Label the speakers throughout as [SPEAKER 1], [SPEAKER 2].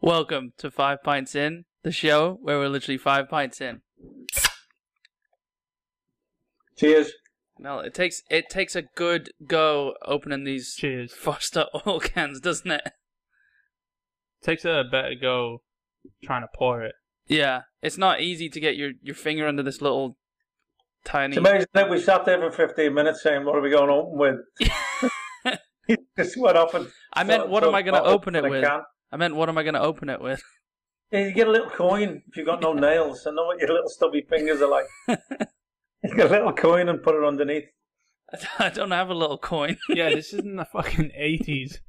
[SPEAKER 1] Welcome to Five Pints In, the show where we're literally five pints in.
[SPEAKER 2] Cheers.
[SPEAKER 1] No, it takes it takes a good go opening these
[SPEAKER 3] Cheers.
[SPEAKER 1] Foster oil cans, doesn't it?
[SPEAKER 3] Takes a better go trying to pour it.
[SPEAKER 1] Yeah, it's not easy to get your, your finger under this little tiny.
[SPEAKER 2] It's amazing that we sat there for 15 minutes saying, what are we going to open with? he just went off and...
[SPEAKER 1] I meant,
[SPEAKER 2] thought-
[SPEAKER 1] what am
[SPEAKER 2] thought
[SPEAKER 1] I going to
[SPEAKER 2] about
[SPEAKER 1] open it
[SPEAKER 2] opening a
[SPEAKER 1] with?
[SPEAKER 2] can.
[SPEAKER 1] I meant, what am I going to open it with?
[SPEAKER 2] Yeah, You get a little coin if you've got no nails. I know what your little stubby fingers are like. you get a little coin and put it underneath.
[SPEAKER 1] I don't have a little coin.
[SPEAKER 3] Yeah, this isn't the fucking eighties.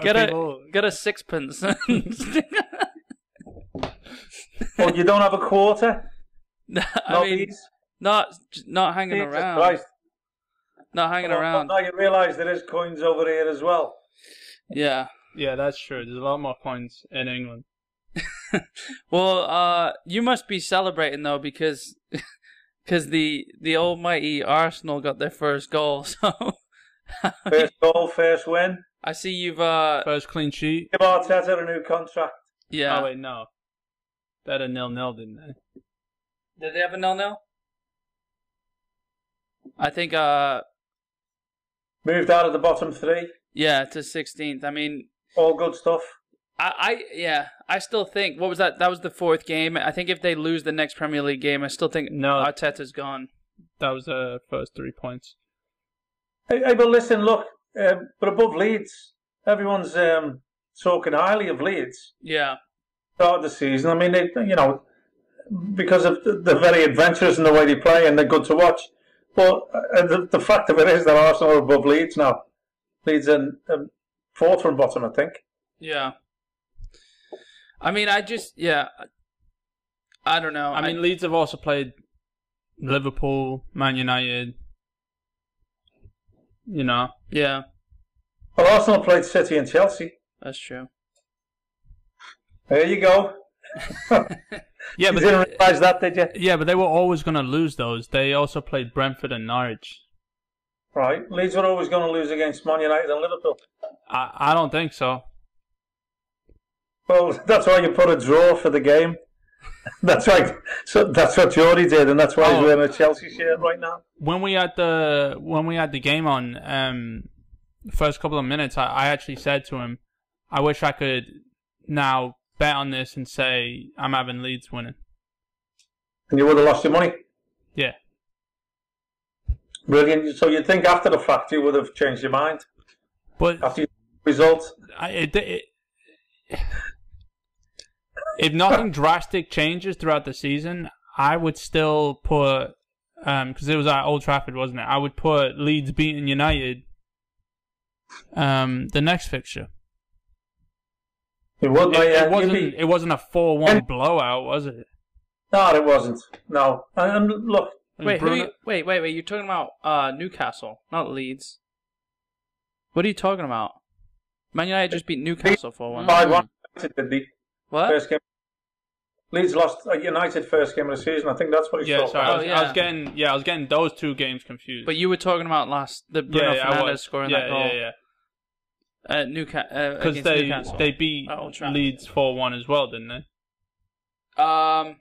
[SPEAKER 1] Get a get a sixpence. I
[SPEAKER 2] Or Oh, you don't have a quarter? Not
[SPEAKER 1] mean,
[SPEAKER 2] these.
[SPEAKER 1] not not hanging
[SPEAKER 2] Jesus
[SPEAKER 1] around,
[SPEAKER 2] Christ.
[SPEAKER 1] not hanging
[SPEAKER 2] Well,
[SPEAKER 1] around.
[SPEAKER 2] Now you realise there is coins over here as well.
[SPEAKER 1] Yeah.
[SPEAKER 3] Yeah, that's true. There's a lot more coins in England.
[SPEAKER 1] Well, uh, you must be celebrating though because because the the almighty Arsenal got their first goal. So
[SPEAKER 2] First goal, first win.
[SPEAKER 1] I see you've uh
[SPEAKER 3] First clean sheet.
[SPEAKER 2] Give Arteta a new contract.
[SPEAKER 1] yeah.
[SPEAKER 3] Oh wait, no. That a nil nil, didn't they?
[SPEAKER 1] Did they have a nil nil? I think uh
[SPEAKER 2] Moved out of the bottom three.
[SPEAKER 1] yeah to sixteenth. I mean
[SPEAKER 2] All good stuff.
[SPEAKER 1] I, I yeah I still think what was that that was the fourth game. I think if they lose the next Premier League game, I still think
[SPEAKER 3] No.
[SPEAKER 1] Arteta's gone.
[SPEAKER 3] That was the first three points.
[SPEAKER 2] Hey, hey, but listen, look, um, but above Leeds, everyone's um, talking highly of Leeds.
[SPEAKER 1] Yeah.
[SPEAKER 2] Start of the season, I mean, they, you know, because of the- they're very adventurous in the way they play and they're good to watch. But uh, the, the fact of it is that Arsenal are above Leeds now. Leeds in um, fourth from bottom, I think.
[SPEAKER 1] Yeah. I mean, I just yeah. Oh, I don't know.
[SPEAKER 3] I mean, Leeds have also played Liverpool, Man United. You know,
[SPEAKER 1] yeah,
[SPEAKER 2] Well, Arsenal played City and Chelsea.
[SPEAKER 1] that's true.
[SPEAKER 2] There you go.
[SPEAKER 3] yeah,
[SPEAKER 2] You
[SPEAKER 3] but
[SPEAKER 2] didn't realise that, did you?
[SPEAKER 3] yeah, but they were always going to lose those. They also played Brentford and Norwich.
[SPEAKER 2] Right. Leeds were always going to lose against Man United and Liverpool.
[SPEAKER 3] I I don't think so.
[SPEAKER 2] Well, that's why you put a draw for the game. That's right. So that's what Jordy did, and that's why he's
[SPEAKER 3] Oh.
[SPEAKER 2] wearing a Chelsea shirt right now.
[SPEAKER 3] when we had the when we had the game on um the first couple of minutes I, I actually said to him i wish i could now bet on this and say i'm having leeds winning
[SPEAKER 2] And you would have lost your money.
[SPEAKER 3] yeah
[SPEAKER 2] Brilliant. So you'd think after the fact you would have changed your mind
[SPEAKER 3] but
[SPEAKER 2] after you result.
[SPEAKER 3] I, it, it if nothing drastic changes throughout the season i would still put um because it was at old trafford wasn't it i would put leeds beating united um the next fixture
[SPEAKER 2] It would,
[SPEAKER 3] it,
[SPEAKER 2] mate. Oh,
[SPEAKER 3] it
[SPEAKER 2] yeah. You'd
[SPEAKER 3] wasn't.
[SPEAKER 2] be-
[SPEAKER 3] It wasn't a four-one blowout, was it?
[SPEAKER 2] No, it wasn't. No. And and look,
[SPEAKER 3] And
[SPEAKER 1] Wait, who
[SPEAKER 3] Bruno-
[SPEAKER 1] you, wait, wait, wait! You're talking about uh, Newcastle, not Leeds. What are you talking about? Man United just beat Newcastle for one.
[SPEAKER 2] five one did the
[SPEAKER 1] What?
[SPEAKER 2] first game. Leeds lost at United first game of the season. I think that's what he's
[SPEAKER 3] yeah,
[SPEAKER 2] talking
[SPEAKER 3] sorry. I
[SPEAKER 2] about.
[SPEAKER 3] was,
[SPEAKER 1] Oh,
[SPEAKER 3] I
[SPEAKER 1] yeah.
[SPEAKER 3] was getting. Yeah, I was getting those two games confused.
[SPEAKER 1] But you were talking about last the
[SPEAKER 3] yeah,
[SPEAKER 1] Bruno
[SPEAKER 3] yeah, I was.
[SPEAKER 1] Fernandez scoring
[SPEAKER 3] yeah,
[SPEAKER 1] that goal
[SPEAKER 3] yeah, yeah,
[SPEAKER 1] at Newca- uh,
[SPEAKER 3] Because
[SPEAKER 1] against
[SPEAKER 3] they
[SPEAKER 1] Newcastle.
[SPEAKER 3] they beat
[SPEAKER 1] At Old Trafford.
[SPEAKER 3] Leeds four-one as well, didn't they?
[SPEAKER 1] um,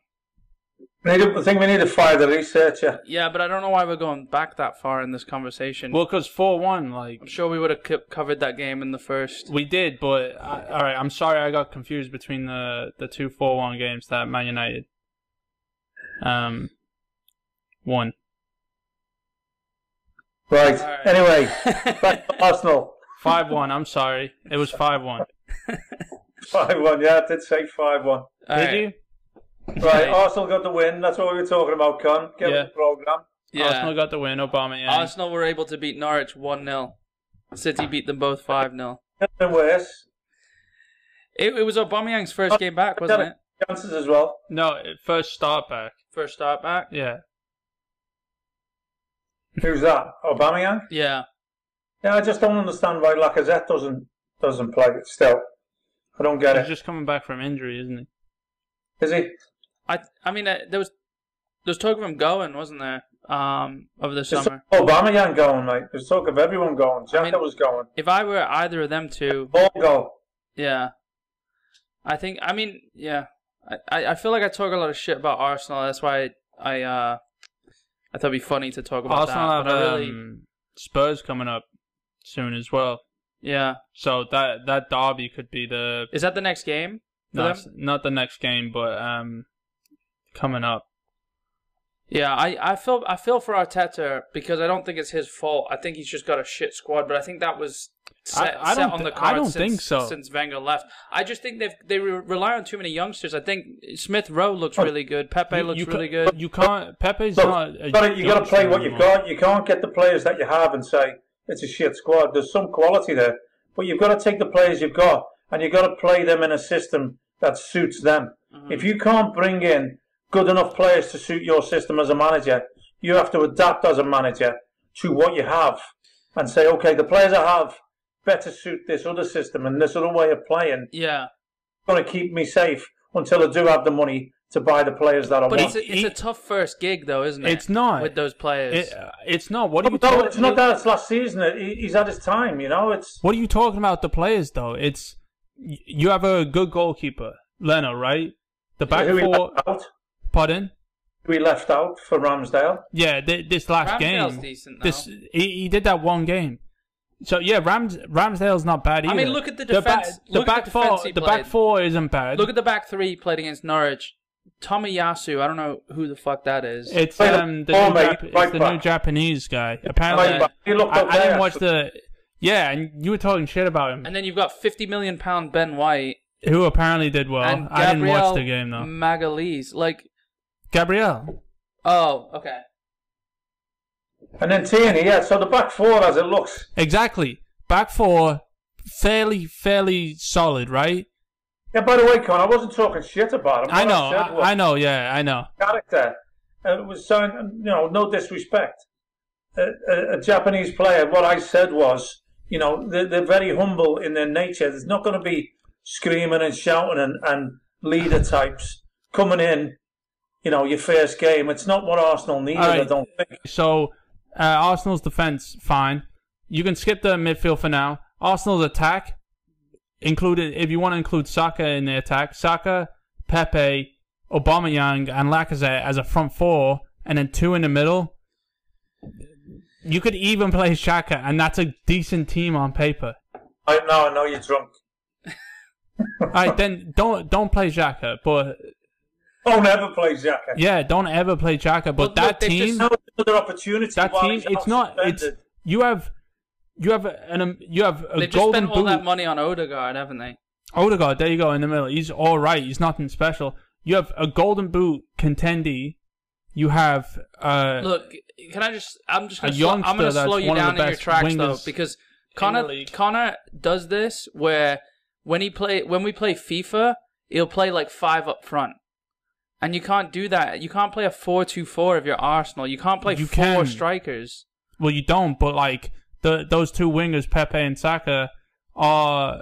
[SPEAKER 2] Need to- I think we need to fire the researcher.
[SPEAKER 1] yeah, but I don't know why we're going back that far in this conversation.
[SPEAKER 3] Well, because four-one, like
[SPEAKER 1] I'm sure we would have c- covered that game in the first.
[SPEAKER 3] we did. But I, all right, I'm sorry, I got confused between the the two four-one games that Man United um won.
[SPEAKER 2] Right.
[SPEAKER 1] All right.
[SPEAKER 2] Anyway, back to Arsenal.
[SPEAKER 3] Five-one. I'm sorry, it was five-one.
[SPEAKER 2] Five one. Yeah, I did say five one.
[SPEAKER 1] All
[SPEAKER 3] did
[SPEAKER 1] right.
[SPEAKER 3] you?
[SPEAKER 2] Right,
[SPEAKER 1] Right.
[SPEAKER 2] Arsenal got the win. That's what we were talking about, Con. Get
[SPEAKER 3] Yeah.
[SPEAKER 2] with the program.
[SPEAKER 1] Yeah.
[SPEAKER 3] Arsenal got the win. Obama. Yeah.
[SPEAKER 1] Arsenal were able to beat Norwich 1 0. City beat them both 5 0.
[SPEAKER 2] Nothing worse.
[SPEAKER 1] It, it was Aubameyang's
[SPEAKER 2] Oh,
[SPEAKER 1] first game back, wasn't it?
[SPEAKER 2] Chances as well.
[SPEAKER 3] No, first start back.
[SPEAKER 1] First start back.
[SPEAKER 3] Yeah.
[SPEAKER 2] Who's that? Aubameyang.
[SPEAKER 1] Yeah.
[SPEAKER 2] Yeah, I just don't understand why Lacazette doesn't doesn't play it still. I don't get
[SPEAKER 3] He's
[SPEAKER 2] it.
[SPEAKER 3] just coming back from injury, isn't he?
[SPEAKER 2] Is he?
[SPEAKER 1] I I mean uh, there was there was talk of him going, wasn't there? Um, over the
[SPEAKER 2] There's
[SPEAKER 1] summer.
[SPEAKER 2] talk of Aubameyang going, mate. There's talk of everyone going. Jacka
[SPEAKER 1] mean-
[SPEAKER 2] was going.
[SPEAKER 1] If I were either of them two,
[SPEAKER 2] All go.
[SPEAKER 1] yeah, I think. I mean, yeah. I, I, I feel like I talk a lot of shit about Arsenal. That's why I I, uh, I thought it'd be funny to talk about
[SPEAKER 3] Arsenal
[SPEAKER 1] that.
[SPEAKER 3] have
[SPEAKER 1] but I really,
[SPEAKER 3] um, Spurs coming up soon as well,
[SPEAKER 1] yeah.
[SPEAKER 3] so that that derby could be the
[SPEAKER 1] Is that the next game? for
[SPEAKER 3] no,
[SPEAKER 1] them?
[SPEAKER 3] it's not the next game, but um, coming up.
[SPEAKER 1] Yeah, I, I feel I feel for Arteta because I don't think it's his fault. I think he's just got a shit squad, but I think that was set,
[SPEAKER 3] I
[SPEAKER 1] set
[SPEAKER 3] don't
[SPEAKER 1] on the
[SPEAKER 3] thi- I
[SPEAKER 1] cards
[SPEAKER 3] don't
[SPEAKER 1] since,
[SPEAKER 3] think so.
[SPEAKER 1] since Wenger left. I just think they've they re- rely on too many youngsters. I think Smith Rowe looks really good. Pepe looks
[SPEAKER 3] Oh, you ca-
[SPEAKER 1] really good.
[SPEAKER 3] You can't. Pepe's
[SPEAKER 2] Look,
[SPEAKER 3] not. a
[SPEAKER 2] gotta- you got to
[SPEAKER 3] youngster
[SPEAKER 2] play what you've
[SPEAKER 3] anymore.
[SPEAKER 2] got. You can't get the players that you have and say it's a shit squad. There's some quality there, but you've got to take the players you've got and you've got to play them in a system that suits them.
[SPEAKER 3] Mm-hmm.
[SPEAKER 2] If you can't bring in good enough players to suit your system as a manager, you have to adapt as a manager to what you have and say, okay, the players I have better suit this other system and this other way of playing.
[SPEAKER 1] Yeah,
[SPEAKER 2] Going to keep me safe until I do have the money to buy the players that I
[SPEAKER 1] but it's
[SPEAKER 2] want.
[SPEAKER 1] a, it's a tough first gig though, isn't it?
[SPEAKER 3] It's not.
[SPEAKER 1] with those players.
[SPEAKER 3] It, it's not. What are you?
[SPEAKER 2] No,
[SPEAKER 3] talking-
[SPEAKER 2] it's not that it's last season. He- He's had his time, you know. It's
[SPEAKER 3] What are you talking about the players though? It's y- you have a good goalkeeper, Leno, right? The back
[SPEAKER 2] who he
[SPEAKER 3] four.
[SPEAKER 2] left out.
[SPEAKER 3] Pardon?
[SPEAKER 2] Who he left out for Ramsdale.
[SPEAKER 3] Yeah, th- this last
[SPEAKER 1] Ramsdale's
[SPEAKER 3] game.
[SPEAKER 1] decent now.
[SPEAKER 3] this he, he did that one game. So yeah, Rams Ramsdale's not bad
[SPEAKER 1] I
[SPEAKER 3] either.
[SPEAKER 1] mean, look at the defense-
[SPEAKER 3] The
[SPEAKER 1] look at
[SPEAKER 3] back,
[SPEAKER 1] the
[SPEAKER 3] the
[SPEAKER 1] defense
[SPEAKER 3] back four.
[SPEAKER 1] he
[SPEAKER 3] The back
[SPEAKER 1] played.
[SPEAKER 3] four isn't bad.
[SPEAKER 1] Look at the back three played against Norwich. Tomiyasu, I don't know who the fuck that is.
[SPEAKER 3] It's
[SPEAKER 2] Play the
[SPEAKER 3] um the,
[SPEAKER 2] ball,
[SPEAKER 3] new,
[SPEAKER 2] mate.
[SPEAKER 3] Jap- it's
[SPEAKER 2] Right
[SPEAKER 3] the new
[SPEAKER 2] back.
[SPEAKER 3] Japanese guy. Apparently,
[SPEAKER 1] Right back.
[SPEAKER 2] He looked
[SPEAKER 3] I,
[SPEAKER 2] okay,
[SPEAKER 3] I didn't watch
[SPEAKER 2] actually.
[SPEAKER 3] the. Yeah, and you were talking shit about him,
[SPEAKER 1] and then you've got fifty million pound Ben White
[SPEAKER 3] who apparently did well.
[SPEAKER 1] and
[SPEAKER 3] I didn't
[SPEAKER 1] Gabriel
[SPEAKER 3] watch the game though.
[SPEAKER 1] Magalhaes, like
[SPEAKER 3] Gabriel,
[SPEAKER 1] oh okay.
[SPEAKER 2] And then Tierney, yeah. So the back four, as it looks,
[SPEAKER 3] exactly. Back four, fairly fairly solid, right?
[SPEAKER 2] yeah. By the way, Con, I wasn't talking shit about him.
[SPEAKER 3] I
[SPEAKER 2] What
[SPEAKER 3] know,
[SPEAKER 2] said was
[SPEAKER 3] I, I know. Yeah, I know.
[SPEAKER 2] Character. And it was so you know, no disrespect. A, a, a Japanese player. What I said was, you know, they're, they're very humble in their nature. There's not going to be screaming and shouting and, and leader types coming in. You know, your first game. It's not what Arsenal needed.
[SPEAKER 3] All right.
[SPEAKER 2] I don't think.
[SPEAKER 3] So uh, Arsenal's defense, fine. You can skip the midfield for now. Arsenal's attack, included if you want to include Saka in the attack, Saka, Pepe, Aubameyang, and Lacazette as a front four, and then two in the middle. You could even play Shaka, and that's a decent team on paper.
[SPEAKER 2] I know, I know you're drunk.
[SPEAKER 3] All right, then don't don't play Shaka, but
[SPEAKER 2] Don't ever play Xhaka.
[SPEAKER 3] yeah, don't ever play Shaka. But
[SPEAKER 1] Well, look,
[SPEAKER 3] that
[SPEAKER 1] they've
[SPEAKER 3] team,
[SPEAKER 1] just-
[SPEAKER 2] Now it's another opportunity.
[SPEAKER 3] that
[SPEAKER 2] while
[SPEAKER 3] team,
[SPEAKER 2] he's
[SPEAKER 3] it's not. It's
[SPEAKER 2] suspended.
[SPEAKER 3] you have you have an um, you have a
[SPEAKER 1] They've just
[SPEAKER 3] golden
[SPEAKER 1] spent all
[SPEAKER 3] boot.
[SPEAKER 1] that money on Odegaard, haven't they?
[SPEAKER 3] Odegaard, there you go, in the middle. He's all right. He's nothing special. You have a Golden Boot contendee. You have uh,
[SPEAKER 1] Look, can I just? I'm just.
[SPEAKER 3] A
[SPEAKER 1] Gonna slow, I'm
[SPEAKER 3] youngster
[SPEAKER 1] going to
[SPEAKER 3] that's
[SPEAKER 1] slow you
[SPEAKER 3] one of the
[SPEAKER 1] down in your
[SPEAKER 3] best
[SPEAKER 1] tracks though,
[SPEAKER 3] wingers
[SPEAKER 1] because
[SPEAKER 3] the
[SPEAKER 1] Connor
[SPEAKER 3] league.
[SPEAKER 1] Connor does this where when he play when we play FIFA, he'll play like five up front, and you can't do that. You can't play a four-two-four if you're Arsenal. You can't play
[SPEAKER 3] You
[SPEAKER 1] four
[SPEAKER 3] can.
[SPEAKER 1] strikers.
[SPEAKER 3] well, you don't, but like the those two wingers, Pepe and Saka, are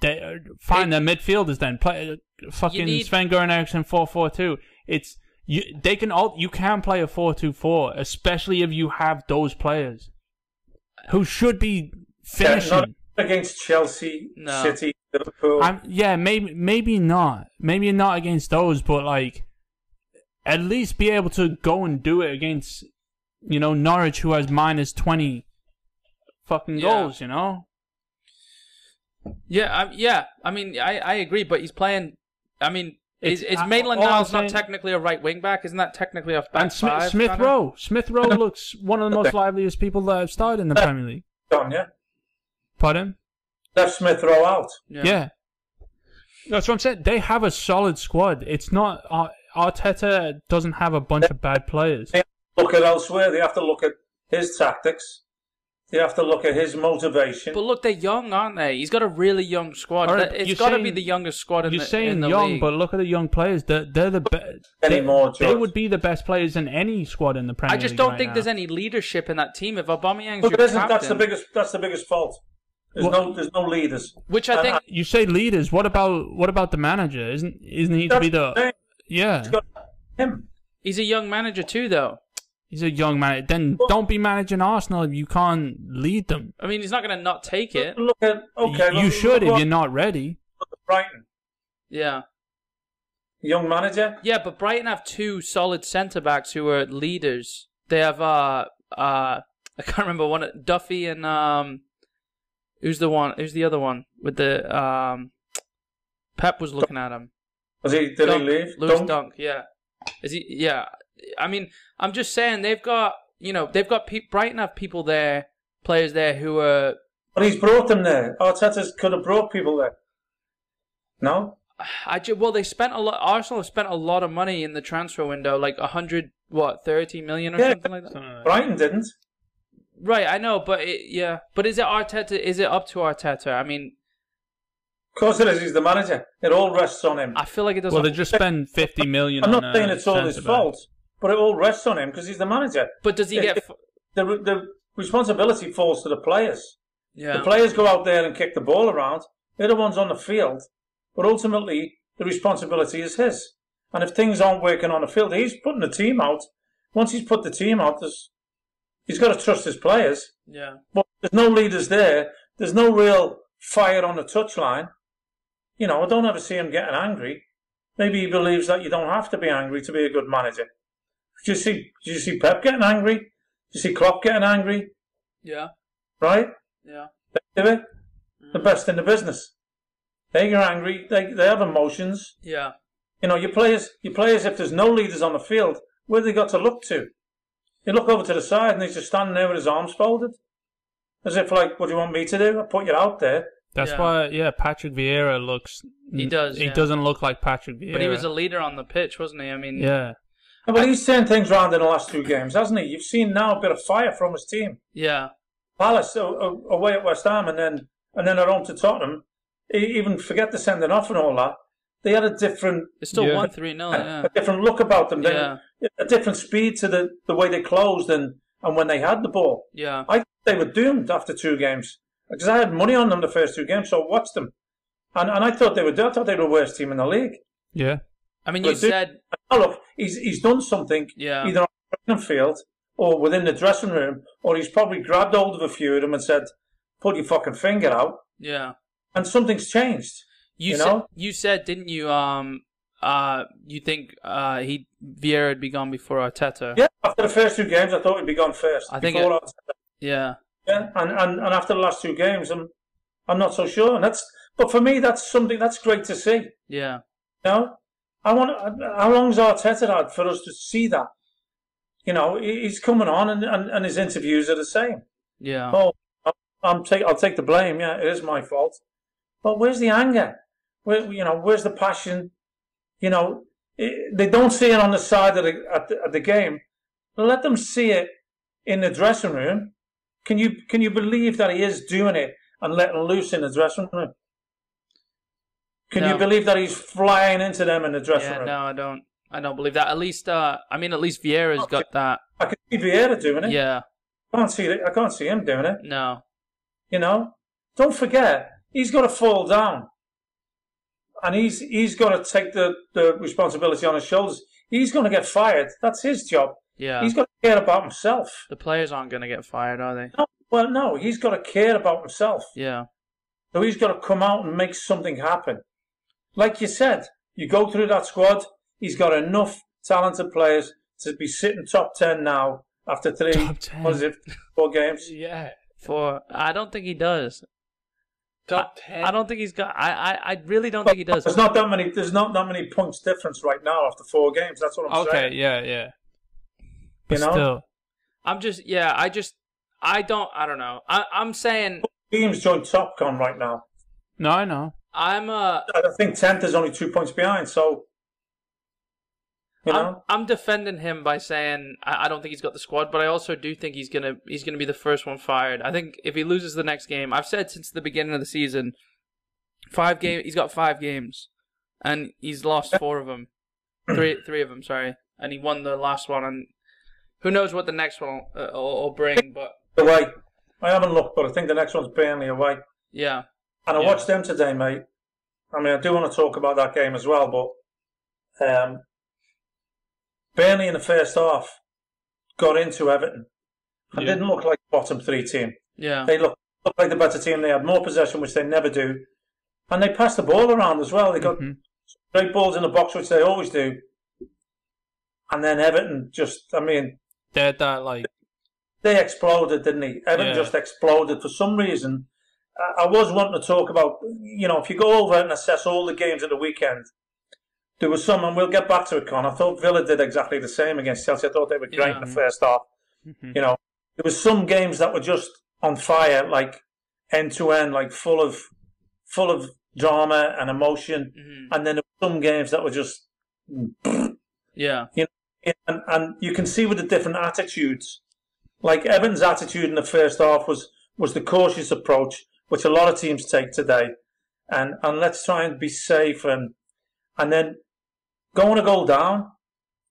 [SPEAKER 3] they are- fine. They're midfielders. Then play fucking
[SPEAKER 1] need-
[SPEAKER 3] Sven Goran Eriksson four four two. It's you. They can all. You can play a four two four, especially if you have those players who should be
[SPEAKER 2] Yeah,
[SPEAKER 3] finishing.
[SPEAKER 2] not against Chelsea,
[SPEAKER 1] No.
[SPEAKER 2] City, Liverpool.
[SPEAKER 3] I'm yeah, maybe maybe not. Maybe not against those, but like at least be able to go and do it against you know Norwich who has minus 20 fucking
[SPEAKER 1] Yeah.
[SPEAKER 3] goals, you know?
[SPEAKER 1] Yeah, I, yeah. I mean, I, I agree, but he's playing. I mean,
[SPEAKER 3] It's-
[SPEAKER 1] it's, is, is
[SPEAKER 3] I-
[SPEAKER 1] Maitland
[SPEAKER 3] all I'm
[SPEAKER 1] Niles not
[SPEAKER 3] saying-
[SPEAKER 1] technically a right wing back? Isn't that technically a back
[SPEAKER 3] and Smith,
[SPEAKER 1] five,
[SPEAKER 3] Smith
[SPEAKER 1] Connor?
[SPEAKER 3] Rowe, Smith Rowe looks one of the most
[SPEAKER 2] Okay.
[SPEAKER 3] liveliest people that have started in the Premier League.
[SPEAKER 2] Gone, yeah.
[SPEAKER 3] Pardon?
[SPEAKER 2] Left Smith Rowe out.
[SPEAKER 1] Yeah.
[SPEAKER 3] Yeah. That's what I'm saying. They have a solid squad. It's not Ar- Arteta doesn't have a bunch of bad players.
[SPEAKER 2] They have to look at elsewhere. They have to look at his tactics. They have to look at his motivation.
[SPEAKER 1] But look, they're young, aren't they? He's got a really young squad.
[SPEAKER 3] All right,
[SPEAKER 1] That-
[SPEAKER 3] but
[SPEAKER 1] it's
[SPEAKER 3] you're
[SPEAKER 1] got to be
[SPEAKER 3] saying-
[SPEAKER 1] the youngest squad in
[SPEAKER 3] You're
[SPEAKER 1] the
[SPEAKER 3] saying
[SPEAKER 1] in the
[SPEAKER 3] young,
[SPEAKER 1] league.
[SPEAKER 3] but look at the young players. They're, they're the best. They,
[SPEAKER 2] Anymore,
[SPEAKER 3] they
[SPEAKER 2] George.
[SPEAKER 3] would be the best players in any squad in the Premier
[SPEAKER 1] I
[SPEAKER 3] League.
[SPEAKER 1] just don't
[SPEAKER 3] right
[SPEAKER 1] think
[SPEAKER 3] now.
[SPEAKER 1] there's any leadership in that team. If Aubameyang's
[SPEAKER 2] Look,
[SPEAKER 1] your
[SPEAKER 2] that's,
[SPEAKER 1] captain,
[SPEAKER 2] that's the biggest. That's the biggest fault. There's
[SPEAKER 3] Well-
[SPEAKER 2] no. There's no leaders.
[SPEAKER 1] which I
[SPEAKER 2] And
[SPEAKER 1] think,
[SPEAKER 3] You say leaders. What about what about the manager? Isn't isn't he to
[SPEAKER 2] that's
[SPEAKER 3] be
[SPEAKER 2] the
[SPEAKER 3] the
[SPEAKER 2] thing.
[SPEAKER 3] yeah?
[SPEAKER 2] It's got him.
[SPEAKER 1] he's a young manager too, though.
[SPEAKER 3] He's a young man. Then don't be managing Arsenal if you can't lead them.
[SPEAKER 1] I mean, he's not going to not take it.
[SPEAKER 2] Look at okay.
[SPEAKER 3] you
[SPEAKER 2] look-
[SPEAKER 3] should
[SPEAKER 2] look
[SPEAKER 3] if
[SPEAKER 2] what
[SPEAKER 3] you're not ready.
[SPEAKER 2] Brighton.
[SPEAKER 1] Yeah.
[SPEAKER 2] Young manager.
[SPEAKER 1] Yeah, but Brighton have two solid centre backs who are leaders. They have uh uh I can't remember one Duffy and um who's the one who's the other one with the um Pep was looking at him.
[SPEAKER 2] Was he? Did
[SPEAKER 1] Dunk,
[SPEAKER 2] he leave?
[SPEAKER 1] Lewis
[SPEAKER 2] Dunk?
[SPEAKER 1] Dunk. yeah. Is he? Yeah. I mean, I'm just saying they've got you know they've got pe- Brighton have people there, players there who are
[SPEAKER 2] But he's brought them there. Arteta's could have brought people there. No.
[SPEAKER 1] I ju- well, they spent a lot. Arsenal have spent a lot of money in the transfer window, like a hundred, what, thirty million or
[SPEAKER 2] Yeah.
[SPEAKER 1] something like that.
[SPEAKER 3] Something like that.
[SPEAKER 2] Brighton didn't.
[SPEAKER 1] Right, I know, but it, yeah, but is it Arteta? Is it up to Arteta? I mean,
[SPEAKER 2] Of course it is. He's the manager. It all rests on him.
[SPEAKER 1] I feel like it doesn't.
[SPEAKER 3] Well, they just spend fifty million.
[SPEAKER 2] I'm
[SPEAKER 3] on,
[SPEAKER 2] not saying
[SPEAKER 3] uh,
[SPEAKER 2] it's all his
[SPEAKER 3] centre-back.
[SPEAKER 2] fault, but it all rests on him because he's the manager.
[SPEAKER 1] but does he get? F-
[SPEAKER 2] The the responsibility falls to the players.
[SPEAKER 1] yeah,
[SPEAKER 2] The players go out there and kick the ball around. They're the ones on the field, but ultimately the responsibility is his. And if things aren't working on the field, he's putting the team out. Once he's put the team out, there's, he's got to trust his players.
[SPEAKER 1] yeah,
[SPEAKER 2] But there's no leaders there. There's no real fire on the touchline. You know, I don't ever see him getting angry. Maybe he believes that you don't have to be angry to be a good manager. Do you see? Do you see Pep getting angry? Do you see Klopp getting angry?
[SPEAKER 1] yeah,
[SPEAKER 2] Right?
[SPEAKER 1] yeah.
[SPEAKER 2] They do it. The best in the business. They get angry. They they have emotions.
[SPEAKER 1] Yeah,
[SPEAKER 2] You know, your players. Your players. If there's no leaders on the field, where they got to look to? They look over to the side and he's just standing there with his arms folded, as if like, "What do you want me to do? I put you out there."
[SPEAKER 3] That's
[SPEAKER 1] Yeah.
[SPEAKER 3] why, yeah, Patrick Vieira looks.
[SPEAKER 1] He does,
[SPEAKER 3] He
[SPEAKER 1] yeah.
[SPEAKER 3] doesn't look like Patrick Vieira.
[SPEAKER 1] but he was a leader on the pitch, wasn't he? I mean,
[SPEAKER 3] yeah,
[SPEAKER 2] Yeah, but he's turned things round in the last two games, hasn't he? You've seen now a bit of fire from his team.
[SPEAKER 1] yeah,
[SPEAKER 2] Palace a- a- away at West Ham and then and then at home to Tottenham. E- Even forget the sending off and all that. They had a different
[SPEAKER 1] It's still
[SPEAKER 3] Yeah.
[SPEAKER 1] one three nil. Yeah,
[SPEAKER 2] a different look about them. They-
[SPEAKER 1] Yeah.
[SPEAKER 2] A different speed to the, the way they closed and, and when they had the ball.
[SPEAKER 1] yeah,
[SPEAKER 2] I think they were doomed after two games because I had money on them the first two games, so I watched them. And and I thought they were I thought they were the worst team in the league.
[SPEAKER 3] yeah.
[SPEAKER 1] I mean, you
[SPEAKER 2] But do-
[SPEAKER 1] said
[SPEAKER 2] Oh, look, he's he's done something
[SPEAKER 1] Yeah.
[SPEAKER 2] either on the training field or within the dressing room, or he's probably grabbed hold of a few of them and said, "Put your fucking finger out,"
[SPEAKER 1] yeah.
[SPEAKER 2] and something's changed.
[SPEAKER 1] You,
[SPEAKER 2] You
[SPEAKER 1] said
[SPEAKER 2] know?
[SPEAKER 1] you said didn't you? Um, uh, you think uh he Vieira would be gone before Arteta?
[SPEAKER 2] Yeah, after the first two games, I thought he'd be gone first.
[SPEAKER 1] I think
[SPEAKER 2] before
[SPEAKER 1] it-
[SPEAKER 2] I was-
[SPEAKER 1] yeah.
[SPEAKER 2] yeah, and, and and after the last two games, I'm I'm not so sure. And that's but for me, that's something that's great to see. You
[SPEAKER 1] yeah.
[SPEAKER 2] know, I want how long's Arteta had for us to see that? You know, he- he's coming on, and, and, and his interviews are the same.
[SPEAKER 1] Yeah.
[SPEAKER 2] Oh, I'm take, I'll take the blame. Yeah, it is my fault. But where's the anger? Where you know, where's the passion? You know, it, they don't see it on the side of the at, the at the game. Let them see it in the dressing room. Can you can you believe that he is doing it and letting loose in the dressing room? Can
[SPEAKER 1] No.
[SPEAKER 2] you believe that he's flying into them in the dressing
[SPEAKER 1] Yeah,
[SPEAKER 2] room?
[SPEAKER 1] no, I don't. I don't believe that. At least, uh, I mean, at least Vieira's
[SPEAKER 2] Oh,
[SPEAKER 1] got that.
[SPEAKER 2] I can see Vieira doing it.
[SPEAKER 1] Yeah,
[SPEAKER 2] I can't see it. I can't see him doing it.
[SPEAKER 1] no,
[SPEAKER 2] You know, don't forget he's got to fall down, and he's he's got to take the, the responsibility on his shoulders. He's going to get fired. That's his job.
[SPEAKER 1] yeah.
[SPEAKER 2] He's got to care about himself.
[SPEAKER 1] the players aren't going to get fired, are they?
[SPEAKER 2] No, well, no, he's got to care about himself.
[SPEAKER 1] Yeah,
[SPEAKER 2] So he's got to come out and make something happen. Like you said, you go through that squad. He's got enough talented players to be sitting top ten now after three.
[SPEAKER 3] Top 10.
[SPEAKER 2] What is it? Four games.
[SPEAKER 4] Yeah.
[SPEAKER 1] for I don't think he does.
[SPEAKER 4] Top
[SPEAKER 1] I,
[SPEAKER 4] ten.
[SPEAKER 1] I don't think he's got. I, I, I really don't think he does.
[SPEAKER 2] There's not that many. There's not that many points difference right now after four games. That's what I'm
[SPEAKER 3] Okay,
[SPEAKER 2] saying.
[SPEAKER 3] yeah, yeah. But
[SPEAKER 2] know?
[SPEAKER 3] still,
[SPEAKER 1] I'm just, yeah, I just, I don't, I don't know. I, I'm saying,
[SPEAKER 2] Teams joint Topcon right now.
[SPEAKER 3] no, I know.
[SPEAKER 1] I'm uh,
[SPEAKER 2] I think tenth is only two points behind. So you
[SPEAKER 1] I'm,
[SPEAKER 2] know,
[SPEAKER 1] I'm defending him by saying I, I don't think he's got the squad, but I also do think he's gonna he's gonna be the first one fired. I think if he loses the next game, I've said since the beginning of the season, five game he's got five games, and he's lost four of them, three three of them, sorry, and he won the last one, and who knows what the next one uh, will, will bring, but
[SPEAKER 2] away. I haven't looked, but I think the next one's Burnley away.
[SPEAKER 1] yeah,
[SPEAKER 2] And I
[SPEAKER 3] Yeah.
[SPEAKER 2] watched them today, mate. I mean, I do want to talk about that game as well, but um, Burnley in the first half got into Everton and
[SPEAKER 3] Yeah.
[SPEAKER 2] didn't look like a bottom three team.
[SPEAKER 1] yeah,
[SPEAKER 2] They looked, looked like the better team. They had more possession, which they never do, and they passed the ball around as well. They got
[SPEAKER 3] Mhm.
[SPEAKER 2] Great balls in the box, which they always do. And then Everton just, I mean,
[SPEAKER 3] They had that like
[SPEAKER 2] they exploded, didn't they? Everton
[SPEAKER 3] Yeah.
[SPEAKER 2] just exploded for some reason. I, I was wanting to talk about, you know, if you go over and assess all the games at the weekend, there was some, and we'll get back to it, Con. I thought Villa did exactly the same against Chelsea. I thought they were great in the
[SPEAKER 3] Yeah.
[SPEAKER 2] first half.
[SPEAKER 3] mm-hmm.
[SPEAKER 2] You know, there was some games that were just on fire, like end to end, like full of full of drama and emotion,
[SPEAKER 1] Mm-hmm.
[SPEAKER 2] and then there were some games that were just
[SPEAKER 1] Yeah.
[SPEAKER 2] and, and you can see with the different attitudes. Like Evans' attitude in the first half was was the cautious approach, which a lot of teams take today, and and let's try and be safe and and then going a goal down,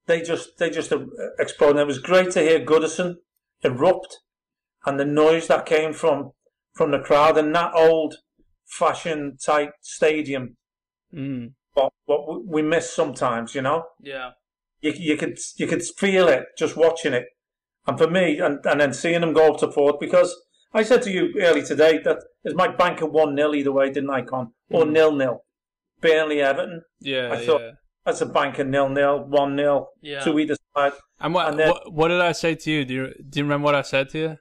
[SPEAKER 2] they just they just uh, explode. And it was great to hear Goodison erupt, and the noise that came from from the crowd and that old fashioned type stadium.
[SPEAKER 3] mm,
[SPEAKER 2] What what we- we miss sometimes, you know
[SPEAKER 1] Yeah.
[SPEAKER 2] you, you could you could feel it just watching it. And for me, and, and then seeing them go up to fourth, because I said to you early today that is my banker 1 0 either way, didn't I, Con? Or nil nil. Burnley Everton,
[SPEAKER 3] yeah,
[SPEAKER 2] I thought-
[SPEAKER 3] yeah.
[SPEAKER 2] that's a banker nil nil, 1 0,
[SPEAKER 1] Yeah.
[SPEAKER 2] to either side,
[SPEAKER 3] And what,
[SPEAKER 2] and then-
[SPEAKER 3] what what did I say to you? Do you do you remember what I said to you?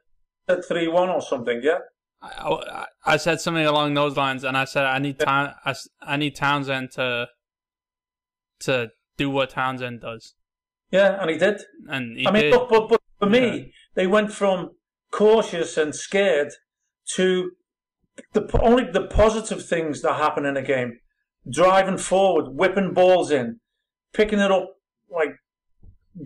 [SPEAKER 2] 3 1 or something, yeah?
[SPEAKER 3] I, I, I said something along those lines, and I said I need Town, I, s- I need Townsend to to do what Townsend does,
[SPEAKER 2] Yeah, and he did.
[SPEAKER 3] and he
[SPEAKER 2] I mean,
[SPEAKER 3] did.
[SPEAKER 2] look, but, but for me,
[SPEAKER 3] Yeah.
[SPEAKER 2] they went from cautious and scared to the p- only the positive things that happen in a game: driving forward, whipping balls in, picking it up like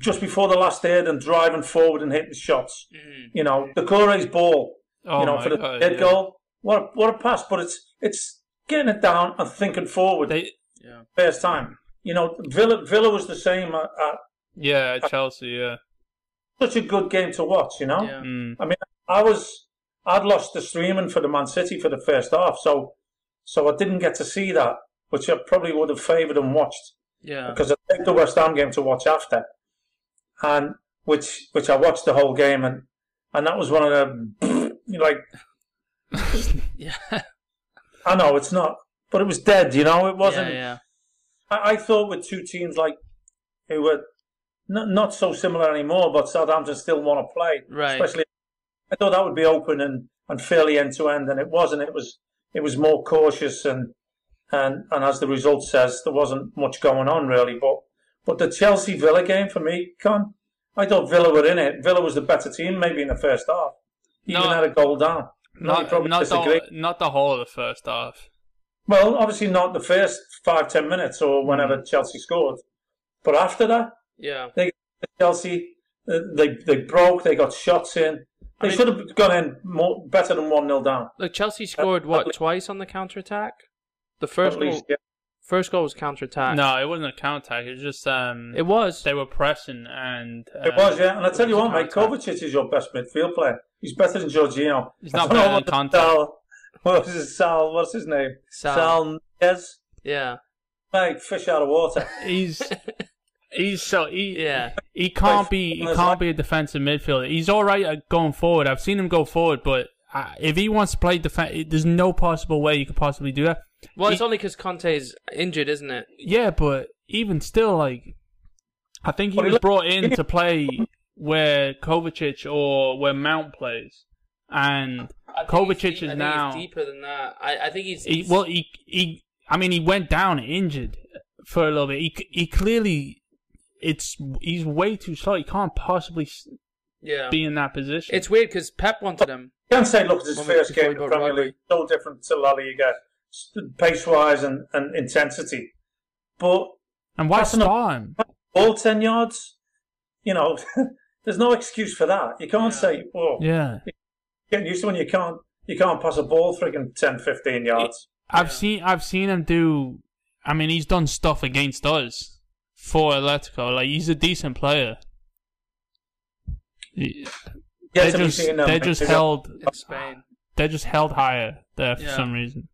[SPEAKER 2] just before the last third, and driving forward and hitting shots.
[SPEAKER 1] Mm-hmm.
[SPEAKER 2] You know, the Corey's ball,
[SPEAKER 3] oh
[SPEAKER 2] you know,
[SPEAKER 3] my
[SPEAKER 2] for the
[SPEAKER 3] God,
[SPEAKER 2] head
[SPEAKER 3] yeah.
[SPEAKER 2] goal. What a, what a pass! But it's it's getting it down and thinking forward
[SPEAKER 3] They,
[SPEAKER 1] Yeah.
[SPEAKER 2] first time. You know, Villa Villa was the same. Uh, uh,
[SPEAKER 3] yeah, at Chelsea, yeah,
[SPEAKER 2] such a good game to watch. You know.
[SPEAKER 1] Yeah.
[SPEAKER 3] mm,
[SPEAKER 2] I mean, I was I'd lost the streaming for the Man City for the first half, so so I didn't get to see that, which I probably would have favoured and watched
[SPEAKER 1] Yeah.
[SPEAKER 2] because I picked the West Ham game to watch after, and which which I watched the whole game and and that was one of the you know, like
[SPEAKER 1] Yeah.
[SPEAKER 2] I know it's not, but it was dead. You know, it wasn't.
[SPEAKER 1] Yeah. Yeah.
[SPEAKER 2] I, I thought with two teams like who were not not so similar anymore, but Southampton still want to play.
[SPEAKER 1] Right.
[SPEAKER 2] Especially, I thought that would be open and, and fairly end to end, and it wasn't. It was it was more cautious and and and as the result says, there wasn't much going on really. But but the Chelsea Villa game for me, con, I thought Villa were in it. Villa was the better team, maybe in the first half. Even
[SPEAKER 3] No.
[SPEAKER 2] had a goal down. No, you
[SPEAKER 3] not
[SPEAKER 2] probably
[SPEAKER 3] not
[SPEAKER 2] disagree.
[SPEAKER 3] the, not the whole of the first half.
[SPEAKER 2] Well, obviously not the first five ten minutes or whenever Chelsea scored, but after that,
[SPEAKER 1] Yeah.
[SPEAKER 2] Chelsea uh, they they broke. They got shots in. They
[SPEAKER 1] mean-
[SPEAKER 2] should have gone in more better than one 0 down.
[SPEAKER 1] Look, Chelsea scored what twice on the counter attack. The first
[SPEAKER 2] At least,
[SPEAKER 1] goal, first goal was counter attack.
[SPEAKER 3] No, it wasn't a counter attack. It was just um,
[SPEAKER 1] it was.
[SPEAKER 3] they were pressing, and uh,
[SPEAKER 2] yeah.
[SPEAKER 1] uh,
[SPEAKER 2] It was, yeah. And I tell you
[SPEAKER 3] was a
[SPEAKER 2] what, mate,
[SPEAKER 3] counter-attack.
[SPEAKER 2] Kovacic is your best midfield player. He's better than Jorginho.
[SPEAKER 3] He's
[SPEAKER 2] I
[SPEAKER 3] not
[SPEAKER 2] don't know
[SPEAKER 3] better
[SPEAKER 2] what
[SPEAKER 3] than Conte.
[SPEAKER 2] the Sal- What's his Sal? What's his name?
[SPEAKER 1] Sal.
[SPEAKER 2] Nunez.
[SPEAKER 1] Yeah.
[SPEAKER 2] Mate, fish out of water.
[SPEAKER 3] he's he's so he
[SPEAKER 1] Yeah.
[SPEAKER 3] he can't be he can't be a defensive midfielder. He's all right at going forward. I've seen him go forward, but uh, if he wants to play defense, there's no possible way you could possibly do that.
[SPEAKER 1] Well,
[SPEAKER 3] He-
[SPEAKER 1] it's only because Conte's injured, isn't it?
[SPEAKER 3] Yeah, but even still, like I think he
[SPEAKER 2] But he
[SPEAKER 3] was
[SPEAKER 2] look-
[SPEAKER 3] brought in to play where Kovacic or where Mount plays, and
[SPEAKER 1] I think
[SPEAKER 3] Kovacic
[SPEAKER 1] he's deep- I
[SPEAKER 3] is
[SPEAKER 1] think
[SPEAKER 3] now-
[SPEAKER 1] he's deeper than that. I, I think he's.
[SPEAKER 3] he well he he I mean he went down injured for a little bit. He c- he clearly. It's he's way too slow. He can't possibly s-
[SPEAKER 1] yeah.
[SPEAKER 3] be in that position.
[SPEAKER 1] It's weird because Pep wanted him.
[SPEAKER 2] You can say, look, at his
[SPEAKER 1] Well,
[SPEAKER 2] first
[SPEAKER 1] before
[SPEAKER 2] game
[SPEAKER 1] he
[SPEAKER 2] in the
[SPEAKER 1] got
[SPEAKER 2] Premier
[SPEAKER 1] Rodri.
[SPEAKER 2] League, so different to La Liga, pace wise and, and intensity. But
[SPEAKER 3] And why
[SPEAKER 2] That's enough.
[SPEAKER 3] star him?
[SPEAKER 2] all 10 yards, you know, there's no excuse for that. You can't say, oh,
[SPEAKER 3] Yeah.
[SPEAKER 2] getting used to when you can't you can't pass a ball freaking 10, 15 yards.
[SPEAKER 3] I've seen I've seen him do I mean he's done stuff against us for Atletico. Like he's a decent player. He-
[SPEAKER 2] Yes,
[SPEAKER 3] they're
[SPEAKER 2] I've
[SPEAKER 3] just,
[SPEAKER 2] seen them.
[SPEAKER 3] they're just
[SPEAKER 2] They've got-
[SPEAKER 3] held
[SPEAKER 1] in Spain.
[SPEAKER 3] they're just held higher there for
[SPEAKER 1] Yeah.
[SPEAKER 3] some reason.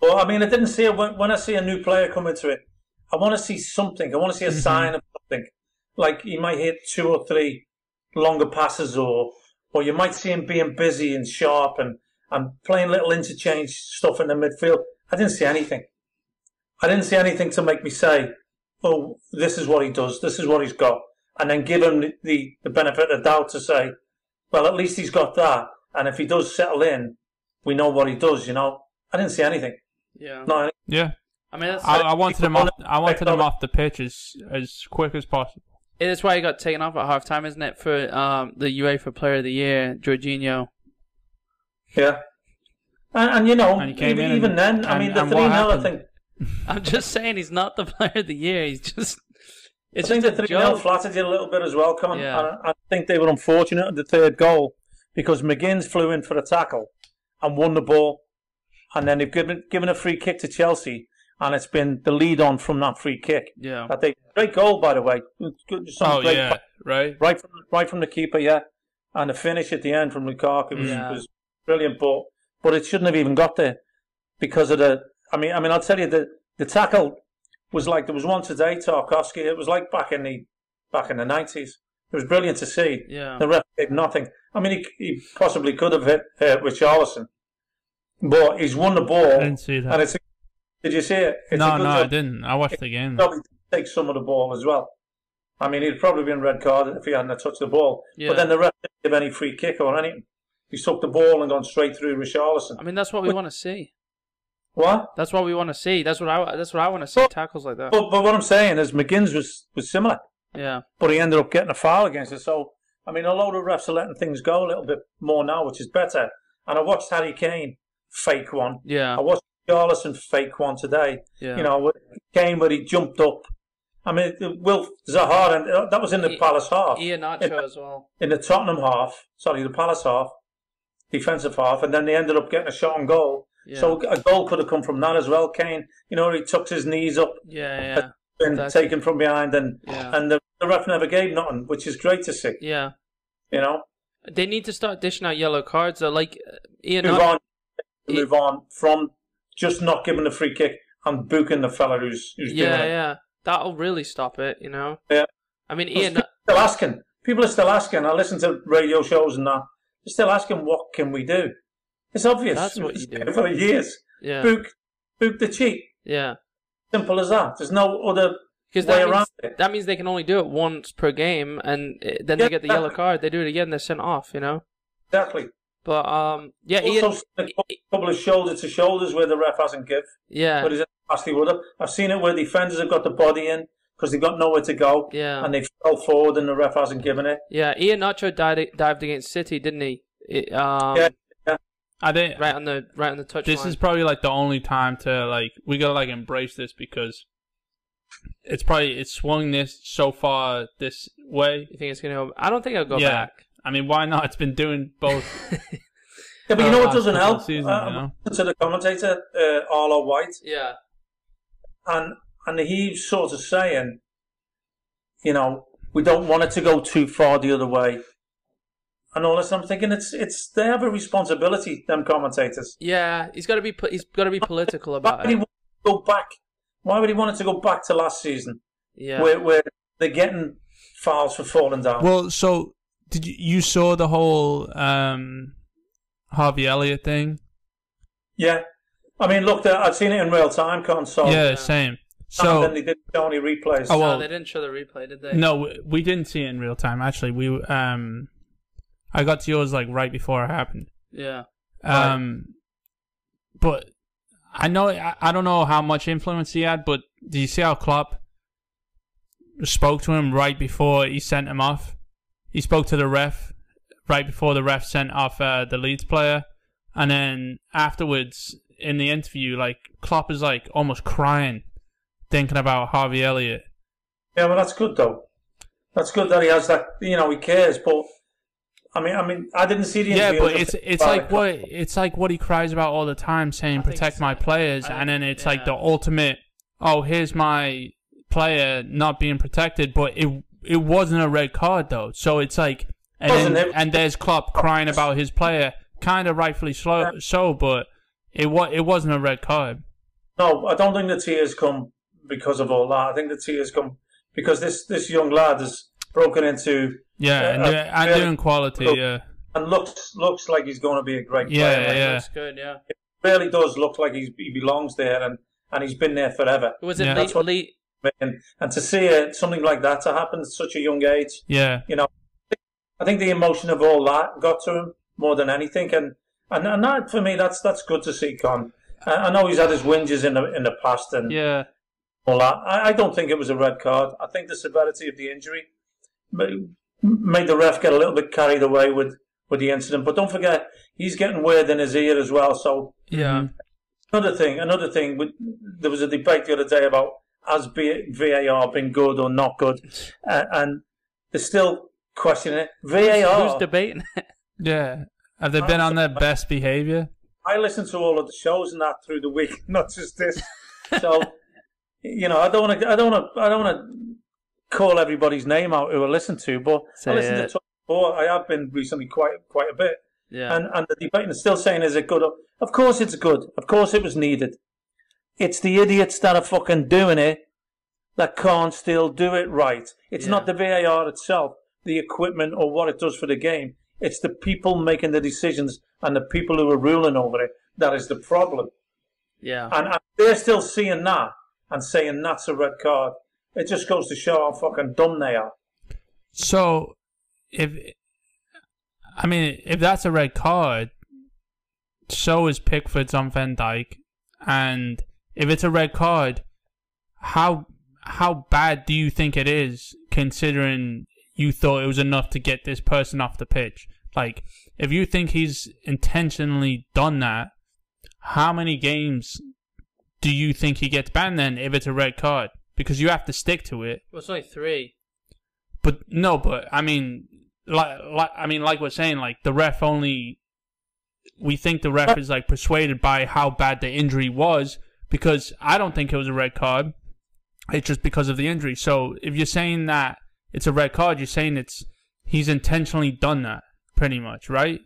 [SPEAKER 2] Well, I mean, I didn't see it when, when I see a new player come into it. I want to see something. I want to see a sign of something. Like he might hit two or three longer passes, or or you might see him being busy and sharp and and playing little interchange stuff in the midfield. I didn't see anything. I didn't see anything to make me say, "Oh, this is what he does. This is what he's got," and then give him the, the, the benefit of doubt to say, "Well, at least he's got that." And if he does settle in, we know what he does. You know, I didn't see anything.
[SPEAKER 1] Yeah.
[SPEAKER 2] Not any-
[SPEAKER 3] Yeah,
[SPEAKER 1] I mean, that's,
[SPEAKER 3] I, I wanted him off. I wanted him
[SPEAKER 2] Technology.
[SPEAKER 3] off the pitch as, as quick as possible.
[SPEAKER 1] it is why he got taken off at halftime, isn't it, for um, the UEFA Player of the Year, Jorginho.
[SPEAKER 2] yeah. And, and you know,
[SPEAKER 3] And he came
[SPEAKER 2] even,
[SPEAKER 3] in
[SPEAKER 2] even then,
[SPEAKER 3] and-
[SPEAKER 2] I mean, the
[SPEAKER 3] and
[SPEAKER 2] three 0
[SPEAKER 3] what
[SPEAKER 2] I
[SPEAKER 3] happened?
[SPEAKER 2] think
[SPEAKER 1] I'm just saying he's not the Player of the Year. He's just. It's
[SPEAKER 2] I think the
[SPEAKER 1] just a
[SPEAKER 2] three 0
[SPEAKER 1] joke.
[SPEAKER 2] flattered you a little bit as well, Con.
[SPEAKER 1] Yeah.
[SPEAKER 2] And I, I think they were unfortunate at the third goal because McGinn's flew in for a tackle and won the ball, and then they've given given a free kick to Chelsea, and it's been the lead on from that free kick.
[SPEAKER 1] yeah.
[SPEAKER 2] I think great goal by the way. It's good- some
[SPEAKER 3] Oh
[SPEAKER 2] great
[SPEAKER 3] yeah,
[SPEAKER 2] play.
[SPEAKER 3] right.
[SPEAKER 2] right from right from the keeper, yeah, and the finish at the end from Lukaku was,
[SPEAKER 1] Yeah.
[SPEAKER 2] was brilliant. But but it shouldn't have even got there because of the. I mean, I mean, I'll tell you the the tackle was like there was one today, Tarkovsky. It was like back in the back in the nineties. It was brilliant to see.
[SPEAKER 1] Yeah.
[SPEAKER 2] The ref did nothing. I mean, he, he possibly could have hit uh, Richarlison, but he's won the ball.
[SPEAKER 3] I didn't see that.
[SPEAKER 2] And it's a, did you see it? It's a
[SPEAKER 3] no,
[SPEAKER 2] good
[SPEAKER 3] no,
[SPEAKER 2] job
[SPEAKER 3] I didn't. I watched the
[SPEAKER 1] Mm.
[SPEAKER 3] game.
[SPEAKER 2] probably take some of the ball as well. I mean, he'd probably been red carded if he hadn't touched the ball.
[SPEAKER 1] Yeah.
[SPEAKER 2] But then the ref didn't give any free kick or anything. He took the ball and gone straight through Richarlison.
[SPEAKER 1] I mean, that's what we want to see.
[SPEAKER 2] What?
[SPEAKER 1] That's what we want to see. That's what I. That's what I want to see. Tackles like that.
[SPEAKER 2] But, but what I'm saying is McGinn's was, was similar,
[SPEAKER 1] Yeah.
[SPEAKER 2] but he ended up getting a foul against us. So, I mean, although the refs are letting things go a little bit more now, which is better. And I watched Harry Kane fake one.
[SPEAKER 1] Yeah.
[SPEAKER 2] I watched Richarlison fake one today.
[SPEAKER 1] Yeah.
[SPEAKER 2] You know, Kane where he jumped up. I mean, Will Zaha, and uh, that was in the
[SPEAKER 1] He-
[SPEAKER 2] Palace half.
[SPEAKER 1] Ianacho as well.
[SPEAKER 2] in the Tottenham half, sorry, the Palace half, defensive half, and then they ended up getting a shot on goal.
[SPEAKER 1] Yeah.
[SPEAKER 2] So a goal could have come from that as well. Kane, you know, he tucks his knees up
[SPEAKER 1] Yeah. Yeah.
[SPEAKER 2] and
[SPEAKER 1] Exactly.
[SPEAKER 2] taken from behind, and
[SPEAKER 1] Yeah.
[SPEAKER 2] and the, the ref never gave nothing, which is great to see.
[SPEAKER 1] Yeah.
[SPEAKER 2] You know,
[SPEAKER 1] They need to start dishing out yellow cards. Though. Like uh, Ian.
[SPEAKER 2] move on,
[SPEAKER 1] It-
[SPEAKER 2] move on from just not giving the free kick and booking the fella who's who's doing
[SPEAKER 1] Yeah.
[SPEAKER 2] it.
[SPEAKER 1] Yeah. That'll really stop it. You know.
[SPEAKER 2] Yeah.
[SPEAKER 1] I mean,
[SPEAKER 2] Well,
[SPEAKER 1] Ian.
[SPEAKER 2] people are still asking. People are still asking. I listen to radio shows and that. They're still asking, what can we do? It's obvious.
[SPEAKER 1] That's what you do.
[SPEAKER 2] For years.
[SPEAKER 1] Yeah.
[SPEAKER 2] book book the cheat.
[SPEAKER 1] Yeah.
[SPEAKER 2] Simple as that. There's no other
[SPEAKER 1] Because
[SPEAKER 2] way
[SPEAKER 1] that means,
[SPEAKER 2] around it.
[SPEAKER 1] that means they can only do it once per game, and uh, then
[SPEAKER 2] Yeah,
[SPEAKER 1] they get the yellow
[SPEAKER 2] exactly.
[SPEAKER 1] card. They do it again. They're sent off. You know.
[SPEAKER 2] Exactly.
[SPEAKER 1] But um. Yeah. Ian.
[SPEAKER 2] Also, seen a couple of shoulder to shoulders where the ref hasn't give,
[SPEAKER 1] Yeah.
[SPEAKER 2] but he's actually would have. I've seen it where defenders have got the body in because they've got nowhere to go,
[SPEAKER 1] Yeah.
[SPEAKER 2] and they fell forward and the ref hasn't given it.
[SPEAKER 1] Yeah. Ian Nacho dived, dived against City, didn't he? It, um,
[SPEAKER 2] Yeah.
[SPEAKER 3] I didn't.
[SPEAKER 1] Right on the right on the touchline.
[SPEAKER 3] This is probably like the only time to like we gotta like embrace this because it's probably it's swung this so far this way.
[SPEAKER 1] You think it's gonna? Go, I don't think I'll go
[SPEAKER 3] Yeah.
[SPEAKER 1] back.
[SPEAKER 3] I mean, why not? It's been doing both.
[SPEAKER 2] Yeah, but you
[SPEAKER 3] Uh,
[SPEAKER 2] know what
[SPEAKER 3] last
[SPEAKER 2] doesn't
[SPEAKER 3] couple of
[SPEAKER 2] help?
[SPEAKER 3] seasons,
[SPEAKER 2] Uh,
[SPEAKER 3] you know?
[SPEAKER 2] I listened To the commentator, uh, Arlo White,
[SPEAKER 1] Yeah.
[SPEAKER 2] and and he's sort of saying, you know, we don't want it to go too far the other way, and all this. I'm thinking it's it's they have a responsibility, them commentators.
[SPEAKER 1] Yeah. He's got to be. po- He's got to be political
[SPEAKER 2] Why
[SPEAKER 1] about
[SPEAKER 2] would he
[SPEAKER 1] it.
[SPEAKER 2] want to go back? Why would he want it to go back to last season,
[SPEAKER 1] Yeah.
[SPEAKER 2] where where they're getting fouls for falling down?
[SPEAKER 3] well, so did you, you saw the whole um Harvey Elliott thing?
[SPEAKER 2] yeah, I mean, look, there- I've seen it in real time, Con. So
[SPEAKER 3] yeah,
[SPEAKER 2] and then
[SPEAKER 3] same. So
[SPEAKER 2] they did show any replays.
[SPEAKER 3] Oh,
[SPEAKER 1] No,
[SPEAKER 3] well-
[SPEAKER 1] they didn't show the replay, did they?
[SPEAKER 3] no, we- we didn't see it in real time. Actually, we um, I got to yours like right before it happened.
[SPEAKER 1] Yeah.
[SPEAKER 3] Um, but I know I, I don't know how much influence he had, but do you see how Klopp spoke to him right before he sent him off? He spoke to the ref right before the ref sent off uh, the Leeds player, and then afterwards in the interview, like Klopp is like almost crying, thinking about Harvey Elliott.
[SPEAKER 2] Yeah, well, that's good though. That's good that he has that. You know, he cares. But I mean, I mean, I didn't see the.
[SPEAKER 3] Yeah,
[SPEAKER 2] interview.
[SPEAKER 3] but it's it's like what it's like what he cries about all the time, saying
[SPEAKER 1] I think
[SPEAKER 3] protect
[SPEAKER 1] so.
[SPEAKER 3] my players,
[SPEAKER 1] I-
[SPEAKER 3] and then it's
[SPEAKER 1] yeah.
[SPEAKER 3] like the ultimate. Oh, here's my player not being protected, but it it wasn't a red card though, so it's like and
[SPEAKER 2] Wasn't
[SPEAKER 3] then,
[SPEAKER 2] it?
[SPEAKER 3] and there's Klopp crying about his player, kind of rightfully slow, so, but it was it wasn't a red card.
[SPEAKER 2] No, I don't think the tears come because of all that. I think the tears come because this this young lad has broken into
[SPEAKER 3] Yeah, and
[SPEAKER 2] Uh,
[SPEAKER 3] they're- and
[SPEAKER 2] yeah.
[SPEAKER 3] they're in quality.
[SPEAKER 2] Look,
[SPEAKER 3] Yeah,
[SPEAKER 2] and looks looks like he's going to be a great
[SPEAKER 3] Yeah,
[SPEAKER 2] player.
[SPEAKER 3] yeah.
[SPEAKER 1] Looks good. Yeah.
[SPEAKER 2] Really does look like he's, he belongs there, and and he's been there forever.
[SPEAKER 1] Was it
[SPEAKER 3] Yeah.
[SPEAKER 1] Lee,
[SPEAKER 2] That's what-
[SPEAKER 1] Lee?
[SPEAKER 2] And, and to see uh, something like that to happen at such a young age,
[SPEAKER 3] Yeah.
[SPEAKER 2] you know, I think the emotion of all that got to him more than anything, and and, and that for me, that's that's good to see. Con, I, I know he's had his whinges in the in the past and
[SPEAKER 3] Yeah.
[SPEAKER 2] all that. I, I don't think it was a red card. I think the severity of the injury ma- made the ref get a little bit carried away with with the incident. But don't forget, he's getting weird in his ear as well. So
[SPEAKER 3] Mm-hmm.
[SPEAKER 1] Yeah.
[SPEAKER 2] another thing, another thing, with, there was a debate the other day about has B- VAR been good or not good, uh, and they're still questioning it. VAR.
[SPEAKER 1] Who's debating it?
[SPEAKER 3] Yeah. Have they been on their best behavior?
[SPEAKER 2] I listen to all of the shows and that through the week, not just this. So, you know, I don't want to, I don't want to, I don't want to call everybody's name out who I listen to, but
[SPEAKER 1] Say
[SPEAKER 2] I listen
[SPEAKER 1] it.
[SPEAKER 2] to talk sport. I have been recently quite quite a bit,
[SPEAKER 1] Yeah.
[SPEAKER 2] and and the debate is still saying, is it good? or- Of course, it's good. Of course, it was needed. It's the idiots that are fucking doing it that can't still do it right. It's
[SPEAKER 1] Yeah.
[SPEAKER 2] not the VAR itself, the equipment, or what it does for the game. It's the people making the decisions and the people who are ruling over it that is the problem.
[SPEAKER 1] yeah.
[SPEAKER 2] And, and they're still seeing that and saying that's a red card. It just goes to show how fucking dumb they are.
[SPEAKER 3] So, if I mean, if that's a red card, so is Pickford's on Van Dyke, and if it's a red card, how how bad do you think it is? Considering you thought it was enough to get this person off the pitch, like if you think he's intentionally done that, how many games do you think he gets banned then? If it's a red card, because you have to stick to it.
[SPEAKER 1] well, it's only three.
[SPEAKER 3] But no, but I mean, like, like I mean, like we're saying, like the ref only. We think the ref is like persuaded by how bad the injury was because I don't think it was a red card. It's just because of the injury. So if you're saying that it's a red card, you're saying it's he's intentionally done that, pretty much, right?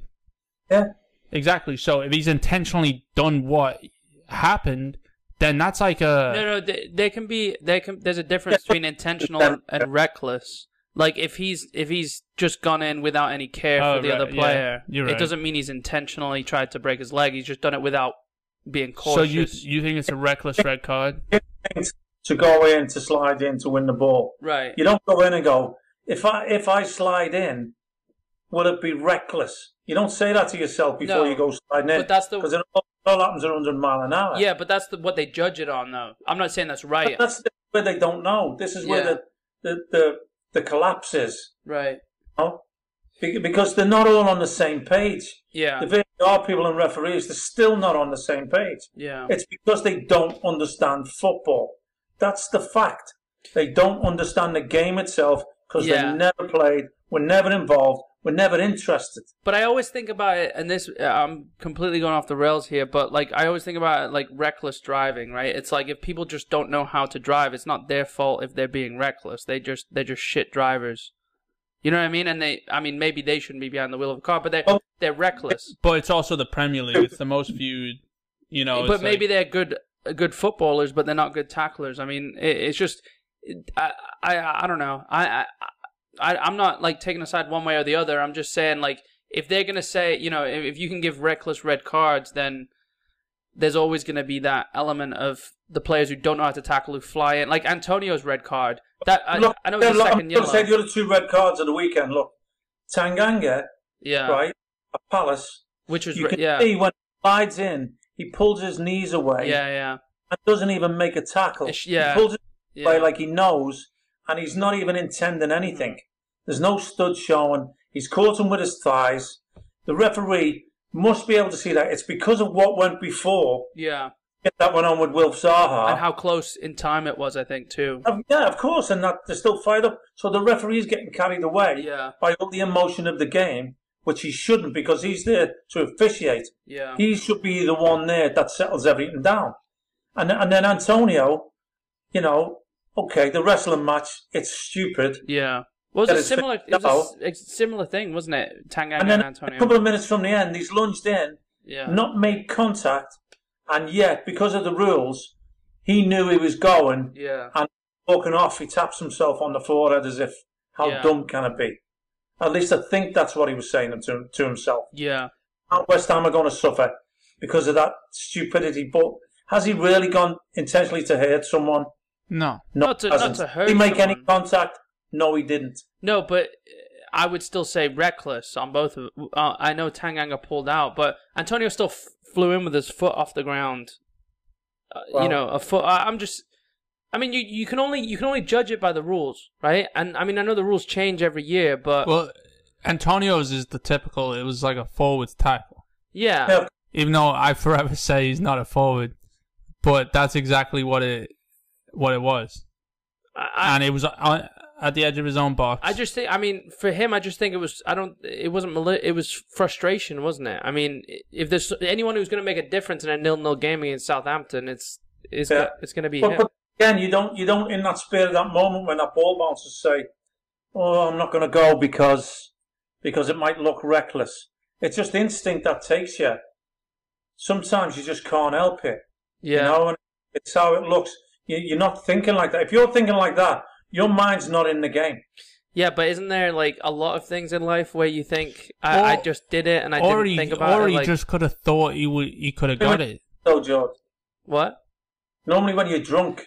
[SPEAKER 2] Yeah.
[SPEAKER 3] Exactly. So if he's intentionally done what happened, then that's like a
[SPEAKER 1] No, no, th- there can be there can there's a difference between intentional and, and reckless. Like if he's if he's just gone in without any care
[SPEAKER 3] Oh,
[SPEAKER 1] for the
[SPEAKER 3] right,
[SPEAKER 1] other
[SPEAKER 3] yeah,
[SPEAKER 1] player,
[SPEAKER 3] you're
[SPEAKER 1] it
[SPEAKER 3] right.
[SPEAKER 1] doesn't mean he's intentionally tried to break his leg. He's just done it without being
[SPEAKER 3] so you
[SPEAKER 1] cautious.
[SPEAKER 3] you think it's a reckless red card?
[SPEAKER 2] To go in, to slide in, to win the ball.
[SPEAKER 1] right?
[SPEAKER 2] You don't go in and go, if I if I slide in, will it be reckless? You don't say that to yourself before
[SPEAKER 1] No,
[SPEAKER 2] you go sliding in.
[SPEAKER 1] but that's the-
[SPEAKER 2] because it all, it all happens at 100 mile an hour.
[SPEAKER 1] Yeah, but that's the, what they judge it on, though. I'm not saying that's
[SPEAKER 2] But
[SPEAKER 1] right.
[SPEAKER 2] that's the- where they don't know. This is where
[SPEAKER 1] Yeah.
[SPEAKER 2] the, the the the collapse is.
[SPEAKER 1] right.
[SPEAKER 2] You know? Be- Because they're not all on the same page.
[SPEAKER 1] Yeah.
[SPEAKER 2] The VAR people and referees, they're still not on the same page.
[SPEAKER 1] yeah.
[SPEAKER 2] It's because they don't understand football. That's the fact. They don't understand the game itself because
[SPEAKER 1] Yeah.
[SPEAKER 2] they never played, were never involved, were never interested.
[SPEAKER 1] But I always think about it, and this uh, I'm completely going off the rails here. But like I always think about it, like reckless driving, right? It's like if people just don't know how to drive, it's not their fault if they're being reckless. They just they're just shit drivers. You know what I mean? And they, I mean, maybe they shouldn't be behind the wheel of a car, but they are
[SPEAKER 2] Oh.
[SPEAKER 1] they're reckless.
[SPEAKER 3] But it's also the Premier League. It's the most viewed, you know. it's
[SPEAKER 1] but maybe
[SPEAKER 3] like-
[SPEAKER 1] they're good good footballers, but they're not good tacklers. I mean, it, it's just I, I I don't know. I I- I I'm not like taking a side one way or the other. I'm just saying like if they're gonna say you know if, if you can give reckless red cards, then there's always gonna be that element of the players who don't know how to tackle who fly in, like Antonio's red card. That I,
[SPEAKER 2] look,
[SPEAKER 1] I know it's the
[SPEAKER 2] look,
[SPEAKER 1] second
[SPEAKER 2] I'm going to say
[SPEAKER 1] yellow.
[SPEAKER 2] the other two red cards of the weekend. Look, Tanganga,
[SPEAKER 1] Yeah,
[SPEAKER 2] right, a Palace,
[SPEAKER 1] Which was
[SPEAKER 2] you
[SPEAKER 1] re-
[SPEAKER 2] can
[SPEAKER 1] yeah.
[SPEAKER 2] see when he slides in, he pulls his knees away
[SPEAKER 1] yeah, yeah,
[SPEAKER 2] and doesn't even make a tackle.
[SPEAKER 1] Ish- yeah.
[SPEAKER 2] He pulls his
[SPEAKER 1] yeah.
[SPEAKER 2] play like he knows, and he's not even intending anything.
[SPEAKER 1] Mm.
[SPEAKER 2] There's no stud showing. He's caught him with his thighs. The referee must be able to see that. It's because of what went before
[SPEAKER 1] yeah,
[SPEAKER 2] that went on with Wilf Zaha.
[SPEAKER 1] and how close in time it was, I think too.
[SPEAKER 2] Um, yeah, of course, and that they're still fired up. So the referee is getting carried away
[SPEAKER 1] Yeah.
[SPEAKER 2] by all the emotion of the game, which he shouldn't because he's there to officiate.
[SPEAKER 1] Yeah,
[SPEAKER 2] He should be the one there that settles everything down. And and then Antonio, you know, okay, the wrestling match, it's stupid.
[SPEAKER 1] Yeah. What
[SPEAKER 2] That
[SPEAKER 1] was a
[SPEAKER 2] is
[SPEAKER 1] similar? It was a s- a, similar thing, wasn't it? Tanganga
[SPEAKER 2] And
[SPEAKER 1] and,
[SPEAKER 2] then a
[SPEAKER 1] Antonio.
[SPEAKER 2] couple of minutes from the end, he's lunged in,
[SPEAKER 1] yeah.
[SPEAKER 2] not made contact, and yet because of the rules, he knew he was going.
[SPEAKER 1] Yeah.
[SPEAKER 2] and walking off, he taps himself on the forehead as if, how
[SPEAKER 1] Yeah.
[SPEAKER 2] dumb can it be? At least I think that's what he was saying to, to himself.
[SPEAKER 1] Yeah.
[SPEAKER 2] How West Ham are going to suffer because of that stupidity. But Has he really gone intentionally to hurt someone?
[SPEAKER 3] No.
[SPEAKER 2] No,
[SPEAKER 1] Not to-
[SPEAKER 2] he
[SPEAKER 1] not
[SPEAKER 2] hasn't.
[SPEAKER 1] to hurt
[SPEAKER 2] Did he make any
[SPEAKER 1] someone.
[SPEAKER 2] contact? No, he didn't.
[SPEAKER 1] No, but uh, I would still say reckless on both of. Uh, I know Tanganga pulled out, but Antonio still f- flew in with his foot off the ground. Uh,
[SPEAKER 2] Well-
[SPEAKER 1] you know, a foot. I, I'm just. I mean, you, you can only you can only judge it by the rules, right? And I mean, I know the rules change every year, but
[SPEAKER 3] Well, Antonio's is the typical. It was like a forward tackle.
[SPEAKER 1] yeah,
[SPEAKER 2] Yeah,
[SPEAKER 3] Even though I forever say he's not a forward, but that's exactly what it what it was.
[SPEAKER 1] I,
[SPEAKER 3] and it was on, at the edge of his own box.
[SPEAKER 1] I just think, I mean, for him, I just think it was, I don't, it wasn't, mali- it was frustration, wasn't it? I mean, if there's anyone who's going to make a difference in a nil-nil game against Southampton, it's, it's,
[SPEAKER 2] Yeah.
[SPEAKER 1] go- it's going to be
[SPEAKER 2] but,
[SPEAKER 1] him.
[SPEAKER 2] but again, you don't you don't in that spirit of that moment when that ball bounces say, "Oh, I'm not going to go because because it might look reckless." It's just instinct that takes you. Sometimes you just can't help it.
[SPEAKER 1] yeah.
[SPEAKER 2] You know, and it's how it looks. You, you're not thinking like that. If you're thinking like that, your mind's not in the game.
[SPEAKER 1] yeah, but isn't there like a lot of things in life where you think, I,
[SPEAKER 3] Or-
[SPEAKER 1] I just did it and I
[SPEAKER 3] or
[SPEAKER 1] didn't
[SPEAKER 3] he,
[SPEAKER 1] think about
[SPEAKER 3] or
[SPEAKER 1] it?
[SPEAKER 3] he
[SPEAKER 1] Like,
[SPEAKER 3] just could have thought he would, he could have got it.
[SPEAKER 2] So, George,
[SPEAKER 1] what?
[SPEAKER 2] normally when you're drunk,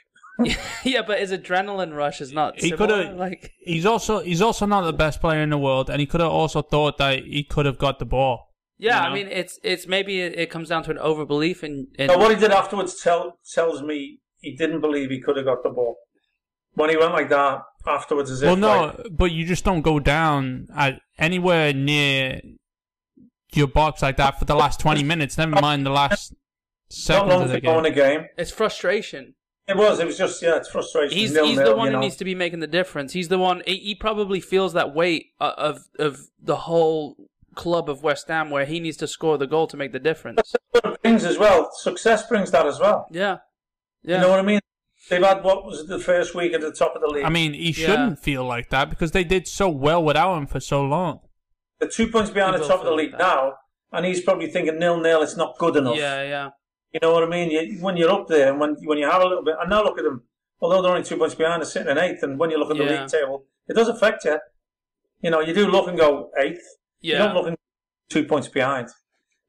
[SPEAKER 1] yeah, but his adrenaline rush is not
[SPEAKER 3] He
[SPEAKER 1] similar.
[SPEAKER 3] coulda-
[SPEAKER 1] Like,
[SPEAKER 3] He's also he's also not the best player in the world, and he could have also thought that he could have got the ball.
[SPEAKER 1] yeah,
[SPEAKER 3] You
[SPEAKER 1] I
[SPEAKER 3] know?
[SPEAKER 1] mean, it's, it's maybe it, it comes down to an overbelief in, in
[SPEAKER 2] now what he did afterwards tell, tells me he didn't believe he could have got the ball. When he went like that afterwards, as
[SPEAKER 3] well,
[SPEAKER 2] if
[SPEAKER 3] no,
[SPEAKER 2] like,
[SPEAKER 3] but you just don't go down at anywhere near your box like that for the last twenty minutes. Never mind the last
[SPEAKER 2] not
[SPEAKER 3] seconds
[SPEAKER 2] long
[SPEAKER 3] of
[SPEAKER 2] to
[SPEAKER 3] the
[SPEAKER 2] go in
[SPEAKER 3] game.
[SPEAKER 2] a game.
[SPEAKER 1] it's frustration.
[SPEAKER 2] It was. It was just yeah, it's frustration.
[SPEAKER 1] He's,
[SPEAKER 2] nil,
[SPEAKER 1] he's
[SPEAKER 2] nil,
[SPEAKER 1] the one
[SPEAKER 2] you know.
[SPEAKER 1] who needs to be making the difference. He's the one. He, he probably feels that weight o- of of the whole club of West Ham, where he needs to score the goal to make the difference.
[SPEAKER 2] But it brings as well. Success brings that as well.
[SPEAKER 1] Yeah, yeah.
[SPEAKER 2] You know what I mean? They've had what was the first week at the top of the league.
[SPEAKER 3] I mean, he shouldn't feel like that because they did so well without him for so long.
[SPEAKER 2] They're two points behind
[SPEAKER 1] He
[SPEAKER 2] the
[SPEAKER 1] will
[SPEAKER 2] top of the
[SPEAKER 1] feel
[SPEAKER 2] league
[SPEAKER 1] that.
[SPEAKER 2] now, and he's probably thinking nil nil. It's not good enough.
[SPEAKER 1] yeah, yeah,
[SPEAKER 2] You know what I mean? You, when you're up there, and when when you have a little bit, and now look at them. Although they're only two points behind, they're sitting in eighth. And when you look at the
[SPEAKER 1] Yeah.
[SPEAKER 2] league table, it does affect you. You know, you do look and go eighth. You
[SPEAKER 1] yeah.
[SPEAKER 2] don't look in two points behind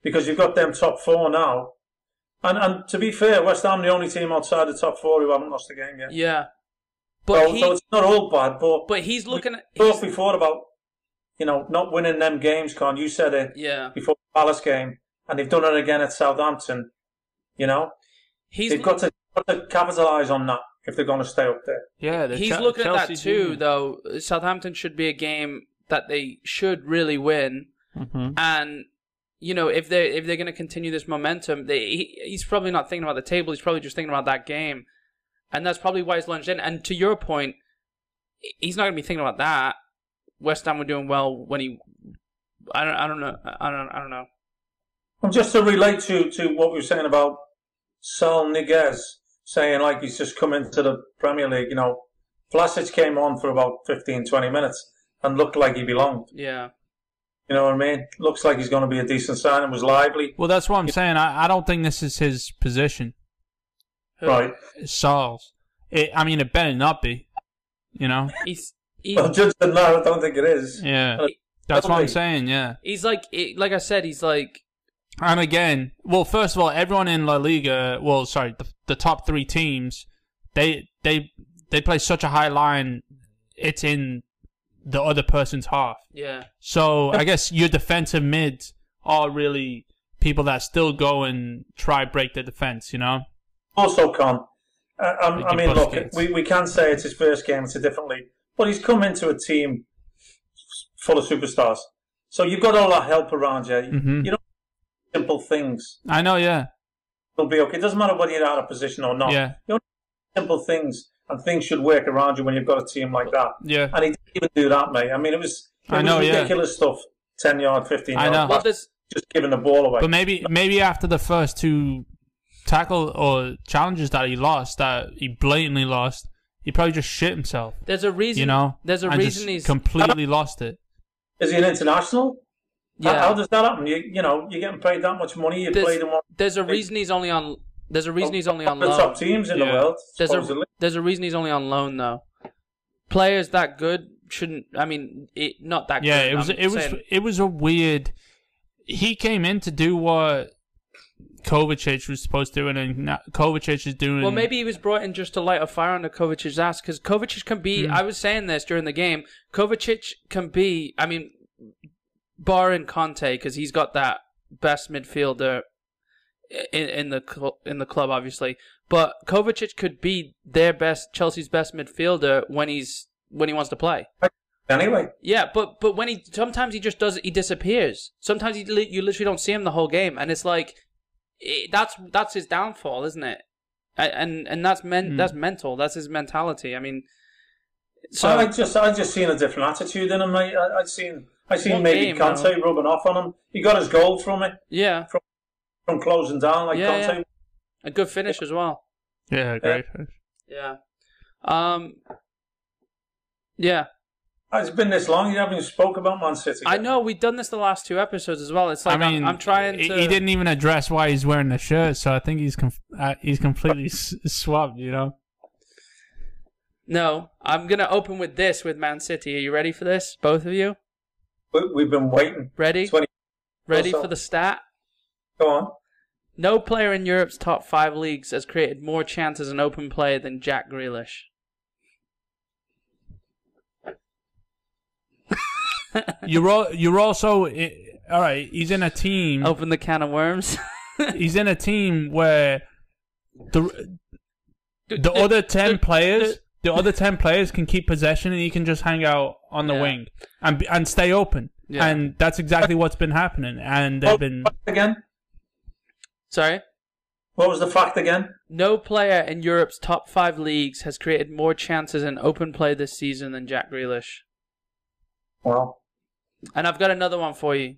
[SPEAKER 2] because you've got them top four now. And and to be fair, West Ham the only team outside the top four who haven't lost a game yet.
[SPEAKER 1] yeah. But
[SPEAKER 2] So,
[SPEAKER 1] he,
[SPEAKER 2] so it's not all bad, but,
[SPEAKER 1] but he's looking at.
[SPEAKER 2] we
[SPEAKER 1] He's,
[SPEAKER 2] talked before about you know not winning them games, Con. You said it
[SPEAKER 1] yeah,
[SPEAKER 2] before the Palace game, and they've done it again at Southampton. You know
[SPEAKER 1] he's
[SPEAKER 2] they've got to, got to capitalise on that if they're going to stay up there.
[SPEAKER 3] Yeah,
[SPEAKER 1] he's looking at that too. Though Southampton should be a game that they should really win.
[SPEAKER 3] Mm-hmm.
[SPEAKER 1] and you know if they if they're going to continue this momentum, they he, he's probably not thinking about the table. He's probably just thinking about that game, and that's probably why he's lunged in. And to your point, he- he's not going to be thinking about that. West Ham were doing well when he. I don't. I don't know. I don't. I don't know.
[SPEAKER 2] And just to relate to, to what we were saying about Sal Niguez saying like he's just come into the Premier League, you know, Vlasic came on for about 15, 20 minutes and looked like he belonged.
[SPEAKER 1] Yeah.
[SPEAKER 2] You know what I mean? Looks like he's going to be a decent sign and was lively.
[SPEAKER 3] Well, that's what I'm saying. I, I don't think this is his position.
[SPEAKER 1] Who-
[SPEAKER 2] Right.
[SPEAKER 3] Saul's. It, I mean, it better not be. You know.
[SPEAKER 1] He's. He,
[SPEAKER 2] Well, Judson, no, I don't think it is.
[SPEAKER 3] Yeah. That's what I'm saying. Yeah.
[SPEAKER 1] he's like. It, like I said. He's like.
[SPEAKER 3] And again, well, first of all, everyone in La Liga, well, sorry, the, the top three teams, they they they play such a high line, it's in the other person's half.
[SPEAKER 1] Yeah.
[SPEAKER 3] So I guess your defensive mids are really people that still go and try break the defense. You know.
[SPEAKER 2] Also, Con, I, I'm- I
[SPEAKER 3] Like
[SPEAKER 2] mean,
[SPEAKER 3] your
[SPEAKER 2] look,
[SPEAKER 3] Busquets.
[SPEAKER 2] we, we can say it's his first game, it's a different league, but he's come into a team full of superstars. So you've got all that help around you.
[SPEAKER 3] Mhm.
[SPEAKER 2] You don't simple things.
[SPEAKER 3] I know. Yeah.
[SPEAKER 2] will be okay. It doesn't matter whether you're out of position or not.
[SPEAKER 3] Yeah.
[SPEAKER 2] You know, simple things and things should work around you when you've got a team like that.
[SPEAKER 3] Yeah.
[SPEAKER 2] And he didn't even do that, mate. I mean, it was, it
[SPEAKER 3] I
[SPEAKER 2] was
[SPEAKER 3] know, yeah.
[SPEAKER 2] ridiculous stuff. 10 yard, 15
[SPEAKER 3] I
[SPEAKER 2] yard,
[SPEAKER 3] know.
[SPEAKER 1] Well,
[SPEAKER 2] pass,
[SPEAKER 1] there's.
[SPEAKER 2] just giving the ball away.
[SPEAKER 3] But maybe maybe after the first two tackle or challenges that he lost, that he blatantly lost, he probably just shit himself.
[SPEAKER 1] There's a reason.
[SPEAKER 3] You know,
[SPEAKER 1] There's a
[SPEAKER 3] and
[SPEAKER 1] reason
[SPEAKER 3] just
[SPEAKER 1] he's.
[SPEAKER 3] completely lost it.
[SPEAKER 2] Is he an international? How- How,
[SPEAKER 1] yeah.
[SPEAKER 2] does that happen? You, you know, you're getting paid that much money. You
[SPEAKER 1] There's-
[SPEAKER 2] played in one
[SPEAKER 1] There's a reason he's only on. There's a reason he's only
[SPEAKER 2] of
[SPEAKER 1] on
[SPEAKER 2] the
[SPEAKER 1] loan.
[SPEAKER 2] top teams in the
[SPEAKER 3] Yeah.
[SPEAKER 2] world.
[SPEAKER 1] There's a
[SPEAKER 2] supposedly.
[SPEAKER 1] there's a reason he's only on loan though. Players that good shouldn't. I mean, it not that.
[SPEAKER 3] Yeah,
[SPEAKER 1] good,
[SPEAKER 3] it was
[SPEAKER 1] I'm
[SPEAKER 3] it was
[SPEAKER 1] saying.
[SPEAKER 3] it was a weird. He came in to do what Kovacic was supposed to do it, and now Kovacic is doing.
[SPEAKER 1] Well, maybe he was brought in just to light a fire under Kovacic's ass because Kovacic can be.
[SPEAKER 3] Hmm.
[SPEAKER 1] I was saying this during the game. Kovacic can be. I mean, barring Conte because he's got that best midfielder in in the cl- in the club, obviously. But Kovacic could be their best Chelsea's best midfielder when he's when he wants to play.
[SPEAKER 2] Anyway,
[SPEAKER 1] Yeah, but but when he sometimes he just does he disappears. Sometimes he, li- you literally don't see him the whole game, and it's like it, that's that's his downfall, isn't it? A- And and that's
[SPEAKER 3] Hmm.
[SPEAKER 1] men that's mental. That's his mentality. I mean, so
[SPEAKER 2] I just I just seen a different attitude in him. mate. I, I seen I seen
[SPEAKER 1] One
[SPEAKER 2] maybe
[SPEAKER 1] game,
[SPEAKER 2] Conte
[SPEAKER 1] though.
[SPEAKER 2] rubbing off on him. He got his goal from it
[SPEAKER 1] yeah,
[SPEAKER 2] from closing down like
[SPEAKER 1] Yeah,
[SPEAKER 2] Conte.
[SPEAKER 1] a good finish as well. uh,
[SPEAKER 3] yeah, great.
[SPEAKER 1] Yeah, um, yeah.
[SPEAKER 2] It's been this long. You haven't even spoke about Man City.
[SPEAKER 1] I know we've done this the last two episodes as well. It's like
[SPEAKER 3] I mean,
[SPEAKER 1] I'm, I'm trying
[SPEAKER 3] he-
[SPEAKER 1] to.
[SPEAKER 3] He didn't even address why he's wearing the shirt, so I think he's com- uh, he's completely s- swamped. You know,
[SPEAKER 1] No, I'm gonna open with this with Man City. Are you ready for this, both of you?
[SPEAKER 2] We, we've been waiting.
[SPEAKER 1] Ready?
[SPEAKER 2] Twenty.
[SPEAKER 1] Ready
[SPEAKER 2] Also-
[SPEAKER 1] for the stat?
[SPEAKER 2] Go on.
[SPEAKER 1] No player in Europe's top five leagues has created more chances in open play than Jack Grealish.
[SPEAKER 3] you're all, you're also i all right. He's in a team.
[SPEAKER 1] Open the can of worms.
[SPEAKER 3] He's in a team where the the other ten players, the other ten players can keep possession, and he can just hang out on the
[SPEAKER 1] Yeah.
[SPEAKER 3] wing and be- and stay open.
[SPEAKER 1] Yeah.
[SPEAKER 3] And that's exactly what's been happening. And they've
[SPEAKER 2] What
[SPEAKER 3] been
[SPEAKER 2] was the fact again?
[SPEAKER 1] Sorry.
[SPEAKER 2] What was the fact again?
[SPEAKER 1] No player in Europe's top five leagues has created more chances in open play this season than Jack Grealish.
[SPEAKER 2] Well,
[SPEAKER 1] And I've got another one for you.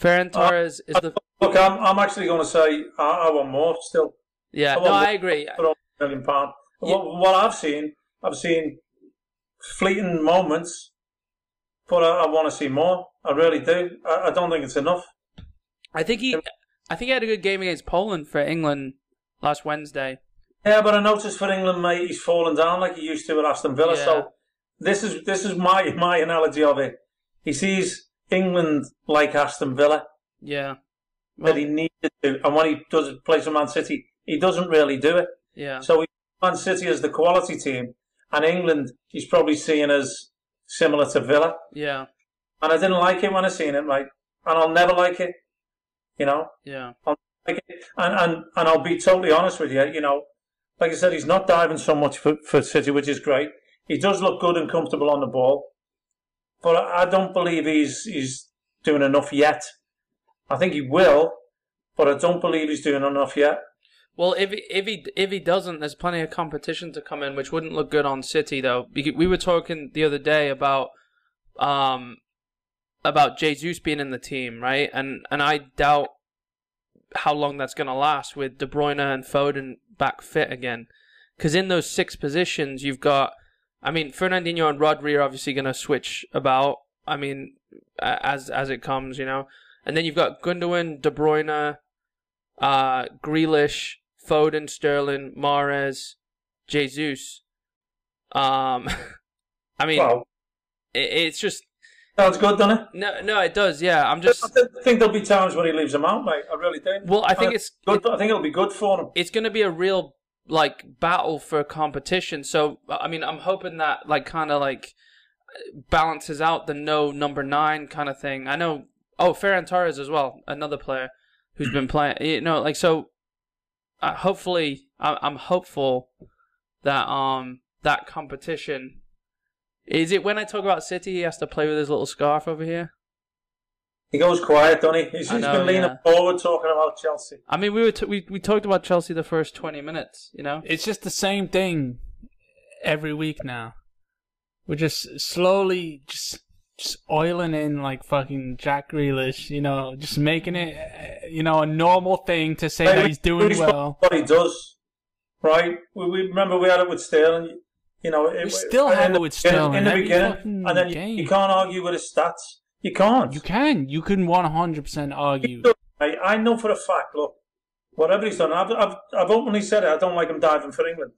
[SPEAKER 1] Ferran Torres is the
[SPEAKER 2] look, I'm, I'm actually going to say I, I want more still.
[SPEAKER 1] yeah.
[SPEAKER 2] I
[SPEAKER 1] No,
[SPEAKER 2] want
[SPEAKER 1] I
[SPEAKER 2] more.
[SPEAKER 1] agree.
[SPEAKER 2] Put on a million pound.
[SPEAKER 1] Yeah.
[SPEAKER 2] What, what I've seen, I've seen fleeting moments, but I, I want to see more. I really do. I, I don't think it's enough.
[SPEAKER 1] I think he, I think he had a good game against Poland for England last Wednesday.
[SPEAKER 2] Yeah, but I noticed for England, mate, he's fallen down like he used to at Aston Villa.
[SPEAKER 1] Yeah.
[SPEAKER 2] So this is this is my my analogy of it. He sees England like Aston Villa
[SPEAKER 1] Yeah. Well,
[SPEAKER 2] that he needed to, and when he does play for Man City, he doesn't really do it.
[SPEAKER 1] yeah.
[SPEAKER 2] So he, Man City is the quality team, and England he's probably seeing as similar to Villa.
[SPEAKER 1] Yeah.
[SPEAKER 2] And I didn't like it when I seen it, mate, and I'll never like it. You know,
[SPEAKER 1] Yeah.
[SPEAKER 2] like, and, and and I'll be totally honest with you. You know, like I said, he's not diving so much for, for City, which is great. He does look good and comfortable on the ball, but I, I don't believe he's he's doing enough yet. I think he will, but I don't believe he's doing enough yet.
[SPEAKER 1] Well, if he, if he if he doesn't, there's plenty of competition to come in, which wouldn't look good on City though. Bec- We were talking the other day about um about Jesus being in the team, right? And and I doubt how long that's going to last with De Bruyne and Foden back fit again, because in those six positions you've got, I mean, Fernandinho and Rodri are obviously going to switch about. I mean, a- as as it comes, you know. And then you've got Gundogan, De Bruyne, uh, Grealish, Foden, Sterling, Mares, Jesus. Um, I mean,
[SPEAKER 2] Well,
[SPEAKER 1] it, it's just
[SPEAKER 2] sounds good, doesn't it?
[SPEAKER 1] no, no, it does. Yeah, I'm
[SPEAKER 2] I
[SPEAKER 1] just.
[SPEAKER 2] th- think there'll be times when he leaves him out, mate. I really do.
[SPEAKER 1] Well, I think it's
[SPEAKER 2] good. I think it'll be good for him.
[SPEAKER 1] it's going to be a real like battle for competition. So I mean, I'm hoping that like kind of like balances out the no number nine kind of thing. I know. Oh, Ferran Torres as well, another player who's been playing. You know, like so. Uh, hopefully, I- I'm hopeful that um that competition. Is it when I talk about City, he has to play with his little scarf over here?
[SPEAKER 2] He goes quiet, doesn't he? He's,
[SPEAKER 1] I
[SPEAKER 2] he's
[SPEAKER 1] know,
[SPEAKER 2] been leaning
[SPEAKER 1] yeah.
[SPEAKER 2] forward talking about Chelsea.
[SPEAKER 1] I mean, we were t- we we talked about Chelsea the first twenty minutes, you know.
[SPEAKER 3] It's just the same thing every week now. We're just slowly just just oiling in like fucking Jack Grealish, you know, just making it uh, you know a normal thing to say that he's doing
[SPEAKER 2] He's
[SPEAKER 3] well.
[SPEAKER 2] What he does, right? We, we remember we had it with Sterling. You know, it,
[SPEAKER 3] We still have
[SPEAKER 2] in the
[SPEAKER 3] it with
[SPEAKER 2] beginning-
[SPEAKER 3] Sterling
[SPEAKER 2] in the
[SPEAKER 3] every
[SPEAKER 2] beginning,
[SPEAKER 3] fucking
[SPEAKER 2] and then you,
[SPEAKER 3] game.
[SPEAKER 2] you can't argue with his stats. You can't.
[SPEAKER 3] You can, you can one hundred percent argue.
[SPEAKER 2] I, I know for a fact. Look, whatever he's done, I've, I've, I've openly said it. I don't like him diving for England.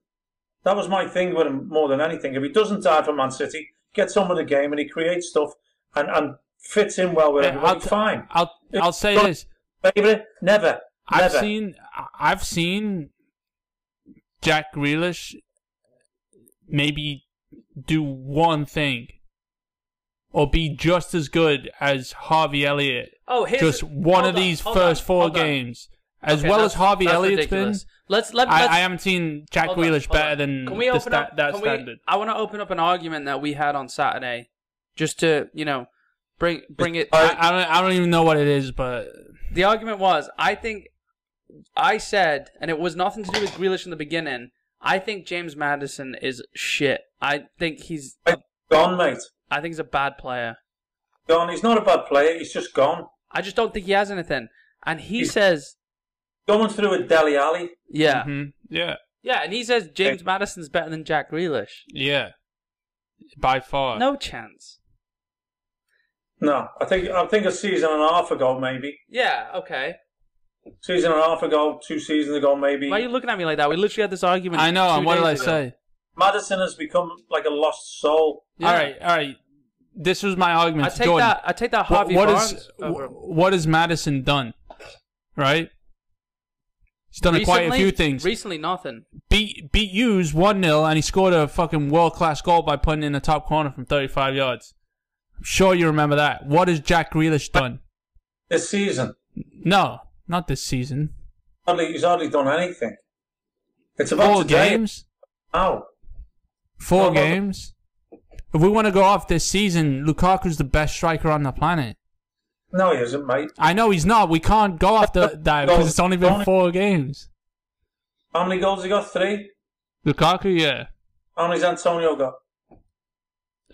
[SPEAKER 2] That was my thing with him more than anything. If he doesn't dive for Man City, gets on with the game and he creates stuff and, and fits in well with
[SPEAKER 3] Yeah,
[SPEAKER 2] everybody.
[SPEAKER 3] I'll t-
[SPEAKER 2] fine.
[SPEAKER 3] I'll I'll say
[SPEAKER 2] Don't-
[SPEAKER 3] this:
[SPEAKER 2] Favourite? Never.
[SPEAKER 3] I've
[SPEAKER 2] Never.
[SPEAKER 3] seen I- I've seen Jack Grealish maybe do one thing or be just as good as Harvey Elliott.
[SPEAKER 1] Oh, here's
[SPEAKER 3] Just
[SPEAKER 1] a-
[SPEAKER 3] one
[SPEAKER 1] hold
[SPEAKER 3] of
[SPEAKER 1] on,
[SPEAKER 3] these
[SPEAKER 1] hold
[SPEAKER 3] first
[SPEAKER 1] on,
[SPEAKER 3] four
[SPEAKER 1] hold on.
[SPEAKER 3] games, as
[SPEAKER 1] Okay,
[SPEAKER 3] well as
[SPEAKER 1] that's-
[SPEAKER 3] Harvey
[SPEAKER 1] that's
[SPEAKER 3] Elliott's
[SPEAKER 1] ridiculous.
[SPEAKER 3] been.
[SPEAKER 1] Let's let
[SPEAKER 3] I,
[SPEAKER 1] let's,
[SPEAKER 3] I haven't seen Jack
[SPEAKER 1] hold on,
[SPEAKER 3] Grealish
[SPEAKER 1] hold
[SPEAKER 3] better
[SPEAKER 1] on.
[SPEAKER 3] than
[SPEAKER 1] Can we
[SPEAKER 3] the
[SPEAKER 1] open
[SPEAKER 3] sta-
[SPEAKER 1] up,
[SPEAKER 3] that
[SPEAKER 1] can we-
[SPEAKER 3] standard.
[SPEAKER 1] I want to open up an argument that we had on Saturday, just to you know bring bring it.
[SPEAKER 3] I, I don't. I don't even know what it is, but
[SPEAKER 1] the argument was I think I said, and it was nothing to do with Grealish in the beginning. I think James Madison is shit. I think he's
[SPEAKER 2] Gone, mate.
[SPEAKER 1] I think he's a bad player.
[SPEAKER 2] Gone. He's not a bad player. He's just gone.
[SPEAKER 1] I just don't think he has anything. And he
[SPEAKER 2] He's-
[SPEAKER 1] says,
[SPEAKER 2] Going through with Deli Alley.
[SPEAKER 1] yeah,
[SPEAKER 3] Mhm. yeah,
[SPEAKER 1] yeah, and he says James Madison's better than Jack Grealish.
[SPEAKER 3] yeah, by far.
[SPEAKER 1] No chance.
[SPEAKER 2] No, I think I think a season and a half ago, maybe
[SPEAKER 1] Yeah. Okay.
[SPEAKER 2] season and a half ago, two seasons ago, maybe.
[SPEAKER 1] Why are you looking at me like that? We literally had this argument.
[SPEAKER 3] I know.
[SPEAKER 1] two
[SPEAKER 3] And what did I
[SPEAKER 1] days ago.
[SPEAKER 3] say?
[SPEAKER 2] Madison has become like a lost soul.
[SPEAKER 1] Yeah.
[SPEAKER 3] All right, all right. This was my argument.
[SPEAKER 1] I
[SPEAKER 3] to
[SPEAKER 1] take
[SPEAKER 3] Jordan.
[SPEAKER 1] that. I take that
[SPEAKER 3] What-
[SPEAKER 1] Harvey
[SPEAKER 3] what
[SPEAKER 1] Barnes.
[SPEAKER 3] is
[SPEAKER 1] over-
[SPEAKER 3] wh- what has Madison done? Right? He's done quite a few things.
[SPEAKER 1] Recently, nothing.
[SPEAKER 3] beat beat Hughes 1 0, and he scored a fucking world class goal by putting in the top corner from 35 yards. I'm sure you remember that. What has Jack Grealish done?
[SPEAKER 2] This season,
[SPEAKER 3] No, not this season.
[SPEAKER 2] hardly he's hardly done anything. It's about
[SPEAKER 3] Four
[SPEAKER 2] today.
[SPEAKER 3] games?
[SPEAKER 2] now.
[SPEAKER 3] Four
[SPEAKER 2] No, no, no.
[SPEAKER 3] games? If we want to go off this season, Lukaku's the best striker on the planet.
[SPEAKER 2] No, he isn't, mate.
[SPEAKER 3] I know he's not. We can't go off the, that because it's only been four games.
[SPEAKER 2] How many goals he got? Three.
[SPEAKER 3] Lukaku, yeah.
[SPEAKER 2] How many's Antonio got?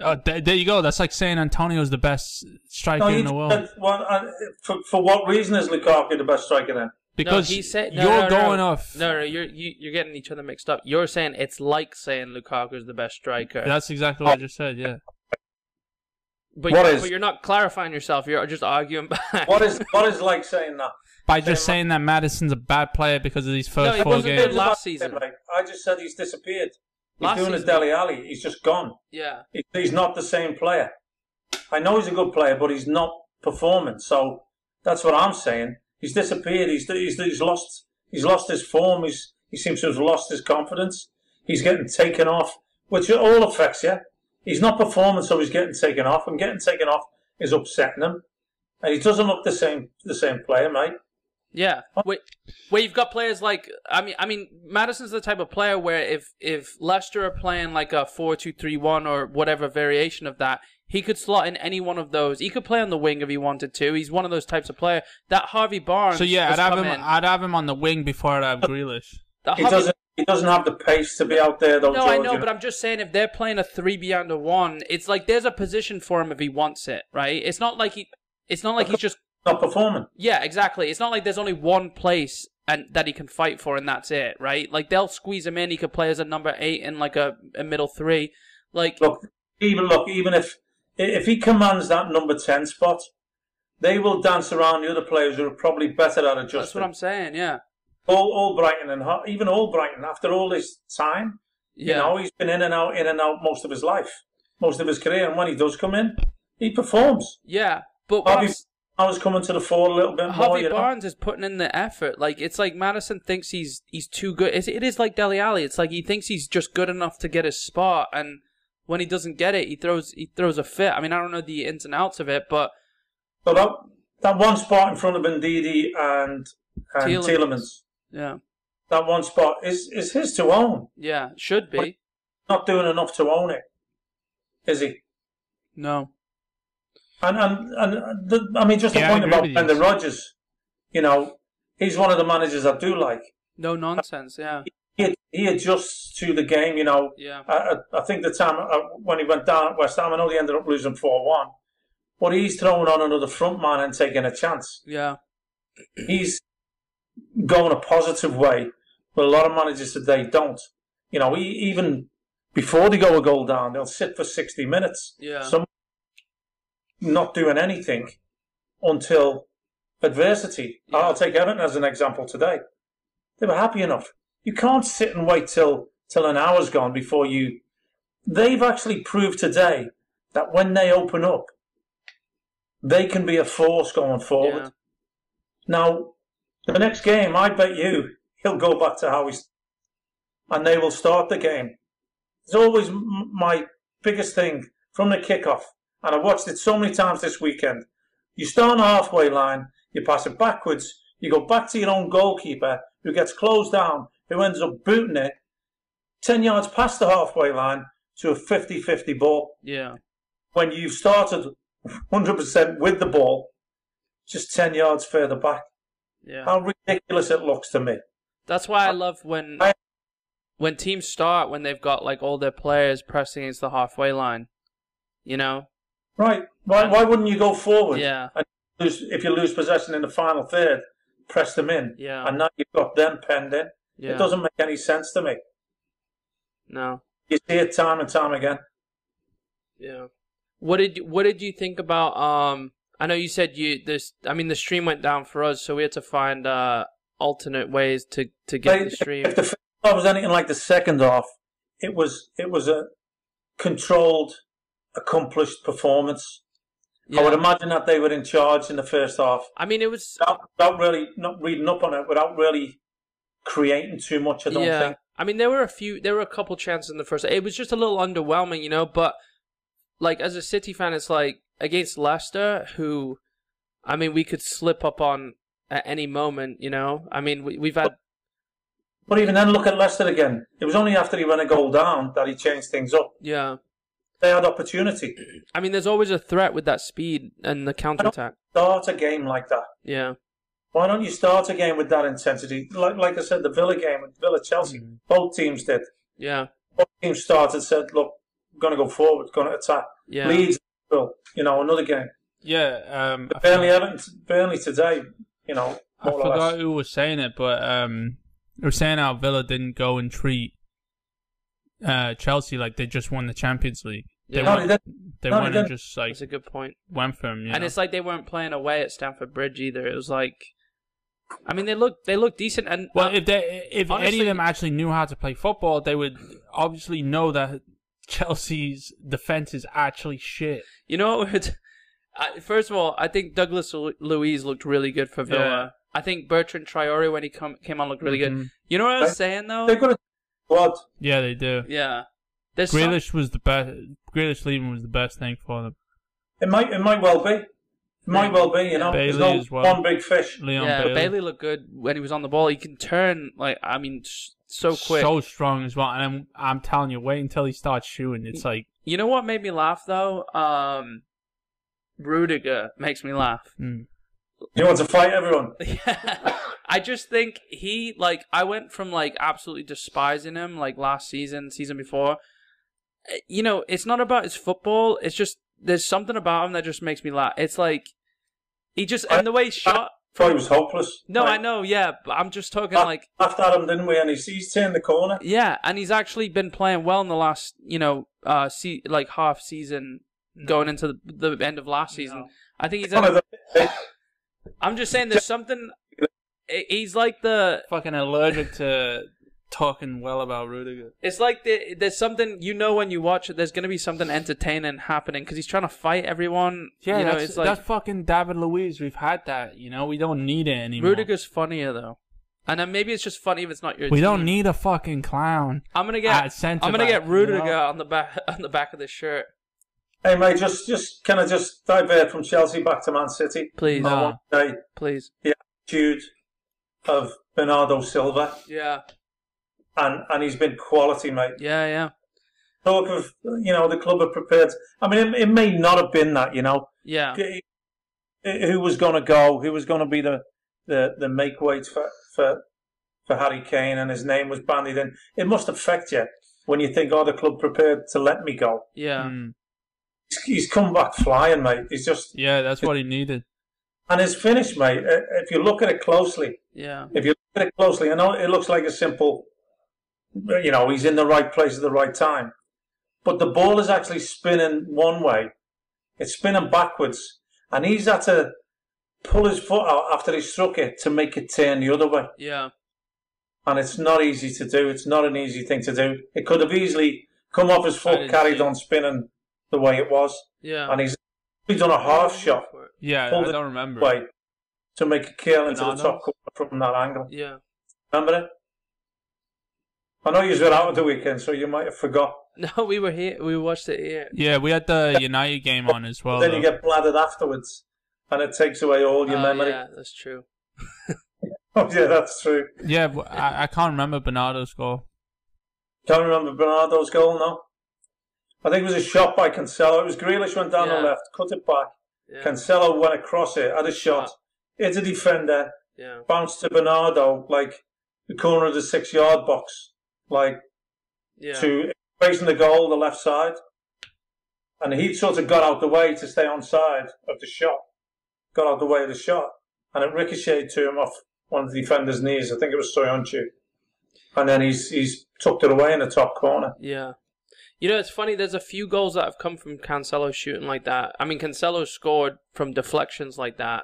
[SPEAKER 3] Oh, th- there you go. That's like saying Antonio's the best striker
[SPEAKER 2] you
[SPEAKER 3] in the
[SPEAKER 2] just
[SPEAKER 3] world
[SPEAKER 2] said, well, uh, for, for what reason is Lukaku the best striker then?
[SPEAKER 3] because
[SPEAKER 1] no, he said, no,
[SPEAKER 3] you're
[SPEAKER 1] no, no.
[SPEAKER 3] going off.
[SPEAKER 1] No, no, you're you, you're getting each other mixed up. You're saying it's like saying Lukaku's the best striker,
[SPEAKER 3] That's exactly what I just said. Yeah,
[SPEAKER 1] but
[SPEAKER 2] What
[SPEAKER 1] you're,
[SPEAKER 2] is-
[SPEAKER 1] but you're not clarifying yourself. You're just arguing back.
[SPEAKER 2] What is what is like saying that?
[SPEAKER 3] by just
[SPEAKER 2] Same.
[SPEAKER 3] saying that Madison's a bad player because of these first
[SPEAKER 1] it
[SPEAKER 3] four
[SPEAKER 1] wasn't
[SPEAKER 3] games.
[SPEAKER 1] good last season.
[SPEAKER 2] Mate, I just said he's disappeared. He's
[SPEAKER 1] Last
[SPEAKER 2] doing his
[SPEAKER 1] season.
[SPEAKER 2] Deli Alley. He's just gone.
[SPEAKER 1] Yeah.
[SPEAKER 2] He- He's not the same player. I know he's a good player, but he's not performing. So that's what I'm saying. He's disappeared. He's he's, he's lost. He's lost his form. He's he seems to have lost his confidence. He's getting taken off, which all affects you. He's not performing, so he's getting taken off, and getting taken off is upsetting him. And he doesn't look the same the same player, mate.
[SPEAKER 1] Yeah. Wait, where you've got players like I mean, I mean, Madison's the type of player where if if Leicester are playing like a four-two-three-one or whatever variation of that, he could slot in any one of those. He could play on the wing if he wanted to. He's one of those types of player. That Harvey Barnes.
[SPEAKER 3] So yeah,
[SPEAKER 1] has
[SPEAKER 3] I'd have
[SPEAKER 1] come
[SPEAKER 3] him.
[SPEAKER 1] in.
[SPEAKER 3] I'd have him on the wing before I'd have Grealish.
[SPEAKER 1] That
[SPEAKER 2] He
[SPEAKER 1] Harvey-
[SPEAKER 2] doesn't he doesn't have the pace to be out there though.
[SPEAKER 1] No, I
[SPEAKER 2] George,
[SPEAKER 1] know,
[SPEAKER 2] you
[SPEAKER 1] but I'm just saying if they're playing a three beyond a one, it's like there's a position for him if he wants it, right? It's not like he, it's not like he's just
[SPEAKER 2] not performing.
[SPEAKER 1] yeah, exactly. It's not like there's only one place and that he can fight for and that's it, right? Like they'll squeeze him in. He could play as a number eight and like a, a middle three, like
[SPEAKER 2] look, even look, even if if he commands that number ten spot, they will dance around the other players who are probably better at adjusting.
[SPEAKER 1] that's what I'm saying. Yeah,
[SPEAKER 2] all, all Brighton and Ho- even all Brighton after all this time,
[SPEAKER 1] yeah.
[SPEAKER 2] you know, he's been in and out, in and out most of his life, most of his career, and when he does come in, he performs.
[SPEAKER 1] Yeah, but what I'm
[SPEAKER 2] Harvey
[SPEAKER 1] s-
[SPEAKER 2] I was coming to the fore a little bit more.
[SPEAKER 1] Harvey
[SPEAKER 2] You know?
[SPEAKER 1] Barnes is putting in the effort. Like it's like Madison thinks he's he's too good. It's, it is like Deli Alley. It's like he thinks he's just good enough to get his spot, and when he doesn't get it, he throws he throws a fit. I mean, I don't know the ins and outs of it, but
[SPEAKER 2] So that that one spot in front of Ndidi and and
[SPEAKER 1] Tielemans.
[SPEAKER 2] Tielemans,
[SPEAKER 1] yeah,
[SPEAKER 2] that one spot is is his to own.
[SPEAKER 1] yeah, should be
[SPEAKER 2] Not doing enough to own it, is he?
[SPEAKER 1] no.
[SPEAKER 2] And and and the, I mean, just
[SPEAKER 3] Yeah, I
[SPEAKER 2] the point
[SPEAKER 3] agree
[SPEAKER 2] about
[SPEAKER 3] with you.
[SPEAKER 2] Brendan Rodgers, you know, he's one of the managers I do like.
[SPEAKER 1] No nonsense, yeah,
[SPEAKER 2] He he adjusts to the game, you know.
[SPEAKER 1] yeah,
[SPEAKER 2] I, I- I think the time uh, when he went down at West Ham, I know he ended up losing four one, but he's throwing on another front man and taking a chance.
[SPEAKER 1] yeah,
[SPEAKER 2] He's going a positive way, but a lot of managers today don't. You know, he, even before they go a goal down, they'll sit for sixty minutes.
[SPEAKER 1] yeah.
[SPEAKER 2] some not doing anything until adversity.
[SPEAKER 1] Yeah.
[SPEAKER 2] I'll take Everton as an example today. They were happy enough. You can't sit and wait till till an hour's gone before you. They've actually proved today that when they open up, they can be a force going forward.
[SPEAKER 1] Yeah.
[SPEAKER 2] Now, The next game, I bet you he'll go back to how he's, and they will start the game. It's always m- my biggest thing from the kickoff, and I watched it so many times this weekend. You start on the halfway line, you pass it backwards, you go back to your own goalkeeper who gets closed down, who ends up booting it 10 yards past the halfway line to a 50 50 ball
[SPEAKER 1] Yeah.
[SPEAKER 2] when you've started 100% with the ball just 10 yards further back.
[SPEAKER 1] Yeah.
[SPEAKER 2] How ridiculous it looks to me.
[SPEAKER 1] That's why I love when
[SPEAKER 2] I-
[SPEAKER 1] when teams start when they've got like all their players pressed against the halfway line. You know?
[SPEAKER 2] Right. Why, why wouldn't you go forward?
[SPEAKER 1] Yeah.
[SPEAKER 2] And lose, if you lose possession in the final third, press them in.
[SPEAKER 1] Yeah.
[SPEAKER 2] And now you've got them penned in.
[SPEAKER 1] Yeah.
[SPEAKER 2] It doesn't make any sense to me.
[SPEAKER 1] No.
[SPEAKER 2] You see it time and time again.
[SPEAKER 1] Yeah. What did what did you think about um I know you said you this I mean the stream went down for us so we had to find uh alternate ways to to get
[SPEAKER 2] Like,
[SPEAKER 1] the stream.
[SPEAKER 2] If the first half was anything like the second half, it was it was a controlled, accomplished performance. I
[SPEAKER 1] Yeah.
[SPEAKER 2] would imagine that they were in charge in the first half,
[SPEAKER 1] I mean it was
[SPEAKER 2] without, without really not reading up on it, without really creating too much. I don't
[SPEAKER 1] yeah.
[SPEAKER 2] think.
[SPEAKER 1] I mean, there were a few, there were a couple chances in the first. It was just a little underwhelming, you know. But like as a City fan, it's like against Leicester, who, I mean, we could slip up on at any moment, you know. I mean, we, we've had
[SPEAKER 2] But even then, look at Leicester again. It was only after he went a goal down that he changed things up.
[SPEAKER 1] yeah.
[SPEAKER 2] They had opportunity.
[SPEAKER 1] I mean, there's always a threat with that speed and the counter attack.
[SPEAKER 2] Start a game like that.
[SPEAKER 1] Yeah,
[SPEAKER 2] Why don't you start a game with that intensity? Like like I said, the Villa game, Villa Chelsea,
[SPEAKER 3] Mm.
[SPEAKER 2] both teams did.
[SPEAKER 1] yeah,
[SPEAKER 2] both teams started said, look, going to go forward, going to attack.
[SPEAKER 1] yeah,
[SPEAKER 2] Leeds, well, you know, another game.
[SPEAKER 3] Yeah, um, I,
[SPEAKER 2] Burnley,
[SPEAKER 3] forgot-
[SPEAKER 2] Everton, Burnley today, you know,
[SPEAKER 3] I
[SPEAKER 2] more or
[SPEAKER 3] forgot
[SPEAKER 2] less.
[SPEAKER 3] who was saying it, but um, they were saying how Villa didn't go and treat uh, Chelsea like they just won the Champions League.
[SPEAKER 1] Yeah.
[SPEAKER 3] They
[SPEAKER 1] No,
[SPEAKER 2] they
[SPEAKER 3] went, they
[SPEAKER 2] No, they
[SPEAKER 3] went and
[SPEAKER 2] didn't.
[SPEAKER 3] just like
[SPEAKER 1] that's a good point.
[SPEAKER 3] went for him. You
[SPEAKER 1] And
[SPEAKER 3] know?
[SPEAKER 1] it's like they weren't playing away at Stamford Bridge either. It was like, I mean, they look they look decent and
[SPEAKER 3] Well, if they if any
[SPEAKER 1] honestly-
[SPEAKER 3] of them actually knew how to play football, they would obviously know that Chelsea's defense is actually shit.
[SPEAKER 1] You know what? would- I, first of all, I think Douglas Lu- Luiz looked really good for Villa.
[SPEAKER 3] Yeah. Mm-hmm.
[SPEAKER 1] I think Bertrand Traore when he come, came on looked really good. You know what I was saying
[SPEAKER 2] They've
[SPEAKER 1] though?
[SPEAKER 2] got a squad.
[SPEAKER 3] Yeah, they do.
[SPEAKER 1] Yeah, there's some-
[SPEAKER 3] Grealish was the best. Grealish leaving was the best thing for them.
[SPEAKER 2] It might, it might well be. It might well be, you know.
[SPEAKER 3] Bailey
[SPEAKER 2] There's no
[SPEAKER 3] as well.
[SPEAKER 2] one big fish.
[SPEAKER 3] Leon
[SPEAKER 1] yeah,
[SPEAKER 3] Bailey,
[SPEAKER 1] Bailey. looked good when he was on the ball. He can turn like I mean s- so quick.
[SPEAKER 3] so strong as well. And I'm, I'm telling you, wait until he starts shooting. It's like
[SPEAKER 1] you know what made me laugh though? Um, Rudiger makes me laugh.
[SPEAKER 3] mm,
[SPEAKER 2] He wants to fight everyone.
[SPEAKER 1] Yeah. I just think he like I went from like absolutely despising him like last season, season before. Uh, You know, it's not about his football. It's just there's something about him that just makes me laugh. It's like he just and the way he shot.
[SPEAKER 2] Thought he was hopeless.
[SPEAKER 1] No, I
[SPEAKER 2] Like,
[SPEAKER 1] know, yeah, but I'm just talking
[SPEAKER 2] laugh-
[SPEAKER 1] like
[SPEAKER 2] Laughed at him, didn't we? And he's, he's turned the corner.
[SPEAKER 1] yeah, and he's actually been playing well in the last you know uh se- like half season going into the, the end of last season. I think he's.
[SPEAKER 2] One of
[SPEAKER 1] Had,
[SPEAKER 2] the,
[SPEAKER 1] I'm just saying, there's something. he- He's like the
[SPEAKER 3] fucking allergic to talking well about Rudiger.
[SPEAKER 1] It's like the, there's something you know when you watch it. There's gonna be something entertaining happening because he's trying to fight everyone.
[SPEAKER 3] Yeah,
[SPEAKER 1] you know,
[SPEAKER 3] that's,
[SPEAKER 1] it's like
[SPEAKER 3] that's fucking David Luiz. We've had that. You know, we don't need it anymore.
[SPEAKER 1] Rudiger's funnier though, and then maybe it's just funny if it's not your.
[SPEAKER 3] we
[SPEAKER 1] team.
[SPEAKER 3] don't need a fucking clown.
[SPEAKER 1] I'm gonna
[SPEAKER 3] Ah,
[SPEAKER 1] get. I'm
[SPEAKER 3] centre
[SPEAKER 1] gonna
[SPEAKER 3] back,
[SPEAKER 1] get
[SPEAKER 3] you know?
[SPEAKER 1] Rudiger on the back on the back of the shirt,
[SPEAKER 2] hey, mate, just, just kind of just divert from Chelsea back to Man City.
[SPEAKER 1] please,
[SPEAKER 3] No.
[SPEAKER 2] I want to say
[SPEAKER 1] please.
[SPEAKER 2] attitude of Bernardo Silva,
[SPEAKER 1] Yeah,
[SPEAKER 2] and, and he's been quality, mate.
[SPEAKER 1] yeah, yeah,
[SPEAKER 2] Talk of, you know, the club are prepared. I mean, it, it may not have been that, you know.
[SPEAKER 1] yeah,
[SPEAKER 2] G- Who was going to go? Who was going to be the, the, the make weight for, for, for Harry Kane? And his name was bandied in. It must affect you when you think, oh, the club prepared to let me go.
[SPEAKER 1] yeah.
[SPEAKER 3] Mm.
[SPEAKER 2] He's, he's come back flying, mate. He's just,
[SPEAKER 3] Yeah, that's what he needed.
[SPEAKER 2] and his finish, mate, i- if you look at it closely,
[SPEAKER 1] Yeah,
[SPEAKER 2] if you look at it closely, I know it looks like a simple, uh, you know, he's in the right place at the right time. But the ball is actually spinning one way, it's spinning backwards, and he's had to pull his foot out after he struck it to make it turn the other way.
[SPEAKER 1] yeah,
[SPEAKER 2] And it's not easy to do, it's not an easy thing to do. It could have easily come off his
[SPEAKER 1] I
[SPEAKER 2] foot,
[SPEAKER 1] didn't
[SPEAKER 2] carried
[SPEAKER 1] see it.
[SPEAKER 2] on spinning the way it was,
[SPEAKER 1] yeah.
[SPEAKER 2] and he's he's done a half shot
[SPEAKER 3] Yeah,
[SPEAKER 2] Pulled
[SPEAKER 3] I
[SPEAKER 2] it
[SPEAKER 3] don't remember.
[SPEAKER 2] way. to make a kill into the
[SPEAKER 4] Bananas.
[SPEAKER 2] top corner from that angle.
[SPEAKER 1] Yeah.
[SPEAKER 2] Remember it? I know you were out at the weekend, so you might have forgot.
[SPEAKER 1] No, we were here. We watched it here.
[SPEAKER 3] Yeah, we had the United game on as well.
[SPEAKER 2] then
[SPEAKER 3] though.
[SPEAKER 2] you get bladdered afterwards, and it takes away all your
[SPEAKER 1] Oh,
[SPEAKER 2] memory.
[SPEAKER 1] yeah, that's true.
[SPEAKER 2] Oh yeah, that's true.
[SPEAKER 3] yeah, but I, I can't remember Bernardo's goal.
[SPEAKER 2] Can't remember Bernardo's goal now. I think it was a shot by Cancelo. It was Grealish went down the
[SPEAKER 1] Yeah.
[SPEAKER 2] left, cut it back.
[SPEAKER 1] Yeah. Ah.
[SPEAKER 2] Cancelo went across it, had a shot, hit a defender,
[SPEAKER 1] yeah.
[SPEAKER 2] bounced to Bernardo like the corner of the six-yard box, like
[SPEAKER 1] Yeah.
[SPEAKER 2] to facing the goal, the left side, and he sort of got out the way to stay on side of the shot. Got out the way of the shot, and it ricocheted to him off one of the defender's knees. I think it was Soyuncu, and then he's he's tucked it away in the top corner.
[SPEAKER 1] Yeah. You know, it's funny. There's a few goals that have come from Cancelo shooting like that. I mean, Cancelo scored from deflections like that.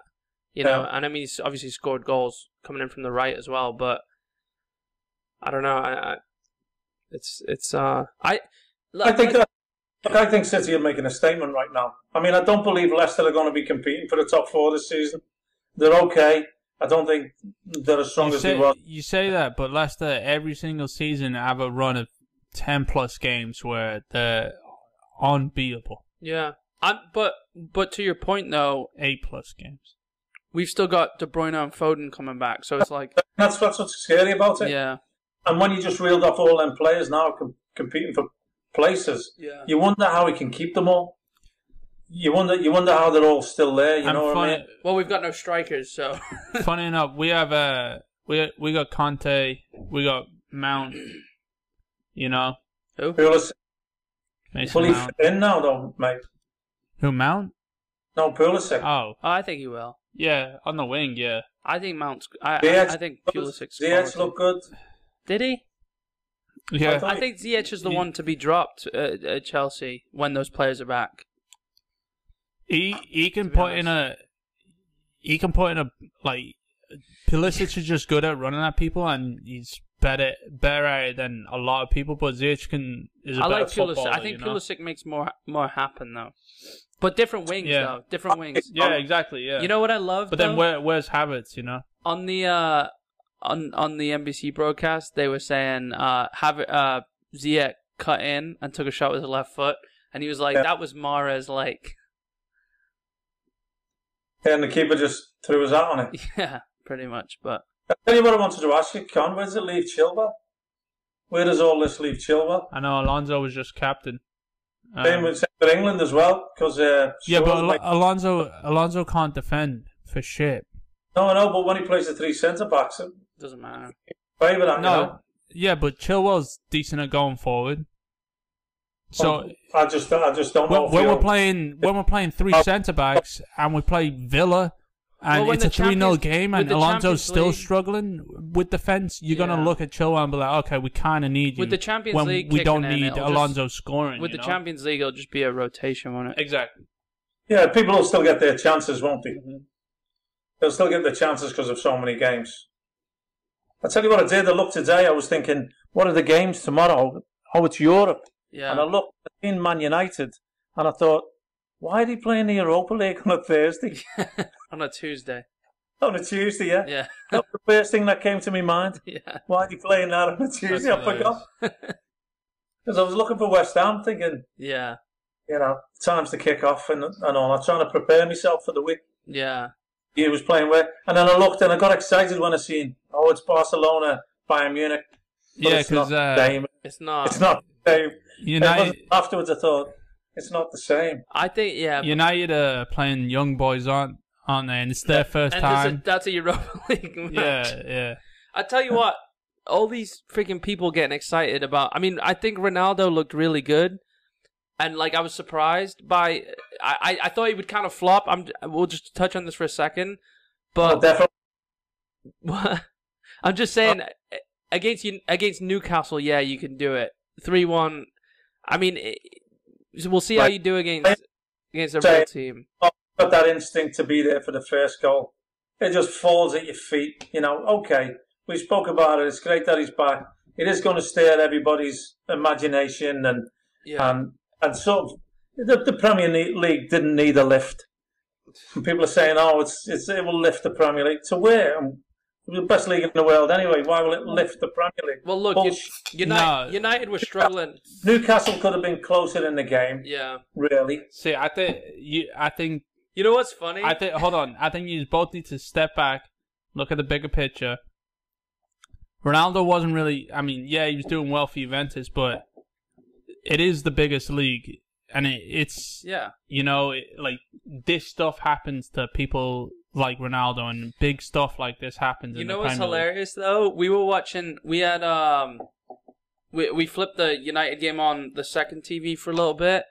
[SPEAKER 1] You know,
[SPEAKER 2] Yeah.
[SPEAKER 1] and I mean, he's obviously scored goals coming in from the right as well. But I don't know. I, I it's it's uh I.
[SPEAKER 2] I think that. Look, I think City are making a statement right now. I mean, I don't believe Leicester are going to be competing for the top four this season. They're okay. I don't think they're as strong
[SPEAKER 3] You
[SPEAKER 2] as they
[SPEAKER 3] say,
[SPEAKER 2] were.
[SPEAKER 3] you say that, but Leicester every single season have a run of ten plus games where they're unbeatable.
[SPEAKER 1] yeah. I, but but to your point though,
[SPEAKER 3] Eight plus games.
[SPEAKER 1] we've still got De Bruyne and Foden coming back, so it's like
[SPEAKER 2] That's that's what's scary about it.
[SPEAKER 1] yeah,
[SPEAKER 2] And when you just reeled off all them players now com- competing for places,
[SPEAKER 1] yeah,
[SPEAKER 2] you wonder how he can keep them all. You wonder, you wonder how they're all still there. You
[SPEAKER 3] And
[SPEAKER 2] know what
[SPEAKER 3] funny,
[SPEAKER 2] I mean?
[SPEAKER 1] Well, we've got no strikers, so
[SPEAKER 3] funny enough, we have uh, we we got Conte, we got Mount, you know,
[SPEAKER 1] who?
[SPEAKER 2] Pulis,
[SPEAKER 3] Mason
[SPEAKER 2] will he
[SPEAKER 3] Mount.
[SPEAKER 2] fit in now though, mate?
[SPEAKER 3] Who Mount?
[SPEAKER 2] No, Pulisic.
[SPEAKER 3] Oh,
[SPEAKER 1] Oh, I think he will.
[SPEAKER 3] yeah, on the wing, yeah.
[SPEAKER 1] I think Mount's. I, I,
[SPEAKER 2] Ziyech-
[SPEAKER 1] I think Pulisic's.
[SPEAKER 2] Ziyech
[SPEAKER 1] quality.
[SPEAKER 2] look good.
[SPEAKER 1] Did he?
[SPEAKER 3] Yeah.
[SPEAKER 2] thought-
[SPEAKER 1] I think Ziyech is the
[SPEAKER 3] He-
[SPEAKER 1] one to be dropped at, at Chelsea when those players are back.
[SPEAKER 3] He he can
[SPEAKER 1] be
[SPEAKER 3] put in a he can put in a like Pulisic is just good at running at people and he's better better at it than a lot of people. But Ziyech can is a
[SPEAKER 1] I
[SPEAKER 3] better
[SPEAKER 1] like Pulisic.
[SPEAKER 3] footballer.
[SPEAKER 1] I think
[SPEAKER 3] you know?
[SPEAKER 1] Pulisic makes more more happen though, but different wings
[SPEAKER 3] Yeah.
[SPEAKER 1] though. Different wings.
[SPEAKER 3] Yeah, exactly. Yeah.
[SPEAKER 1] Oh, You know what I love?
[SPEAKER 3] but then
[SPEAKER 1] though?
[SPEAKER 3] where where's Havertz? You know.
[SPEAKER 1] on the uh on on the NBC broadcast they were saying uh have uh Ziyech cut in and took a shot with his left foot, and he was like,
[SPEAKER 2] Yeah.
[SPEAKER 1] "That was Mara's like,
[SPEAKER 2] And the keeper just threw us out on it.
[SPEAKER 1] yeah, pretty much." But
[SPEAKER 2] I tell you what I wanted to ask you, Con. Where does it leave Chilwell? Where does all this leave Chilwell?
[SPEAKER 3] I know Alonso was just captain. Um,
[SPEAKER 2] Same with same for England as well, because uh,
[SPEAKER 3] yeah, but
[SPEAKER 2] Scholes
[SPEAKER 3] Al-
[SPEAKER 2] make-
[SPEAKER 3] Alonso Alonso can't defend for shit.
[SPEAKER 2] no, no. But when he plays the three centre backs,
[SPEAKER 1] doesn't matter.
[SPEAKER 2] favour that. you know?
[SPEAKER 3] No. Yeah, but Chilwell's decent at going forward.
[SPEAKER 1] Oh,
[SPEAKER 3] So
[SPEAKER 2] I just, I just don't know.
[SPEAKER 3] when,
[SPEAKER 2] if
[SPEAKER 3] when
[SPEAKER 2] he'll-
[SPEAKER 3] we're playing when we're playing three
[SPEAKER 2] Oh.
[SPEAKER 3] centre backs and we play Villa and
[SPEAKER 1] Well, when
[SPEAKER 3] it's
[SPEAKER 1] the
[SPEAKER 3] a three 0
[SPEAKER 1] Champions-
[SPEAKER 3] game
[SPEAKER 1] with
[SPEAKER 3] and
[SPEAKER 1] the
[SPEAKER 3] Alonso's
[SPEAKER 1] Champions
[SPEAKER 3] still
[SPEAKER 1] League-
[SPEAKER 3] struggling with defence, you're
[SPEAKER 1] Yeah.
[SPEAKER 3] gonna look at Chilwell and be like, okay, we kind of need you.
[SPEAKER 1] With the Champions
[SPEAKER 3] when
[SPEAKER 1] League
[SPEAKER 3] we
[SPEAKER 1] kicking
[SPEAKER 3] don't
[SPEAKER 1] in,
[SPEAKER 3] need
[SPEAKER 1] it'll
[SPEAKER 3] Alonso scoring
[SPEAKER 1] With
[SPEAKER 3] you
[SPEAKER 1] the
[SPEAKER 3] know?
[SPEAKER 1] Champions League, it'll just be a rotation, won't it?
[SPEAKER 3] Exactly.
[SPEAKER 2] Yeah, people will still get their chances, won't they?
[SPEAKER 3] Mm-hmm.
[SPEAKER 2] They'll still get their chances because of so many games. I tell you what, I did. I looked today. I was thinking, what are the games tomorrow? Oh, it's Europe.
[SPEAKER 1] Yeah.
[SPEAKER 2] And I looked in Man United, and I thought, why are they playing the Europa League on a Thursday?
[SPEAKER 1] on a Tuesday.
[SPEAKER 2] on a Tuesday, yeah.
[SPEAKER 1] Yeah,
[SPEAKER 2] That was the first thing that came to my mind.
[SPEAKER 1] yeah,
[SPEAKER 2] Why are they playing that on a Tuesday? I forgot. Because I was looking for West Ham, thinking,
[SPEAKER 1] yeah,
[SPEAKER 2] you know, time's to kick off and, and all. I'm trying to prepare myself for the week.
[SPEAKER 1] yeah.
[SPEAKER 2] he was playing with. And then I looked and I got excited when I seen, oh, it's Barcelona, Bayern Munich. But
[SPEAKER 3] Yeah,
[SPEAKER 2] it's not
[SPEAKER 3] because
[SPEAKER 2] the
[SPEAKER 3] uh,
[SPEAKER 2] same.
[SPEAKER 1] It's not.
[SPEAKER 2] It's not the same. And it
[SPEAKER 3] United
[SPEAKER 2] wasn't- afterwards, I thought, it's not the same.
[SPEAKER 1] I think yeah.
[SPEAKER 3] United are playing young boys, aren't aren't they? And it's their first
[SPEAKER 1] and there's a,
[SPEAKER 3] time.
[SPEAKER 1] that's a Europa League match.
[SPEAKER 3] Yeah, yeah.
[SPEAKER 1] I tell you what, all these freaking people getting excited about. I mean, I think Ronaldo looked really good, and like I was surprised by. I I, I thought he would kind of flop. I'm. We'll just touch on this for a second,
[SPEAKER 2] Oh,
[SPEAKER 1] but
[SPEAKER 2] definitely.
[SPEAKER 1] I'm just saying against you against Newcastle. Yeah, you can do it. Three one. I mean, it, so we'll see how
[SPEAKER 2] Right.
[SPEAKER 1] you do against against a
[SPEAKER 2] Say-
[SPEAKER 1] real team.
[SPEAKER 2] Got that instinct to be there for the first goal. It just falls at your feet. You know, okay, we spoke about it. It's great that he's back. It is going to stir everybody's imagination and
[SPEAKER 1] Yeah,
[SPEAKER 2] and and sort of the, the Premier Ne- League didn't need a lift. And people are saying, "Oh, it's, it's it will lift the Premier League to where." And we're the best league in the world anyway. Why will it lift the Premier League?
[SPEAKER 1] Well, look,
[SPEAKER 2] Bull-
[SPEAKER 1] you, United,
[SPEAKER 3] No.
[SPEAKER 1] United were struggling.
[SPEAKER 2] Newcastle could have been closer in the game,
[SPEAKER 1] Yeah.
[SPEAKER 2] really.
[SPEAKER 3] See, I think you. I think
[SPEAKER 1] You know what's funny?
[SPEAKER 3] I think. Hold on. I think you both need to step back, look at the bigger picture. Ronaldo wasn't really. I mean, yeah, he was doing well for Juventus, but it is the biggest league, and it, it's
[SPEAKER 1] yeah.
[SPEAKER 3] you know it, like this stuff happens to people like Ronaldo, and big stuff like this happens.
[SPEAKER 1] You
[SPEAKER 3] in
[SPEAKER 1] know
[SPEAKER 3] the
[SPEAKER 1] what's
[SPEAKER 3] Premier League.
[SPEAKER 1] hilarious though? We were watching. We had um, we we flipped the United game on the second TV for a little bit,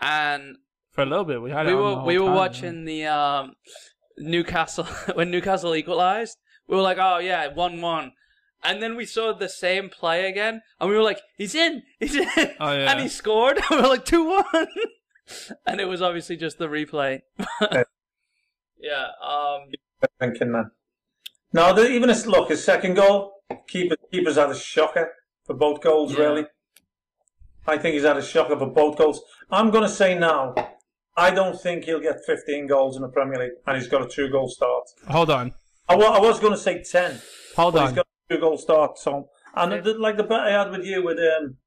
[SPEAKER 1] and
[SPEAKER 3] For a little bit, we had
[SPEAKER 1] we
[SPEAKER 3] it on the
[SPEAKER 1] were
[SPEAKER 3] whole
[SPEAKER 1] we were
[SPEAKER 3] time,
[SPEAKER 1] watching the um, Newcastle when Newcastle equalized. We were like, oh yeah, one one. And then we saw the same play again, and we were like, "He's in, he's in,"
[SPEAKER 3] Oh, yeah.
[SPEAKER 1] and he scored. we were like, two one, and it was obviously just the replay. yeah, um,
[SPEAKER 2] Thinking that. No, the, even his look, his second goal, keeper keeper's had a shocker for both goals.
[SPEAKER 1] Yeah.
[SPEAKER 2] Really, I think he's had a shocker for both goals. I'm going to say now, I don't think he'll get 15 goals in the Premier League, and he's got a two-goal start.
[SPEAKER 3] yeah. Hold on,
[SPEAKER 2] I wa- I was going to say 10.
[SPEAKER 3] hold
[SPEAKER 2] But he's
[SPEAKER 3] on.
[SPEAKER 2] got a two goal start, so and the, like the bet I had with you with um,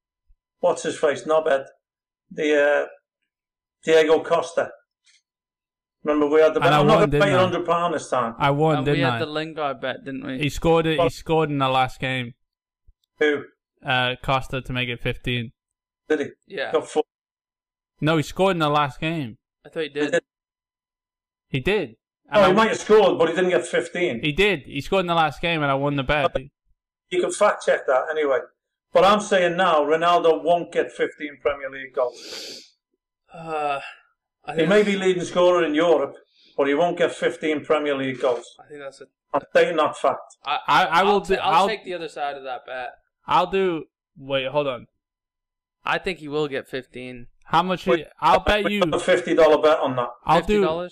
[SPEAKER 2] what's his face, Nobed, the uh, Diego Costa. Remember we had the bet.
[SPEAKER 3] And I
[SPEAKER 2] I'm not
[SPEAKER 3] won,
[SPEAKER 2] going to pay
[SPEAKER 3] didn't I?
[SPEAKER 2] hundred pound this time.
[SPEAKER 3] I won,
[SPEAKER 1] and Uh, we
[SPEAKER 3] didn't
[SPEAKER 1] had
[SPEAKER 3] I?
[SPEAKER 1] the Lingard bet, didn't we?
[SPEAKER 3] He scored it. He scored in the last game.
[SPEAKER 2] Who
[SPEAKER 3] Uh, Costa to make it fifteen.
[SPEAKER 2] did he?
[SPEAKER 1] Yeah,
[SPEAKER 2] Got four.
[SPEAKER 3] No, he scored in the last game.
[SPEAKER 1] I thought he
[SPEAKER 2] He
[SPEAKER 1] did.
[SPEAKER 2] did-
[SPEAKER 3] He did. And
[SPEAKER 2] Oh,
[SPEAKER 3] I-
[SPEAKER 2] he might have scored, but he didn't get 15.
[SPEAKER 3] He did. He scored in the last game, and I won the bet.
[SPEAKER 2] You can fact check that anyway. But I'm saying now, Ronaldo won't get 15 Premier League goals.
[SPEAKER 1] Uh, I
[SPEAKER 2] He
[SPEAKER 1] think
[SPEAKER 2] may be leading scorer in Europe, but he won't get 15 Premier League goals.
[SPEAKER 1] I think that's a.
[SPEAKER 2] I'm saying that fact.
[SPEAKER 1] I,
[SPEAKER 3] I, I will.
[SPEAKER 1] I'll,
[SPEAKER 3] do,
[SPEAKER 1] ta- I'll,
[SPEAKER 3] I'll,
[SPEAKER 1] take the other side of that bet.
[SPEAKER 3] I'll do. Wait, hold on.
[SPEAKER 1] I think he will get fifteen.
[SPEAKER 3] How much?
[SPEAKER 2] Wait,
[SPEAKER 3] I'll bet you.
[SPEAKER 2] A $50 bet on that.
[SPEAKER 3] I'll
[SPEAKER 1] $50?
[SPEAKER 3] do.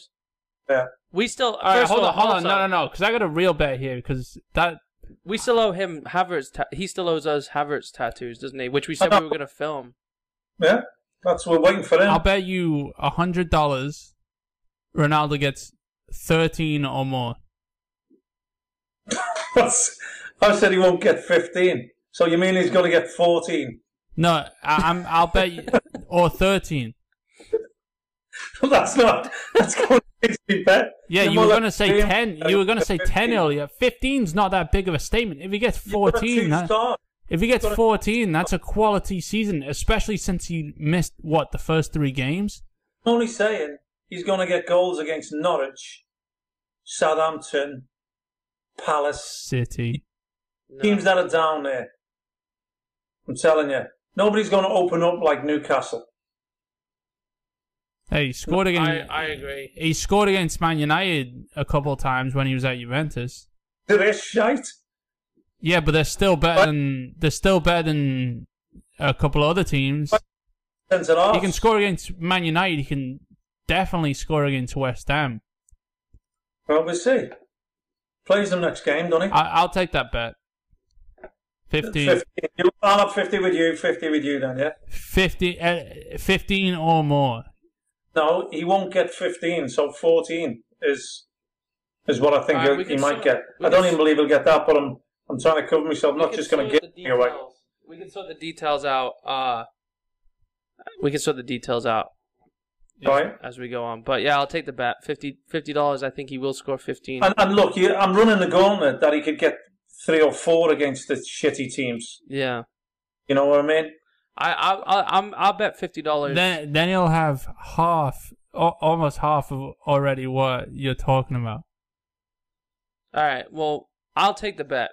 [SPEAKER 2] Yeah.
[SPEAKER 1] We still.
[SPEAKER 3] All right,
[SPEAKER 1] first
[SPEAKER 3] hold
[SPEAKER 1] of
[SPEAKER 3] on, hold on.
[SPEAKER 1] also,
[SPEAKER 3] No, no, no. Because I got a real bet here. Because that.
[SPEAKER 1] We still owe him Havertz. Ta- he still owes us Havertz tattoos, doesn't he? Which we said we were going to film.
[SPEAKER 2] Yeah, that's we're waiting for him.
[SPEAKER 3] I'll bet you a hundred dollars. Ronaldo gets thirteen or more.
[SPEAKER 2] What's- I said he won't get 15. So you mean he's going to get 14?
[SPEAKER 3] No, I, I'm. I'll bet you or thirteen.
[SPEAKER 2] that's not. That's going to be bet.
[SPEAKER 3] Yeah,
[SPEAKER 2] You're
[SPEAKER 3] you
[SPEAKER 2] more
[SPEAKER 3] were
[SPEAKER 2] like
[SPEAKER 3] gonna say
[SPEAKER 2] 15,
[SPEAKER 3] ten. You were gonna say ten
[SPEAKER 2] 15.
[SPEAKER 3] earlier. Fifteen's not that big of a statement. If he gets
[SPEAKER 2] You've got
[SPEAKER 3] fourteen,
[SPEAKER 2] two
[SPEAKER 3] that-
[SPEAKER 2] stars.
[SPEAKER 3] if he gets
[SPEAKER 2] got a-
[SPEAKER 3] fourteen, that's a quality season, especially since he missed what the first three games.
[SPEAKER 2] I'm only saying he's going to get goals against Norwich, Southampton, Palace,
[SPEAKER 3] City.
[SPEAKER 1] No.
[SPEAKER 2] teams that are down there. I'm telling you, nobody's going to open up like Newcastle.
[SPEAKER 3] Hey, he scored
[SPEAKER 1] I,
[SPEAKER 3] against.
[SPEAKER 1] I agree.
[SPEAKER 3] He scored against Man United a couple of times when he was at Juventus.
[SPEAKER 2] They're shite.
[SPEAKER 3] Yeah, but they're still better
[SPEAKER 2] But-
[SPEAKER 3] than they're still better than a couple of other teams.
[SPEAKER 2] But- Sends it off.
[SPEAKER 3] He can score against Man United. He can definitely score against West Ham.
[SPEAKER 2] Well, we'll see. Plays them next game, doesn't he?
[SPEAKER 3] I, I'll take that bet. Fifteen.
[SPEAKER 2] 50. You- I'll have 50 with you, 50 with you then, yeah?
[SPEAKER 3] 50, uh, 15 or more.
[SPEAKER 2] No, he won't get 15, so 14 is is what I think
[SPEAKER 1] Alright, we
[SPEAKER 2] he, he
[SPEAKER 1] can
[SPEAKER 2] might
[SPEAKER 1] sort-
[SPEAKER 2] get.
[SPEAKER 1] we can
[SPEAKER 2] I don't even
[SPEAKER 1] sort-
[SPEAKER 2] believe he'll get that, but I'm, I'm trying to cover myself. I'm
[SPEAKER 1] We
[SPEAKER 2] not
[SPEAKER 1] can
[SPEAKER 2] just going to
[SPEAKER 1] sort
[SPEAKER 2] give
[SPEAKER 1] the
[SPEAKER 2] it away.
[SPEAKER 1] details- We can sort the details out. Uh, we can sort the details out
[SPEAKER 2] Right?
[SPEAKER 1] as we go on. But yeah, I'll take the bet. 50 dollars. I think he will score fifteen.
[SPEAKER 2] And, and look, you, I'm running the gauntlet that he could get three or four against the shitty teams.
[SPEAKER 1] yeah.
[SPEAKER 2] You know what I mean?
[SPEAKER 1] I I I I'm, I'll bet fifty dollars.
[SPEAKER 3] Then, then you'll have half, al- almost half of already what you're talking about.
[SPEAKER 1] All right. Well, I'll take the bet.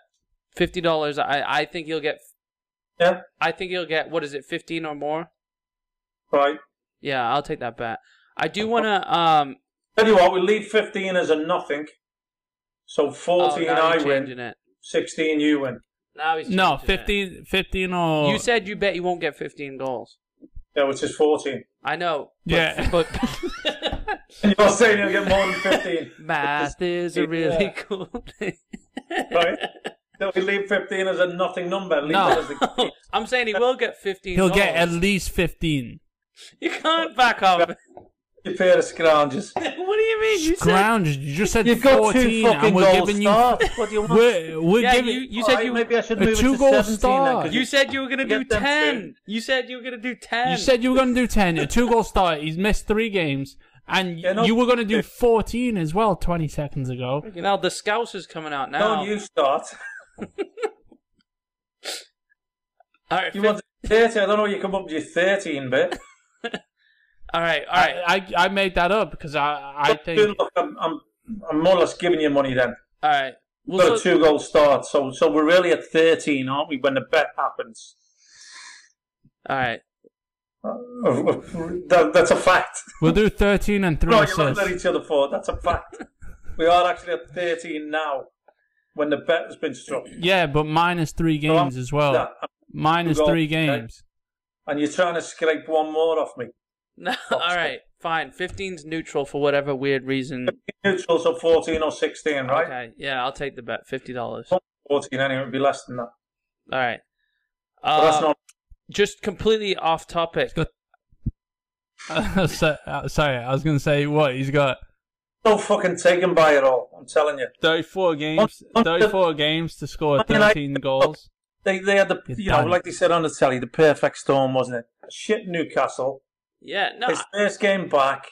[SPEAKER 1] Fifty dollars. I I think he'll get.
[SPEAKER 2] Yeah?
[SPEAKER 1] I think he'll get. What is it? Fifteen or more?
[SPEAKER 2] Right.
[SPEAKER 1] Yeah, I'll take that bet. I do
[SPEAKER 2] Oh.
[SPEAKER 1] want to. Um.
[SPEAKER 2] Tell you what, we leave 15 as a nothing. So
[SPEAKER 1] oh,
[SPEAKER 2] 14
[SPEAKER 1] now
[SPEAKER 2] I
[SPEAKER 1] you're changing
[SPEAKER 2] win,
[SPEAKER 1] it.
[SPEAKER 2] 16 you win.
[SPEAKER 1] Now he's
[SPEAKER 3] No, Oh.
[SPEAKER 1] changing it.
[SPEAKER 3] 15, 15 or.
[SPEAKER 1] You said you bet you won't get fifteen goals.
[SPEAKER 2] Yeah, which is 14.
[SPEAKER 1] I know. But,
[SPEAKER 3] Yeah.
[SPEAKER 1] But
[SPEAKER 2] And you're saying you'll get more than 15.
[SPEAKER 1] math is a really
[SPEAKER 2] Yeah.
[SPEAKER 1] cool thing.
[SPEAKER 2] right? So we leave 15 as a nothing number. Leave
[SPEAKER 3] No.
[SPEAKER 2] it as the
[SPEAKER 1] I'm saying he will get fifteen.
[SPEAKER 3] he'll
[SPEAKER 1] goals.
[SPEAKER 3] get at least 15.
[SPEAKER 1] You can't back off.
[SPEAKER 2] You pair of scroungers.
[SPEAKER 1] what do you mean? You said
[SPEAKER 3] Ground, you just said
[SPEAKER 2] You've got two
[SPEAKER 3] 14,
[SPEAKER 2] fucking
[SPEAKER 3] and we're
[SPEAKER 2] goal
[SPEAKER 3] giving you.
[SPEAKER 2] stars. What do you want?
[SPEAKER 3] We're, we're
[SPEAKER 1] yeah.
[SPEAKER 3] giving.
[SPEAKER 1] You, you said
[SPEAKER 2] Alright,
[SPEAKER 1] you
[SPEAKER 2] maybe I should
[SPEAKER 3] a
[SPEAKER 2] move it to
[SPEAKER 3] two-goal
[SPEAKER 2] 17 then,
[SPEAKER 3] star.
[SPEAKER 2] 'cause
[SPEAKER 1] you said you were gonna do
[SPEAKER 2] Get them
[SPEAKER 1] ten. You said you were gonna do ten.
[SPEAKER 3] You said you were going to do 10, a two goal start. He's missed three games. And
[SPEAKER 2] Yeah, no.
[SPEAKER 3] you were going to do 14 as well 20 seconds ago.
[SPEAKER 1] you know the Scouse is coming out now.
[SPEAKER 2] Don't you start.
[SPEAKER 1] all right,
[SPEAKER 2] You
[SPEAKER 1] fif-
[SPEAKER 2] want 30. I don't know where you come up with your 13 bit.
[SPEAKER 1] all right, all right,
[SPEAKER 3] I, I, I made that up because I, I
[SPEAKER 2] But do
[SPEAKER 3] think.
[SPEAKER 2] Look, I'm, I'm, I'm more or less giving you money then.
[SPEAKER 1] all right. Well,
[SPEAKER 2] Got a
[SPEAKER 1] so-
[SPEAKER 2] two goal start. So, so we're really at 13, aren't we, when the bet happens? Uh,
[SPEAKER 1] all right.
[SPEAKER 2] that, that's a fact.
[SPEAKER 3] We'll do 13 and 3
[SPEAKER 2] No, you're looking at
[SPEAKER 3] assists.
[SPEAKER 2] each other for. That's a fact. we are actually at 13 now when the bet has been struck.
[SPEAKER 3] Yeah, but minus three
[SPEAKER 2] I'm-
[SPEAKER 3] games as well.
[SPEAKER 2] Yeah,
[SPEAKER 3] Minus
[SPEAKER 2] Two goals,
[SPEAKER 3] three
[SPEAKER 2] okay.
[SPEAKER 3] games.
[SPEAKER 2] and you're trying to scrape one more off me.
[SPEAKER 1] No,
[SPEAKER 3] Oh,
[SPEAKER 1] all right, fine. 15's neutral for whatever weird reason.
[SPEAKER 2] Neutral, so 14 or 16, right?
[SPEAKER 1] Okay, yeah, I'll take the bet. Fifty dollars. All
[SPEAKER 2] Won't be 14 anyway, it'd be less than that.
[SPEAKER 1] right.
[SPEAKER 2] But
[SPEAKER 1] Uh,
[SPEAKER 2] that's not.
[SPEAKER 1] just completely off topic.
[SPEAKER 3] got- so, uh, sorry, I was going to say, what? He's got
[SPEAKER 2] So fucking taken by it all, I'm telling you.
[SPEAKER 3] 34 games,
[SPEAKER 2] on-
[SPEAKER 3] 34 games to score
[SPEAKER 2] on United-
[SPEAKER 3] 13 goals.
[SPEAKER 2] They, they had the,
[SPEAKER 3] You're
[SPEAKER 2] you know,
[SPEAKER 3] done.
[SPEAKER 2] like they said on the telly, the perfect storm, wasn't it? Shit Newcastle.
[SPEAKER 1] Yeah, no,
[SPEAKER 2] His first game back.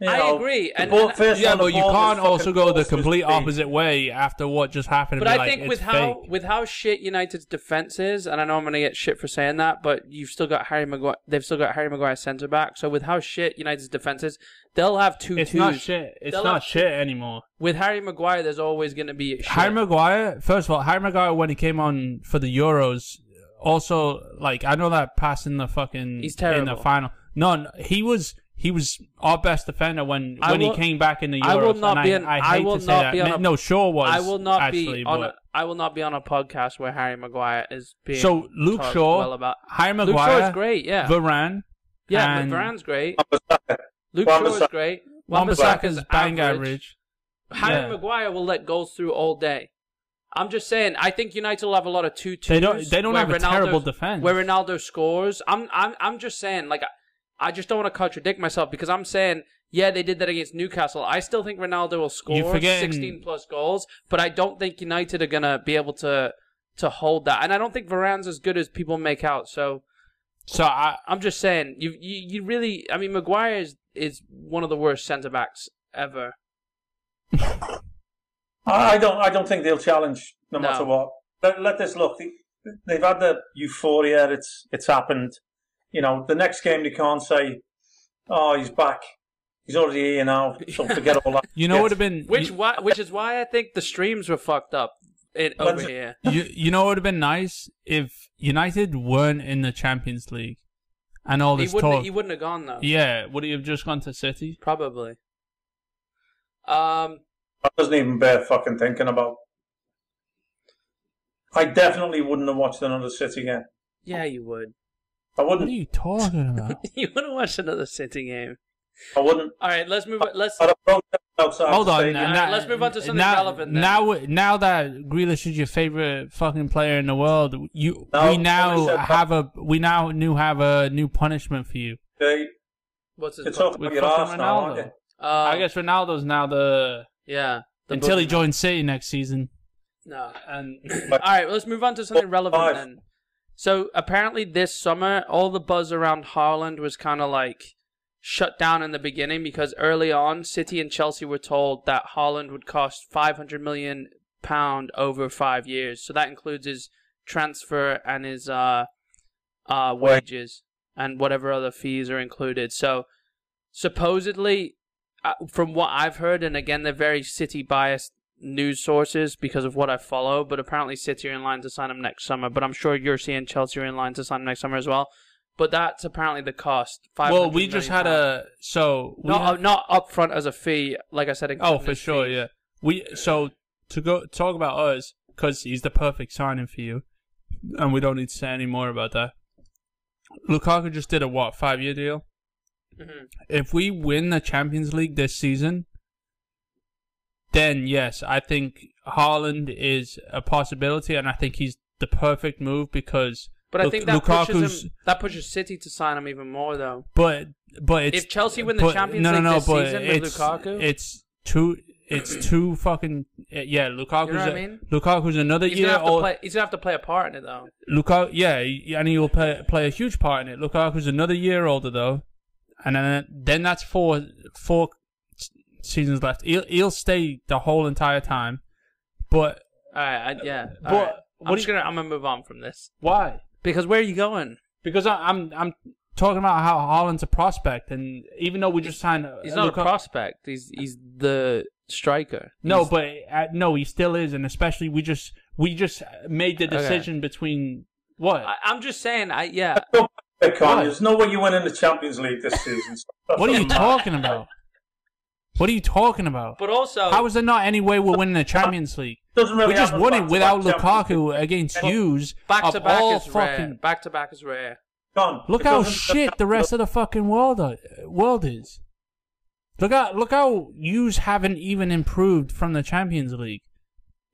[SPEAKER 2] You
[SPEAKER 1] I
[SPEAKER 2] know,
[SPEAKER 1] agree,
[SPEAKER 2] the
[SPEAKER 1] and-
[SPEAKER 2] ball-
[SPEAKER 1] and-
[SPEAKER 2] first
[SPEAKER 3] Yeah,
[SPEAKER 2] on the
[SPEAKER 3] but you
[SPEAKER 2] ball,
[SPEAKER 3] can't
[SPEAKER 2] this
[SPEAKER 3] also
[SPEAKER 2] fucking
[SPEAKER 3] go the
[SPEAKER 2] ball's just
[SPEAKER 3] complete
[SPEAKER 2] beat.
[SPEAKER 3] opposite way after what just happened. and
[SPEAKER 1] But
[SPEAKER 3] be
[SPEAKER 1] I
[SPEAKER 3] like,
[SPEAKER 1] think
[SPEAKER 3] it's
[SPEAKER 1] with how
[SPEAKER 3] fake.
[SPEAKER 1] with how shit United's defense is, and I know I'm gonna get shit for saying that, but you've still got Harry Maguire. They've still got Harry Maguire centre back. So with how shit United's defense is, they'll have two
[SPEAKER 3] It's
[SPEAKER 1] twos.
[SPEAKER 3] not shit. It's
[SPEAKER 1] They'll
[SPEAKER 3] not
[SPEAKER 1] have-
[SPEAKER 3] shit anymore.
[SPEAKER 1] With Harry Maguire, there's always gonna be shit.
[SPEAKER 3] Harry Maguire, first of all, Harry Maguire when he came on for the Euros, also like I know that pass in the fucking
[SPEAKER 1] He's
[SPEAKER 3] in the
[SPEAKER 1] terrible.
[SPEAKER 3] final. No, no, he was he was our best defender when
[SPEAKER 1] I
[SPEAKER 3] when
[SPEAKER 1] will-
[SPEAKER 3] he came back in the Euros.
[SPEAKER 1] I will not
[SPEAKER 3] and
[SPEAKER 1] be
[SPEAKER 3] I,
[SPEAKER 1] an-
[SPEAKER 3] I
[SPEAKER 1] I
[SPEAKER 3] hate
[SPEAKER 1] will
[SPEAKER 3] to say
[SPEAKER 1] not
[SPEAKER 3] that.
[SPEAKER 1] be on
[SPEAKER 3] Ma-
[SPEAKER 1] a-
[SPEAKER 3] no, Shaw was.
[SPEAKER 1] I will not be
[SPEAKER 3] actually,
[SPEAKER 1] on.
[SPEAKER 3] but-
[SPEAKER 1] A, I will not be on a podcast where Harry Maguire is being
[SPEAKER 3] so Luke
[SPEAKER 1] talked
[SPEAKER 3] Shaw,
[SPEAKER 1] Well about
[SPEAKER 3] Harry
[SPEAKER 1] Luke Shaw
[SPEAKER 3] Maguire,
[SPEAKER 1] is great. Yeah,
[SPEAKER 3] Varane,
[SPEAKER 1] yeah.
[SPEAKER 3] and
[SPEAKER 1] Varane's great.
[SPEAKER 2] Wan-Bissaka.
[SPEAKER 1] Luke Shaw is
[SPEAKER 2] Wan-Bissaka.
[SPEAKER 1] great.
[SPEAKER 3] Wan-Bissaka's bang average.
[SPEAKER 1] Harry
[SPEAKER 3] Yeah.
[SPEAKER 1] Maguire will let goals through all day. I'm just saying. I think United will have a lot of two two.
[SPEAKER 3] They don't- they don't have a terrible defense.
[SPEAKER 1] Where Ronaldo scores, I'm I'm I'm just saying. Like, I, I just don't want to contradict myself because I'm saying, yeah, they did that against Newcastle. I still think Ronaldo will score
[SPEAKER 3] forgetting-
[SPEAKER 1] 16 plus goals, but I don't think United are gonna be able to to hold that. And I don't think Varane's as good as people make out. So
[SPEAKER 3] So I,
[SPEAKER 1] I'm just saying, you you, you really. I mean, Maguire is is one of the worst centre backs ever.
[SPEAKER 2] I I don't. I don't think they'll challenge no,
[SPEAKER 1] No.
[SPEAKER 2] matter what. Let, let this look. They, they've had the euphoria. It's it's happened. You know, the next game they can't say, "Oh, he's back. He's already here now." So forget all that.
[SPEAKER 3] you know,
[SPEAKER 2] Yes.
[SPEAKER 3] would have been
[SPEAKER 1] Which why, which is why I think the streams were fucked up in, over
[SPEAKER 2] Let's-
[SPEAKER 1] here.
[SPEAKER 3] you you know it would have been nice if United weren't in the Champions League and all
[SPEAKER 1] He
[SPEAKER 3] this
[SPEAKER 1] wouldn't
[SPEAKER 3] talk.
[SPEAKER 1] he wouldn't have gone though.
[SPEAKER 3] yeah, would he have just gone to City?
[SPEAKER 1] Probably. Um
[SPEAKER 2] That doesn't even bear fucking thinking about. I definitely wouldn't have watched another City game.
[SPEAKER 1] yeah, you would.
[SPEAKER 2] I
[SPEAKER 3] What are
[SPEAKER 2] wouldn't.
[SPEAKER 3] you talking about?
[SPEAKER 1] You would have watched another City game.
[SPEAKER 2] I wouldn't.
[SPEAKER 1] All right, let's move. on- Let's
[SPEAKER 2] I'd have protested outside.
[SPEAKER 3] Hold
[SPEAKER 2] the
[SPEAKER 3] on,
[SPEAKER 2] stadium.
[SPEAKER 3] now,
[SPEAKER 1] Alright, let's move on to something
[SPEAKER 3] now,
[SPEAKER 1] relevant then.
[SPEAKER 3] Now, now that Grealish is your favorite fucking player in the world, you
[SPEAKER 2] No,
[SPEAKER 3] we now
[SPEAKER 2] somebody said
[SPEAKER 3] have a we now new have a new punishment for you.
[SPEAKER 2] They-
[SPEAKER 1] what's his
[SPEAKER 2] You're
[SPEAKER 1] name? Uh,
[SPEAKER 2] talking
[SPEAKER 3] With
[SPEAKER 2] about your
[SPEAKER 3] fucking
[SPEAKER 2] arse now, aren't
[SPEAKER 3] Ronaldo.
[SPEAKER 2] you?
[SPEAKER 3] I guess Ronaldo's now the
[SPEAKER 1] yeah. Oh. the
[SPEAKER 3] until he
[SPEAKER 1] boogeyman.
[SPEAKER 3] joins City next season.
[SPEAKER 1] No.
[SPEAKER 3] And
[SPEAKER 1] All right, well, let's move on to something relevant
[SPEAKER 2] Five.
[SPEAKER 1] then. So apparently this summer, all the buzz around Haaland was kind of like shut down in the beginning because early on, City and Chelsea were told that Haaland would cost 500 million pound over five years. So that includes his transfer and his uh, uh, wages and whatever other fees are included. So supposedly, uh, from what I've heard, and again, they're very City biased news sources because of what I follow, but apparently City are in line to sign him next summer. But I'm sure you're seeing Chelsea are in line to sign him next summer as well. But that's apparently the cost.
[SPEAKER 3] well,
[SPEAKER 1] 500
[SPEAKER 3] we just
[SPEAKER 1] million
[SPEAKER 3] had a so we
[SPEAKER 1] not
[SPEAKER 3] had-
[SPEAKER 1] uh, not upfront as a fee, like I said.
[SPEAKER 3] Oh,
[SPEAKER 1] including
[SPEAKER 3] for
[SPEAKER 1] his
[SPEAKER 3] sure,
[SPEAKER 1] fees.
[SPEAKER 3] yeah. We so to go talk about us because he's the perfect signing for you, and we don't need to say any more about that. Lukaku just did a what five year deal.
[SPEAKER 1] Mhm.
[SPEAKER 3] If we win the Champions League this season, then yes, I think Haaland is a possibility, and I think he's the perfect move because
[SPEAKER 1] But I
[SPEAKER 3] Lu-
[SPEAKER 1] think that
[SPEAKER 3] Lukaku's
[SPEAKER 1] pushes him, that pushes City to sign him even more, though.
[SPEAKER 3] but but it's
[SPEAKER 1] If Chelsea win the
[SPEAKER 3] but-
[SPEAKER 1] Champions
[SPEAKER 3] no, no,
[SPEAKER 1] League
[SPEAKER 3] no,
[SPEAKER 1] this
[SPEAKER 3] but
[SPEAKER 1] season with
[SPEAKER 3] it's,
[SPEAKER 1] Lukaku,
[SPEAKER 3] It's two. It's two fucking uh, yeah. Lukaku's
[SPEAKER 1] what I
[SPEAKER 3] a-
[SPEAKER 1] mean?
[SPEAKER 3] Lukaku's another
[SPEAKER 1] he's
[SPEAKER 3] year
[SPEAKER 1] gonna have to
[SPEAKER 3] old.
[SPEAKER 1] play. He's gonna have to play a part in it though.
[SPEAKER 3] Lukaku yeah, he- and he will play play a huge part in it. Lukaku's another year older though, and then then that's four four s- seasons left. He'll he'll stay the whole entire time, but
[SPEAKER 1] All right, I, yeah.
[SPEAKER 3] But
[SPEAKER 1] all right.
[SPEAKER 3] what
[SPEAKER 1] I'm
[SPEAKER 3] do
[SPEAKER 1] just
[SPEAKER 3] you-
[SPEAKER 1] gonna. I'm gonna move on from this
[SPEAKER 3] why?
[SPEAKER 1] because where are you going?
[SPEAKER 3] Because I, I'm I'm talking about how Haaland's a prospect, and even though we just signed,
[SPEAKER 1] He's not
[SPEAKER 3] Luka-
[SPEAKER 1] a prospect. He's he's the striker.
[SPEAKER 3] No,
[SPEAKER 1] He's-
[SPEAKER 3] but uh, no, he still is, and especially we just we just made the
[SPEAKER 1] Okay.
[SPEAKER 3] decision between what
[SPEAKER 1] I, I'm just saying. I yeah.
[SPEAKER 2] Pick
[SPEAKER 3] Why?
[SPEAKER 2] on. There's no way you're winning the Champions League this season.
[SPEAKER 3] what are you talking about? What are you talking about?
[SPEAKER 1] But also,
[SPEAKER 3] How is there not any way we're winning the Champions League?
[SPEAKER 2] Doesn't really
[SPEAKER 3] We just
[SPEAKER 2] happen
[SPEAKER 3] won it
[SPEAKER 2] back-to-back
[SPEAKER 3] without
[SPEAKER 2] Champions League.
[SPEAKER 3] Lukaku against
[SPEAKER 2] Well,
[SPEAKER 3] Hughes.
[SPEAKER 1] back to
[SPEAKER 3] of
[SPEAKER 1] back
[SPEAKER 3] all
[SPEAKER 1] is rare.
[SPEAKER 3] fucking,
[SPEAKER 1] Back to back is rare.
[SPEAKER 2] Gone.
[SPEAKER 3] Look
[SPEAKER 2] It
[SPEAKER 3] how
[SPEAKER 2] doesn't-
[SPEAKER 3] shit the rest of the fucking world are, world is. Look how look how Hughes haven't even improved from the Champions League.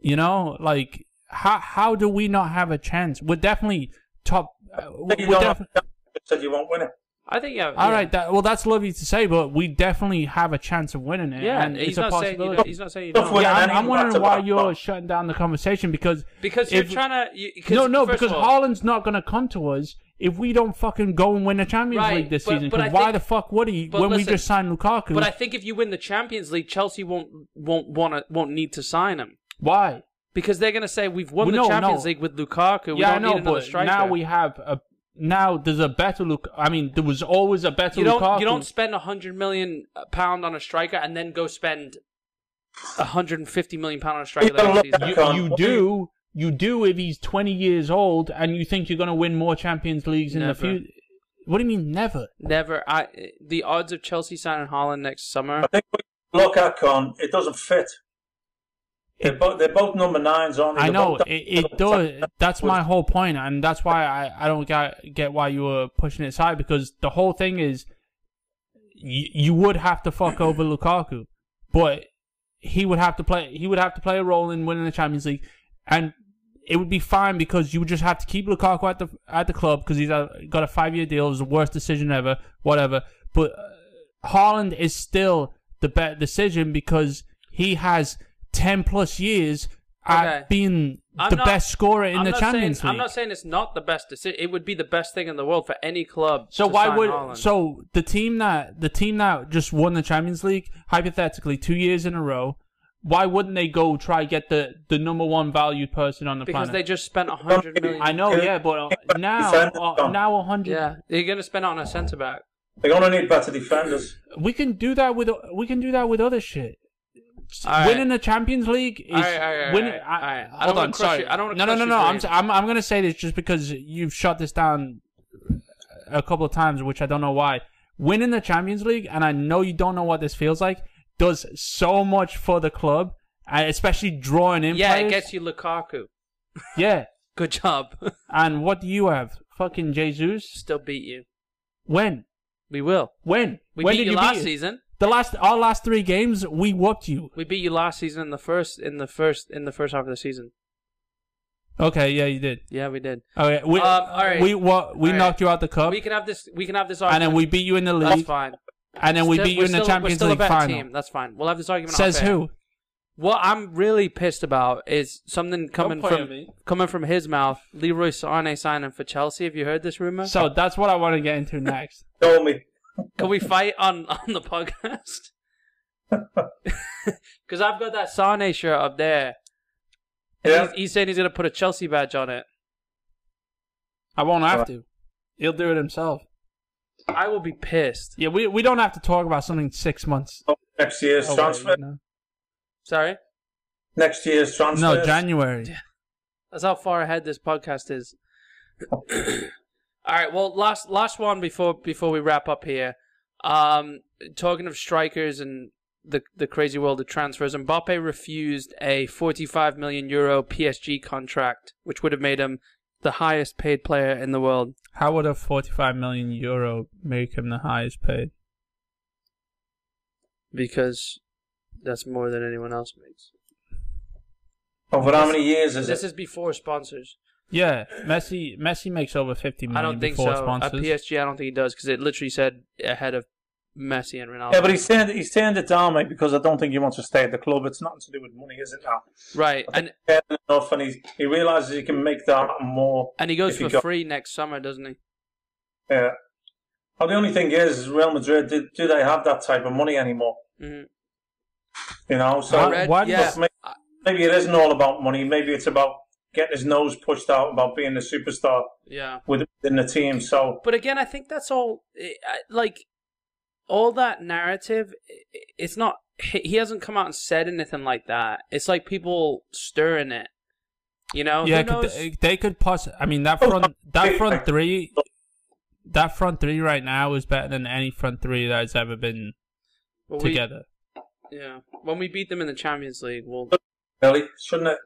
[SPEAKER 3] You know, like how how do we not have a chance? We're definitely top. Uh, we're
[SPEAKER 2] Said you don't
[SPEAKER 3] def-
[SPEAKER 2] have to- said you won't win it.
[SPEAKER 1] I think yeah.
[SPEAKER 3] all
[SPEAKER 1] yeah.
[SPEAKER 3] right, that, well that's lovely to say, but we definitely have a chance of winning it.
[SPEAKER 1] Yeah,
[SPEAKER 3] and
[SPEAKER 1] he's
[SPEAKER 3] it's a
[SPEAKER 1] not saying you
[SPEAKER 3] possibility.
[SPEAKER 1] don't, he's not saying you
[SPEAKER 2] Tough
[SPEAKER 1] don't.
[SPEAKER 2] one.
[SPEAKER 3] yeah, I'm,
[SPEAKER 2] Winning
[SPEAKER 3] I'm wondering why
[SPEAKER 2] back-to-back,
[SPEAKER 3] you're
[SPEAKER 2] but-
[SPEAKER 3] shutting down the conversation because
[SPEAKER 1] because
[SPEAKER 3] if-
[SPEAKER 1] you're trying to. You, 'cause
[SPEAKER 3] no, no,
[SPEAKER 1] first
[SPEAKER 3] because
[SPEAKER 1] of all,
[SPEAKER 3] Haaland's not going to come to us if we don't fucking go and win the Champions
[SPEAKER 1] Right,
[SPEAKER 3] League this
[SPEAKER 1] but-
[SPEAKER 3] season.
[SPEAKER 1] but I
[SPEAKER 3] Because why
[SPEAKER 1] think-
[SPEAKER 3] the fuck would he
[SPEAKER 1] but
[SPEAKER 3] when we
[SPEAKER 1] listen,
[SPEAKER 3] just signed Lukaku?
[SPEAKER 1] But I think if you win the Champions League, Chelsea won't won't want to won't need to sign him
[SPEAKER 3] why?
[SPEAKER 1] because they're going to say we've won
[SPEAKER 3] Well,
[SPEAKER 1] the
[SPEAKER 3] no,
[SPEAKER 1] Champions
[SPEAKER 3] no.
[SPEAKER 1] League with Lukaku. We
[SPEAKER 3] yeah, I
[SPEAKER 1] don't
[SPEAKER 3] know,
[SPEAKER 1] need another
[SPEAKER 3] but
[SPEAKER 1] striker.
[SPEAKER 3] now we have a now there's a better look. I mean, there was always a better
[SPEAKER 1] you don't
[SPEAKER 3] Lukaku.
[SPEAKER 1] you don't spend a hundred million uh, pound on a striker and then go spend a hundred and fifty million pound on a striker.
[SPEAKER 2] You gotta
[SPEAKER 1] that
[SPEAKER 2] look
[SPEAKER 1] season.
[SPEAKER 2] at-
[SPEAKER 3] you,
[SPEAKER 2] Can't-
[SPEAKER 3] you do you do if he's 20 years old and you think you're going to win more Champions Leagues in the
[SPEAKER 1] Never.
[SPEAKER 3] future. What do you mean never?
[SPEAKER 1] Never. I the odds of Chelsea signing Holland next summer.
[SPEAKER 2] I think we look at Con, it doesn't fit. They're, bo- they're both number nines, aren't they?
[SPEAKER 3] I
[SPEAKER 2] They're
[SPEAKER 3] know
[SPEAKER 2] both-
[SPEAKER 3] it, it does. That's my whole point, and that's why I, I don't get get why you were pushing it aside because the whole thing is you, you would have to fuck over Lukaku, but he would have to play he would have to play a role in winning the Champions League, and it would be fine because you would just have to keep Lukaku at the at the club because he's uh, got a five year deal. It was the worst decision ever, whatever. But uh, Haaland is still the better decision because he has ten plus years at
[SPEAKER 1] Okay.
[SPEAKER 3] being
[SPEAKER 1] I'm
[SPEAKER 3] the
[SPEAKER 1] not-
[SPEAKER 3] best scorer in
[SPEAKER 1] I'm
[SPEAKER 3] the
[SPEAKER 1] not
[SPEAKER 3] Champions
[SPEAKER 1] saying,
[SPEAKER 3] League.
[SPEAKER 1] I'm not saying it's not the best decision. It would be the best thing in the world for any club.
[SPEAKER 3] So
[SPEAKER 1] to
[SPEAKER 3] why
[SPEAKER 1] sign
[SPEAKER 3] would
[SPEAKER 1] Haaland.
[SPEAKER 3] so the team that the team that just won the Champions League hypothetically two years in a row? Why wouldn't they go try get the the number one valued person on the
[SPEAKER 1] because they
[SPEAKER 3] planet?
[SPEAKER 1] just spent a hundred million.
[SPEAKER 3] I know, yeah, but uh, now uh, now a hundred.
[SPEAKER 1] Yeah, you're gonna spend it on a centre back.
[SPEAKER 2] They're going to need better defenders.
[SPEAKER 3] We can do that with we can do that with other shit.
[SPEAKER 1] All right.
[SPEAKER 3] Winning the Champions League is
[SPEAKER 1] All right, all right, all
[SPEAKER 3] winning.
[SPEAKER 1] right,
[SPEAKER 3] I,
[SPEAKER 1] all right. I
[SPEAKER 3] hold
[SPEAKER 1] don't wanna
[SPEAKER 3] on,
[SPEAKER 1] crush
[SPEAKER 3] sorry.
[SPEAKER 1] you- I don't wanna
[SPEAKER 3] no, no,
[SPEAKER 1] crush
[SPEAKER 3] no,
[SPEAKER 1] you,
[SPEAKER 3] no. I'm,
[SPEAKER 1] Graham.
[SPEAKER 3] I'm I'm gonna say this just because you've shut this down a couple of times, which I don't know why. Winning the Champions League, and I know you don't know what this feels like, does so much for the club, and especially drawing in.
[SPEAKER 1] Yeah,
[SPEAKER 3] players.
[SPEAKER 1] it gets you Lukaku.
[SPEAKER 3] Yeah,
[SPEAKER 1] Good job.
[SPEAKER 3] and what do you have? Fucking Jesus.
[SPEAKER 1] Still beat you.
[SPEAKER 3] When?
[SPEAKER 1] We will.
[SPEAKER 3] When?
[SPEAKER 1] We
[SPEAKER 3] when
[SPEAKER 1] beat
[SPEAKER 3] did
[SPEAKER 1] you
[SPEAKER 3] you
[SPEAKER 1] last
[SPEAKER 3] beat-
[SPEAKER 1] season.
[SPEAKER 3] The last our last three games, we whooped you.
[SPEAKER 1] We beat you last season in the first in the first in the first half of the season.
[SPEAKER 3] Okay, yeah, you did.
[SPEAKER 1] Yeah, we did.
[SPEAKER 3] All right, we,
[SPEAKER 1] Um, all right.
[SPEAKER 3] we what we
[SPEAKER 1] All right.
[SPEAKER 3] knocked you out the cup,
[SPEAKER 1] We can have this. We can have this
[SPEAKER 3] and
[SPEAKER 1] argument.
[SPEAKER 3] then we beat you in the
[SPEAKER 1] That's
[SPEAKER 3] league,
[SPEAKER 1] fine.
[SPEAKER 3] and then we
[SPEAKER 1] Still-
[SPEAKER 3] beat you
[SPEAKER 1] we're
[SPEAKER 3] in the
[SPEAKER 1] still-
[SPEAKER 3] Champions
[SPEAKER 1] we're still
[SPEAKER 3] League
[SPEAKER 1] a better
[SPEAKER 3] final.
[SPEAKER 1] Team. That's fine. We'll have this argument.
[SPEAKER 3] Says
[SPEAKER 1] off air.
[SPEAKER 3] who?
[SPEAKER 1] What I'm really pissed about is something coming
[SPEAKER 3] point at
[SPEAKER 1] from
[SPEAKER 3] me.
[SPEAKER 1] coming from his mouth. Leroy Sané signing for Chelsea. Have you heard this rumor?
[SPEAKER 3] So that's what I want to get into next.
[SPEAKER 2] Told me.
[SPEAKER 1] Can we fight on on the podcast? Because I've got that Sane shirt up there. And
[SPEAKER 2] Yeah.
[SPEAKER 1] he's, he's saying he's going to put a Chelsea badge on it.
[SPEAKER 3] I won't have to. He'll do it himself.
[SPEAKER 1] I will be pissed.
[SPEAKER 3] Yeah, we we don't have to talk about something six months.
[SPEAKER 2] Next year's
[SPEAKER 3] away,
[SPEAKER 2] transfer.
[SPEAKER 3] you know?
[SPEAKER 1] Sorry,
[SPEAKER 2] Next year's transfer.
[SPEAKER 3] No, January.
[SPEAKER 1] that's how far ahead this podcast is. All right. Well, last last one before before we wrap up here. Um, talking of strikers and the the crazy world of transfers, Mbappe refused a 45 million euro PSG contract, which would have made him the highest paid player in the world.
[SPEAKER 3] How would a forty-five million euro make him the highest paid?
[SPEAKER 1] because that's more than anyone else makes.
[SPEAKER 2] Over how many years is
[SPEAKER 1] This
[SPEAKER 2] it?
[SPEAKER 1] is before sponsors.
[SPEAKER 3] Yeah, Messi. Messi makes over fifty
[SPEAKER 1] I
[SPEAKER 3] million
[SPEAKER 1] don't think so.
[SPEAKER 3] before
[SPEAKER 1] At
[SPEAKER 3] sponsors.
[SPEAKER 1] PSG, I don't think he does because it literally said ahead of Messi and Ronaldo.
[SPEAKER 2] Yeah, but he's turned he's turned it down, mate, because I don't think he wants to stay at the club. It's nothing to do with money, is it? Now
[SPEAKER 1] right, and
[SPEAKER 2] Fair enough, and he's, he realizes he can make that more.
[SPEAKER 1] and he goes
[SPEAKER 2] if he
[SPEAKER 1] for
[SPEAKER 2] got-
[SPEAKER 1] free next summer, doesn't he?
[SPEAKER 2] Yeah. Well, Uh, the only thing is, Real Madrid do, do they have that type of money anymore?
[SPEAKER 1] hmm
[SPEAKER 2] You know, so
[SPEAKER 1] I read,
[SPEAKER 3] why-
[SPEAKER 1] yeah,
[SPEAKER 2] may- maybe it isn't all about money. Maybe it's about getting his nose pushed out, about being the superstar
[SPEAKER 1] yeah.
[SPEAKER 2] within the team. So
[SPEAKER 1] But again, I think that's all. I- I- Like all that narrative, i- i- it's not. He he hasn't come out and said anything like that. It's like people stirring it. You know?
[SPEAKER 3] yeah,
[SPEAKER 1] Oh, Who
[SPEAKER 3] could
[SPEAKER 1] knows?
[SPEAKER 3] they, they could possibly. I mean, that
[SPEAKER 2] Oh,
[SPEAKER 3] front that
[SPEAKER 2] okay.
[SPEAKER 3] front three, that front three right now is better than any front three that has ever been
[SPEAKER 1] But we-
[SPEAKER 3] together.
[SPEAKER 1] yeah. When we beat them in the Champions League, we'll.
[SPEAKER 2] really, shouldn't it?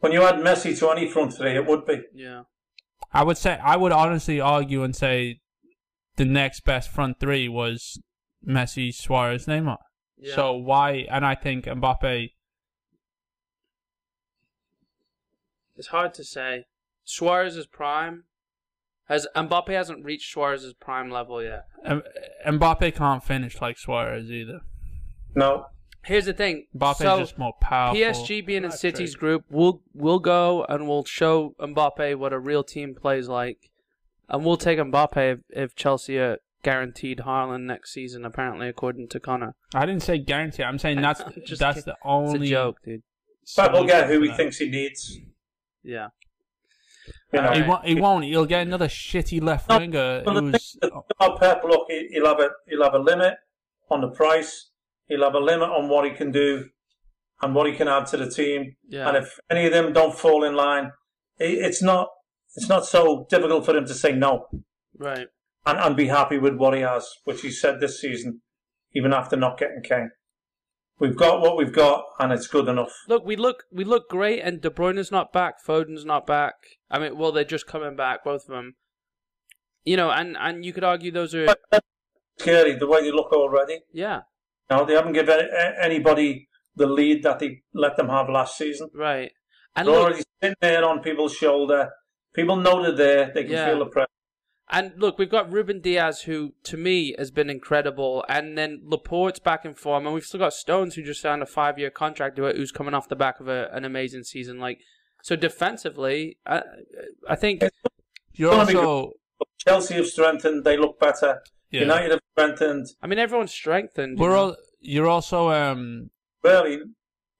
[SPEAKER 2] When you add Messi to any front three, it would be.
[SPEAKER 1] Yeah.
[SPEAKER 3] I would say I would honestly argue and say the next best front three was Messi, Suarez, Neymar.
[SPEAKER 1] yeah.
[SPEAKER 3] So why? And I think Mbappe.
[SPEAKER 1] It's hard to say. Suarez is prime. Has Mbappe hasn't reached Suarez's prime level yet.
[SPEAKER 3] M- Mbappe can't finish like Suarez either.
[SPEAKER 2] No,
[SPEAKER 1] Here's the thing.
[SPEAKER 3] Mbappe's
[SPEAKER 1] so
[SPEAKER 3] just more powerful.
[SPEAKER 1] PSG being in
[SPEAKER 3] That's
[SPEAKER 1] City's
[SPEAKER 3] true.
[SPEAKER 1] group, we'll we'll go and we'll show Mbappe what a real team plays like, and we'll take Mbappe if, if Chelsea are guaranteed Haaland next season. Apparently, according to Connor,
[SPEAKER 3] I didn't say guarantee. I'm saying that's
[SPEAKER 1] I'm just
[SPEAKER 3] that's the only
[SPEAKER 1] it's a joke, dude.
[SPEAKER 2] but we'll get who he
[SPEAKER 3] solution for that.
[SPEAKER 2] thinks he needs.
[SPEAKER 1] Yeah,
[SPEAKER 2] You know,
[SPEAKER 1] All
[SPEAKER 3] He
[SPEAKER 1] right.
[SPEAKER 3] won't. He won't. He'll get another shitty left
[SPEAKER 2] No,
[SPEAKER 3] winger
[SPEAKER 2] Well, the
[SPEAKER 3] who's
[SPEAKER 2] thing is, about Pep, look, he- he'll have a he'll have a limit on the price. He'll have a limit on what he can do and what he can add to the team.
[SPEAKER 1] Yeah.
[SPEAKER 2] And if any of them don't fall in line, i- it's not it's not so difficult for him to say no
[SPEAKER 1] right.
[SPEAKER 2] and, and be happy with what he has, which he said this season, even after not getting Kane. We've got what we've got, and it's good enough.
[SPEAKER 1] Look, we look we look great, and De Bruyne's not back. Foden's not back. I mean, well, they're just coming back, both of them. You know, and and you could argue those are
[SPEAKER 2] But that's scary the way they look already.
[SPEAKER 1] yeah,
[SPEAKER 2] No, they haven't given a- anybody the lead that they let them have last season.
[SPEAKER 1] right. And
[SPEAKER 2] They're
[SPEAKER 1] look,
[SPEAKER 2] already sitting there on people's shoulder. People know they're there. They can
[SPEAKER 1] Yeah.
[SPEAKER 2] feel the pressure.
[SPEAKER 1] And look, we've got Ruben Diaz, who to me has been incredible, and then Laporte's back in form, and we've still got Stones, who just signed a five-year contract, who- who's coming off the back of a, an amazing season. Like, so defensively, I, I think
[SPEAKER 3] you're
[SPEAKER 2] gonna be
[SPEAKER 3] also
[SPEAKER 2] Chelsea have strengthened. They look better.
[SPEAKER 3] yeah.
[SPEAKER 2] United have strengthened.
[SPEAKER 1] I mean everyone's strengthened.
[SPEAKER 3] We're all. You're also um.
[SPEAKER 2] Really,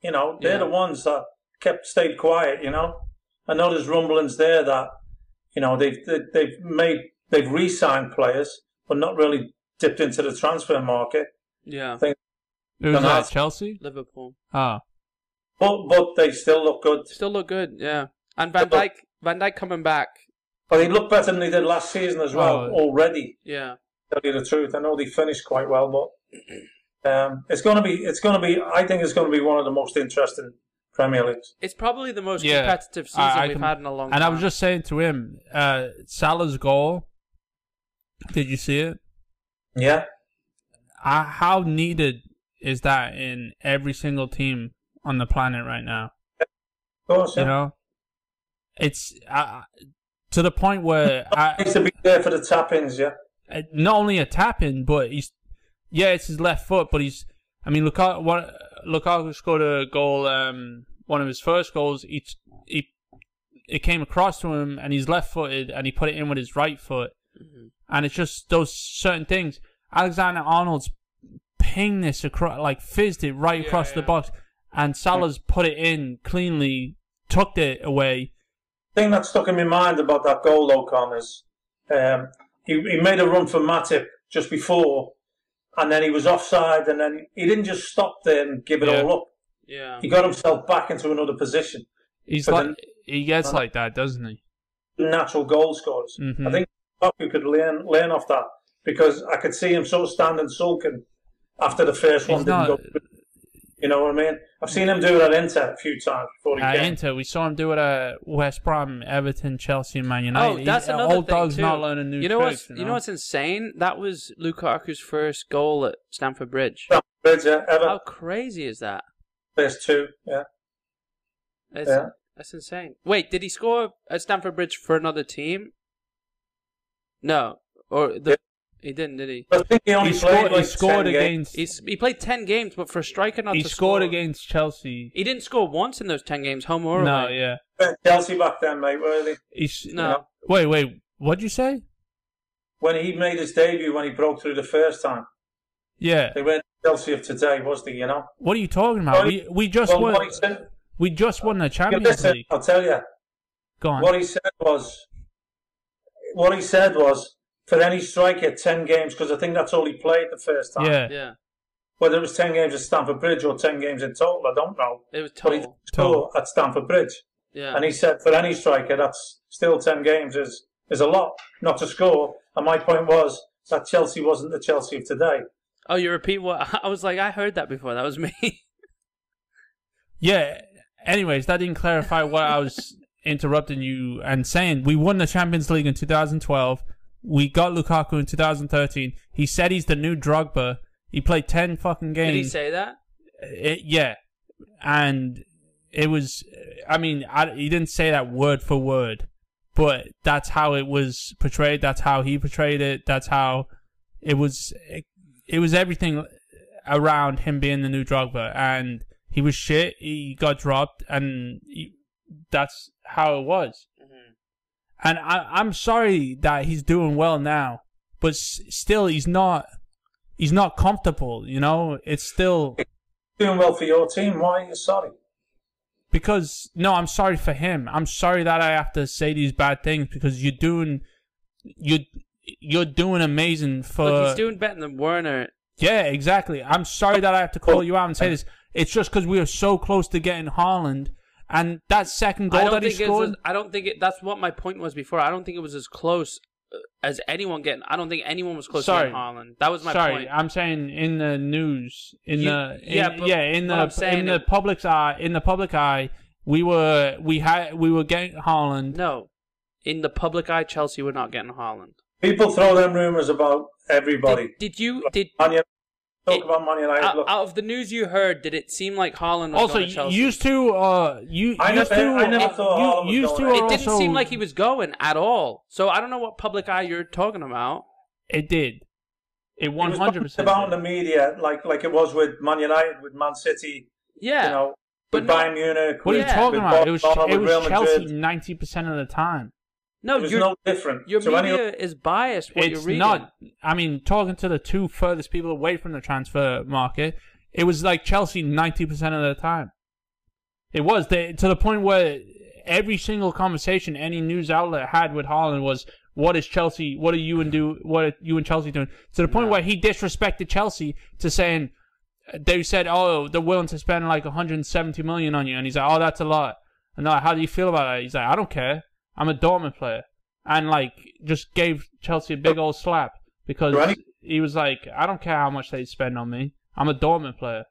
[SPEAKER 2] you know, they're
[SPEAKER 1] Yeah.
[SPEAKER 2] the ones that kept stayed quiet. You know, I know there's rumblings there that you know they've they- they've made they've re-signed players, but not really dipped into the transfer market.
[SPEAKER 1] yeah,
[SPEAKER 3] Who's
[SPEAKER 2] Don't
[SPEAKER 3] that?
[SPEAKER 2] ask.
[SPEAKER 3] Chelsea.
[SPEAKER 1] Liverpool
[SPEAKER 3] Ah,
[SPEAKER 2] But but they still look good.
[SPEAKER 1] still look good. Yeah, and Van Dijk, Van Dijk coming back.
[SPEAKER 2] But they look better than they did last season as well
[SPEAKER 3] Oh.
[SPEAKER 2] already.
[SPEAKER 1] Yeah,
[SPEAKER 2] tell you the truth. I know they finished quite well, but um, it's going to be it's going to be. I think it's going to be one of the most interesting Premier Leagues.
[SPEAKER 1] it's probably the most
[SPEAKER 3] Yeah.
[SPEAKER 1] competitive season
[SPEAKER 3] I- I
[SPEAKER 1] we've
[SPEAKER 3] can-
[SPEAKER 1] had in a long
[SPEAKER 3] and
[SPEAKER 1] time.
[SPEAKER 3] I was just saying to him, uh, Salah's goal. Did you see it?
[SPEAKER 2] Yeah,
[SPEAKER 3] Uh, how needed is that in every single team on the planet right now?
[SPEAKER 2] of course.
[SPEAKER 3] You
[SPEAKER 2] Yeah.
[SPEAKER 3] know, it's uh, to the point where I,
[SPEAKER 2] Needs to be there for the tap-ins. Yeah,
[SPEAKER 3] uh, not only a tap in, but he's yeah, it's his left foot, but he's I mean Lukaku one, Lukaku scored a goal, um, one of his first goals. He he it came across to him, and he's left footed, and he put it in with his right foot, and it's just those certain things. Alexander Arnold's pinged this across, like fizzed it right
[SPEAKER 1] Yeah,
[SPEAKER 3] across the
[SPEAKER 1] yeah.
[SPEAKER 3] box, and Salah's put it in cleanly, tucked it away.
[SPEAKER 2] thing that stuck in my mind about that goal though, Con, is um, he, he made a run for Matip just before, and then he was offside, and then he didn't just stop there and give it
[SPEAKER 3] Yeah.
[SPEAKER 2] all up.
[SPEAKER 1] yeah,
[SPEAKER 2] He got himself back into another position.
[SPEAKER 3] He's
[SPEAKER 2] But
[SPEAKER 3] like
[SPEAKER 2] then-
[SPEAKER 3] he gets like that, doesn't he?
[SPEAKER 2] natural goal scorers.
[SPEAKER 3] Mhm.
[SPEAKER 2] I think Lukaku could learn learn off that because I could see him sort of standing sulking after the first one
[SPEAKER 3] He's
[SPEAKER 2] didn't
[SPEAKER 3] not-
[SPEAKER 2] go. through. You know what I mean? I've seen him do it at Inter a few times before he
[SPEAKER 3] at
[SPEAKER 2] came.
[SPEAKER 3] Inter. We saw him do it at West Brom, Everton, Chelsea, and Man United.
[SPEAKER 1] Oh, that's
[SPEAKER 3] He- uh,
[SPEAKER 1] another
[SPEAKER 3] old
[SPEAKER 1] thing
[SPEAKER 3] dogs
[SPEAKER 1] too.
[SPEAKER 3] not learning new
[SPEAKER 1] you know
[SPEAKER 3] tricks.
[SPEAKER 1] what's you know what's insane? That was Lukaku's first goal at Stamford Bridge.
[SPEAKER 2] Yeah, Bridge, yeah, ever
[SPEAKER 1] How crazy is that?
[SPEAKER 2] first two, yeah,
[SPEAKER 1] It's
[SPEAKER 2] yeah.
[SPEAKER 1] That's insane. Wait, did he score at Stamford Bridge for another team? No, or the he didn't, did he?
[SPEAKER 2] I think he only
[SPEAKER 3] He
[SPEAKER 2] played
[SPEAKER 3] scored, he
[SPEAKER 2] like 10
[SPEAKER 3] scored
[SPEAKER 2] games.
[SPEAKER 3] against.
[SPEAKER 1] He's, he played ten games, but for a striker not
[SPEAKER 3] He
[SPEAKER 1] to
[SPEAKER 3] scored
[SPEAKER 1] score,
[SPEAKER 3] against Chelsea.
[SPEAKER 1] He didn't score once in those ten games, home or
[SPEAKER 3] No,
[SPEAKER 1] away.
[SPEAKER 3] yeah.
[SPEAKER 2] Chelsea back then, mate, were they?
[SPEAKER 3] He's,
[SPEAKER 1] No.
[SPEAKER 2] Yeah.
[SPEAKER 3] Wait, wait. What'd you say?
[SPEAKER 2] When he made his debut, when he broke through the first time,
[SPEAKER 3] Yeah.
[SPEAKER 2] they weren't Chelsea of today, was they? You know.
[SPEAKER 3] What are you talking about?
[SPEAKER 2] Well,
[SPEAKER 3] We we just
[SPEAKER 2] Well,
[SPEAKER 3] won.
[SPEAKER 2] what he said,
[SPEAKER 3] We just won the
[SPEAKER 2] Yeah,
[SPEAKER 3] Champions
[SPEAKER 2] listen,
[SPEAKER 3] League.
[SPEAKER 2] I'll tell you.
[SPEAKER 3] Go on.
[SPEAKER 2] What he said was, what he said was, for any striker, ten games, because I think that's all he played the first time.
[SPEAKER 3] yeah.
[SPEAKER 1] yeah,
[SPEAKER 2] Whether it was ten games at Stamford Bridge or ten games in total, I don't know.
[SPEAKER 1] it was
[SPEAKER 2] But he
[SPEAKER 1] total.
[SPEAKER 2] scored at Stamford Bridge,
[SPEAKER 1] Yeah,
[SPEAKER 2] and he said for any striker, that's still ten games is is a lot not to score. And my point was that Chelsea wasn't the Chelsea of today.
[SPEAKER 1] oh, you repeat what I was like. I heard that before. That was me.
[SPEAKER 3] Yeah. Anyways, that didn't clarify what I was interrupting you and saying. We won the Champions League in 2012. We got Lukaku in 2013. He said he's the new Drogba. He played 10 fucking games.
[SPEAKER 1] Did he say that?
[SPEAKER 3] It, yeah. And it was, I mean, I, he didn't say that word for word, but that's how it was portrayed. That's how he portrayed it. That's how it was, it, it was everything around him being the new Drogba. And he was shit. He got dropped. And he, that's how it was. And I, I'm sorry that he's doing well now, but s- still, he's not. He's not comfortable, you know. It's still
[SPEAKER 2] Doing well for your team, why are you sorry?
[SPEAKER 3] because no, I'm sorry for him. I'm sorry that I have to say these bad things because you're doing you you're doing amazing for
[SPEAKER 1] Look, he's doing better than Werner.
[SPEAKER 3] yeah, exactly. I'm sorry that I have to call you out and
[SPEAKER 1] Oh.
[SPEAKER 3] say this. It's just because we are so close to getting Haaland and that second
[SPEAKER 1] I
[SPEAKER 3] goal
[SPEAKER 1] don't
[SPEAKER 3] that he
[SPEAKER 1] think it's.
[SPEAKER 3] scored.
[SPEAKER 1] As, I don't think it. That's what my point was before. I don't think it was as close uh, as anyone getting. I don't think anyone was close
[SPEAKER 3] Sorry.
[SPEAKER 1] to Holland. That was my
[SPEAKER 3] sorry,
[SPEAKER 1] point.
[SPEAKER 3] I'm saying in the news, in
[SPEAKER 1] You-
[SPEAKER 3] the in,
[SPEAKER 1] yeah,
[SPEAKER 3] yeah,
[SPEAKER 1] but
[SPEAKER 3] in
[SPEAKER 1] what
[SPEAKER 3] the
[SPEAKER 1] I'm saying
[SPEAKER 3] in the
[SPEAKER 1] is-
[SPEAKER 3] public's eye, in the public eye, we were we had we were getting Haaland.
[SPEAKER 1] no, in the public eye, Chelsea were not getting Holland.
[SPEAKER 2] People throw them rumours about everybody.
[SPEAKER 1] Did, did you? Did
[SPEAKER 2] Man United, talk
[SPEAKER 1] It-
[SPEAKER 2] about Man United.
[SPEAKER 1] out,
[SPEAKER 2] look,
[SPEAKER 1] out of the news you heard, did it seem like Holland was
[SPEAKER 3] Also,
[SPEAKER 1] going to
[SPEAKER 3] you
[SPEAKER 1] Chelsea?
[SPEAKER 3] used to uh you
[SPEAKER 2] I
[SPEAKER 3] used
[SPEAKER 2] never-
[SPEAKER 3] to
[SPEAKER 2] I never
[SPEAKER 3] uh,
[SPEAKER 2] thought
[SPEAKER 3] you-
[SPEAKER 2] Haaland was
[SPEAKER 3] used to
[SPEAKER 2] going.
[SPEAKER 3] are
[SPEAKER 1] it
[SPEAKER 3] also,
[SPEAKER 1] didn't seem like he was going at all. So I don't know what public eye you're talking about.
[SPEAKER 3] It did. It
[SPEAKER 2] it
[SPEAKER 3] one
[SPEAKER 2] was
[SPEAKER 3] hundred
[SPEAKER 2] talked
[SPEAKER 3] percent.
[SPEAKER 2] about in the media, like like it was with Man United, with Man City,
[SPEAKER 1] Yeah,
[SPEAKER 2] you know,
[SPEAKER 1] but
[SPEAKER 2] with
[SPEAKER 1] no-
[SPEAKER 2] Bayern Munich.
[SPEAKER 3] What are you
[SPEAKER 1] Yeah.
[SPEAKER 3] talking
[SPEAKER 2] with
[SPEAKER 3] about? It was
[SPEAKER 2] Barcelona,
[SPEAKER 3] it
[SPEAKER 2] with Real
[SPEAKER 3] was Chelsea
[SPEAKER 2] Madrid.
[SPEAKER 3] ninety percent of the time.
[SPEAKER 1] no,
[SPEAKER 2] It was
[SPEAKER 1] your
[SPEAKER 2] no different.
[SPEAKER 1] your
[SPEAKER 2] So anyone-
[SPEAKER 1] media is biased. What you're
[SPEAKER 3] it's
[SPEAKER 1] reading,
[SPEAKER 3] not. I mean, talking to the two furthest people away from the transfer market, it was like Chelsea ninety percent of the time. It was they, to the point where every single conversation any news outlet had with Haaland was, "What is Chelsea? What are you and do? What are you and Chelsea doing?" To the point
[SPEAKER 1] No.
[SPEAKER 3] where he disrespected Chelsea to saying they said, "Oh, they're willing to spend like 170 million on you," and he's like, "Oh, that's a lot." And they're like, "How do you feel about that?" He's like, "I don't care. I'm a Dortmund player," and like just gave Chelsea a big old slap because
[SPEAKER 2] Right.
[SPEAKER 3] he was like, "I don't care how much they spend on me. I'm a Dortmund player."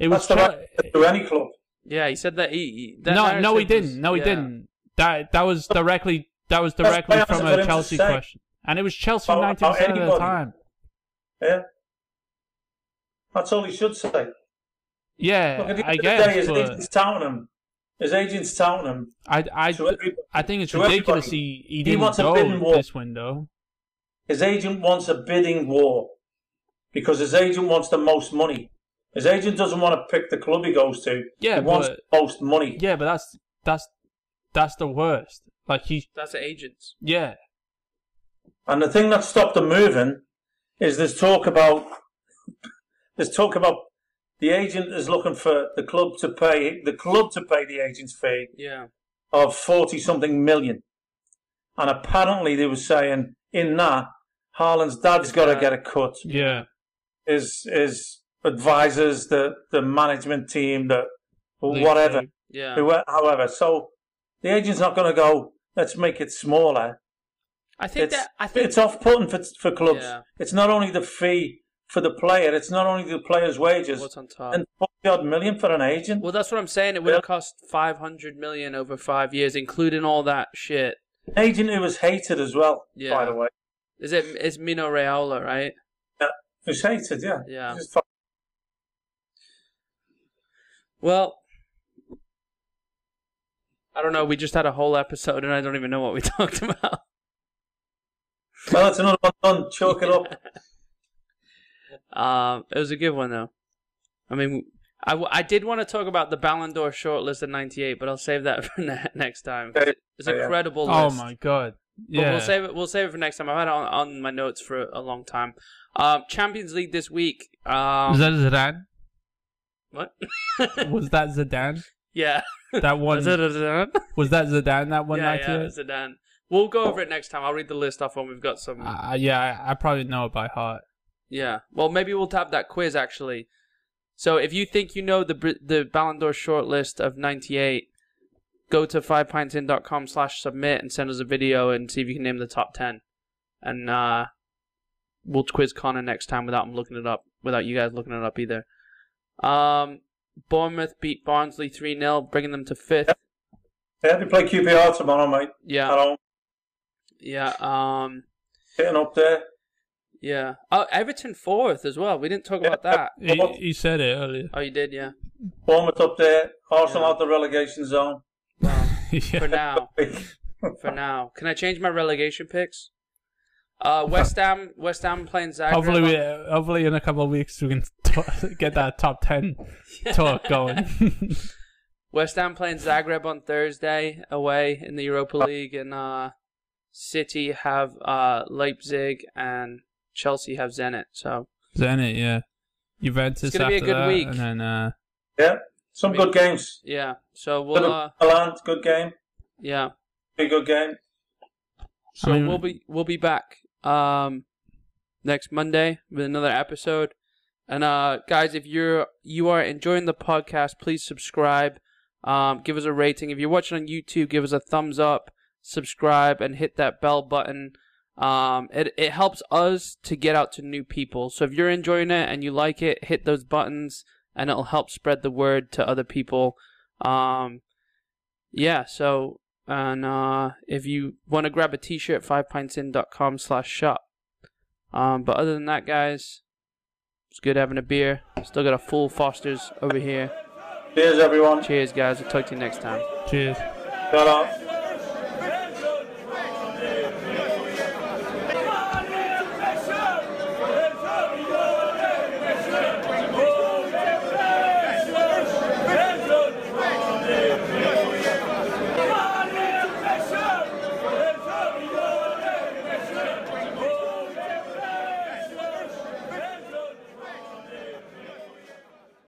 [SPEAKER 3] It was
[SPEAKER 2] that's the right
[SPEAKER 3] Chel-
[SPEAKER 2] to any club.
[SPEAKER 1] Yeah, he said that he. he that
[SPEAKER 3] no, no, he
[SPEAKER 1] narrative was-
[SPEAKER 3] didn't. No, he
[SPEAKER 1] yeah.
[SPEAKER 3] didn't. That that was directly that was
[SPEAKER 2] That's
[SPEAKER 3] directly
[SPEAKER 2] why I
[SPEAKER 3] from
[SPEAKER 2] was about
[SPEAKER 3] a
[SPEAKER 2] to
[SPEAKER 3] Chelsea
[SPEAKER 2] say.
[SPEAKER 3] question, and it was Chelsea
[SPEAKER 2] About-
[SPEAKER 3] ninety
[SPEAKER 2] about
[SPEAKER 3] percent of the
[SPEAKER 2] anybody.
[SPEAKER 3] time.
[SPEAKER 2] Yeah, that's all he should say. Look, at
[SPEAKER 3] Yeah,
[SPEAKER 2] the
[SPEAKER 3] I
[SPEAKER 2] end of the day,
[SPEAKER 3] guess,
[SPEAKER 2] his
[SPEAKER 3] but
[SPEAKER 2] agent's touting him. His agent's touting him.
[SPEAKER 3] I
[SPEAKER 2] to
[SPEAKER 3] I
[SPEAKER 2] everybody-
[SPEAKER 3] I think it's
[SPEAKER 2] to
[SPEAKER 3] ridiculous
[SPEAKER 2] everybody.
[SPEAKER 3] he, he
[SPEAKER 2] He
[SPEAKER 3] didn't
[SPEAKER 2] wants a bidding
[SPEAKER 3] go
[SPEAKER 2] war.
[SPEAKER 3] this window.
[SPEAKER 2] His agent wants a bidding war because his agent wants the most money. His agent doesn't want to pick the club he goes to.
[SPEAKER 3] Yeah,
[SPEAKER 2] he wants
[SPEAKER 3] but-
[SPEAKER 2] the most money.
[SPEAKER 3] Yeah, but that's that's that's the worst. Like he,
[SPEAKER 1] That's the agents.
[SPEAKER 3] yeah,
[SPEAKER 2] And the thing that stopped them moving is there's talk about there's talk about the agent is looking for the club to pay the club to pay the agent's fee
[SPEAKER 1] Yeah,
[SPEAKER 2] of forty something million. And apparently they were saying in that Haaland's dad's got to get a cut.
[SPEAKER 3] yeah,
[SPEAKER 2] His his advisors, the the management team, the
[SPEAKER 3] League
[SPEAKER 2] whatever,
[SPEAKER 3] team.
[SPEAKER 1] yeah.
[SPEAKER 2] whoever, however. So the agent's not going to go. Let's make it smaller.
[SPEAKER 1] I think
[SPEAKER 2] it's,
[SPEAKER 1] that I think
[SPEAKER 2] it's off-putting for for clubs.
[SPEAKER 1] Yeah.
[SPEAKER 2] It's not only the fee for the player; it's not only the player's wages.
[SPEAKER 1] what's on top.
[SPEAKER 2] And forty odd million for an agent.
[SPEAKER 1] well, that's what I'm saying. It would have cost 500 million over five years, including all that shit.
[SPEAKER 2] An agent who was hated as well.
[SPEAKER 1] Yeah.
[SPEAKER 2] By the way,
[SPEAKER 1] Is it? It's Mino Raiola, right?
[SPEAKER 2] who's hated? Yeah.
[SPEAKER 1] Yeah.
[SPEAKER 2] Just fuck-
[SPEAKER 1] Well, I don't know. We just had a whole episode, and I don't even know what we talked about.
[SPEAKER 2] Well, it's another one done. Chalk it up.
[SPEAKER 1] Um, it was a good one though. I mean, I, w- I did want to talk about the Ballon d'Or shortlist in '98, but I'll save that for ne- next time. 'cause it- It's
[SPEAKER 2] Yeah.
[SPEAKER 1] a credible
[SPEAKER 4] Oh
[SPEAKER 1] list.
[SPEAKER 4] my god.
[SPEAKER 1] But
[SPEAKER 4] Yeah.
[SPEAKER 1] we'll save it. We'll save it for next time. I've had it on, on my notes for a long time. Um, Champions League this week. Um,
[SPEAKER 4] was that Zidane?
[SPEAKER 1] what?
[SPEAKER 4] Was that Zidane?
[SPEAKER 1] yeah.
[SPEAKER 4] That one
[SPEAKER 1] Zidane.
[SPEAKER 4] was that Zidane that one
[SPEAKER 1] yeah,
[SPEAKER 4] night?
[SPEAKER 1] yeah, Zidane. We'll go over it next time. I'll read the list off when we've got some.
[SPEAKER 4] Uh, yeah, I, I probably know it by heart.
[SPEAKER 1] Yeah. Well, maybe we'll tap that quiz actually. So if you think you know the Br- the Ballon d'Or shortlist of '98, go to fivepintsin.com slash submit and send us a video and see if you can name the top ten, and uh, we'll quiz Connor next time without him looking it up, without you guys looking it up either. Um, Bournemouth beat Barnsley three 0 bringing them to fifth.
[SPEAKER 2] Yeah, they play QPR tomorrow, mate. I
[SPEAKER 1] Yeah,
[SPEAKER 2] don't
[SPEAKER 1] yeah, um,
[SPEAKER 2] getting up there.
[SPEAKER 1] yeah. Oh, Everton fourth as well. We didn't talk about that.
[SPEAKER 4] He, he said it earlier.
[SPEAKER 1] Oh, you did, yeah.
[SPEAKER 2] Bournemouth up there. Arsenal
[SPEAKER 1] Yeah.
[SPEAKER 2] out the relegation zone.
[SPEAKER 1] Well,
[SPEAKER 4] yeah.
[SPEAKER 1] for now. for now. Can I change my relegation picks? Uh, West Ham, West Ham playing Zagreb.
[SPEAKER 4] Hopefully, we, hopefully in a couple of weeks we can t- get that top ten talk going.
[SPEAKER 1] West Ham playing Zagreb on Thursday away in the Europa League, and uh, City have uh, Leipzig and Chelsea have Zenit. So
[SPEAKER 4] Zenit, yeah. Juventus.
[SPEAKER 1] It's gonna be a
[SPEAKER 4] after
[SPEAKER 1] good
[SPEAKER 4] that,
[SPEAKER 1] week.
[SPEAKER 4] And then, uh,
[SPEAKER 2] Yeah, some good games.
[SPEAKER 1] yeah, so we'll uh,
[SPEAKER 2] Well, Milan, good game.
[SPEAKER 1] yeah,
[SPEAKER 2] Be good game.
[SPEAKER 1] so
[SPEAKER 4] I mean-
[SPEAKER 1] we'll be we'll be back um, next Monday with another episode. And uh, guys, if you're you are enjoying the podcast, please subscribe. Um, give us a rating. If you're watching on YouTube, give us a thumbs up, subscribe, and hit that bell button. Um, it it helps us to get out to new people. So if you're enjoying it and you like it, hit those buttons, and it'll help spread the word to other people. Um, yeah. So and uh, if you want to grab a t-shirt, fivepintsin.com slash shop. Um, but other than that, guys, it's good having a beer. Still got a full Foster's over here.
[SPEAKER 2] Cheers, everyone.
[SPEAKER 1] Cheers, guys. We'll talk to you next time.
[SPEAKER 4] cheers.
[SPEAKER 2] Shout out.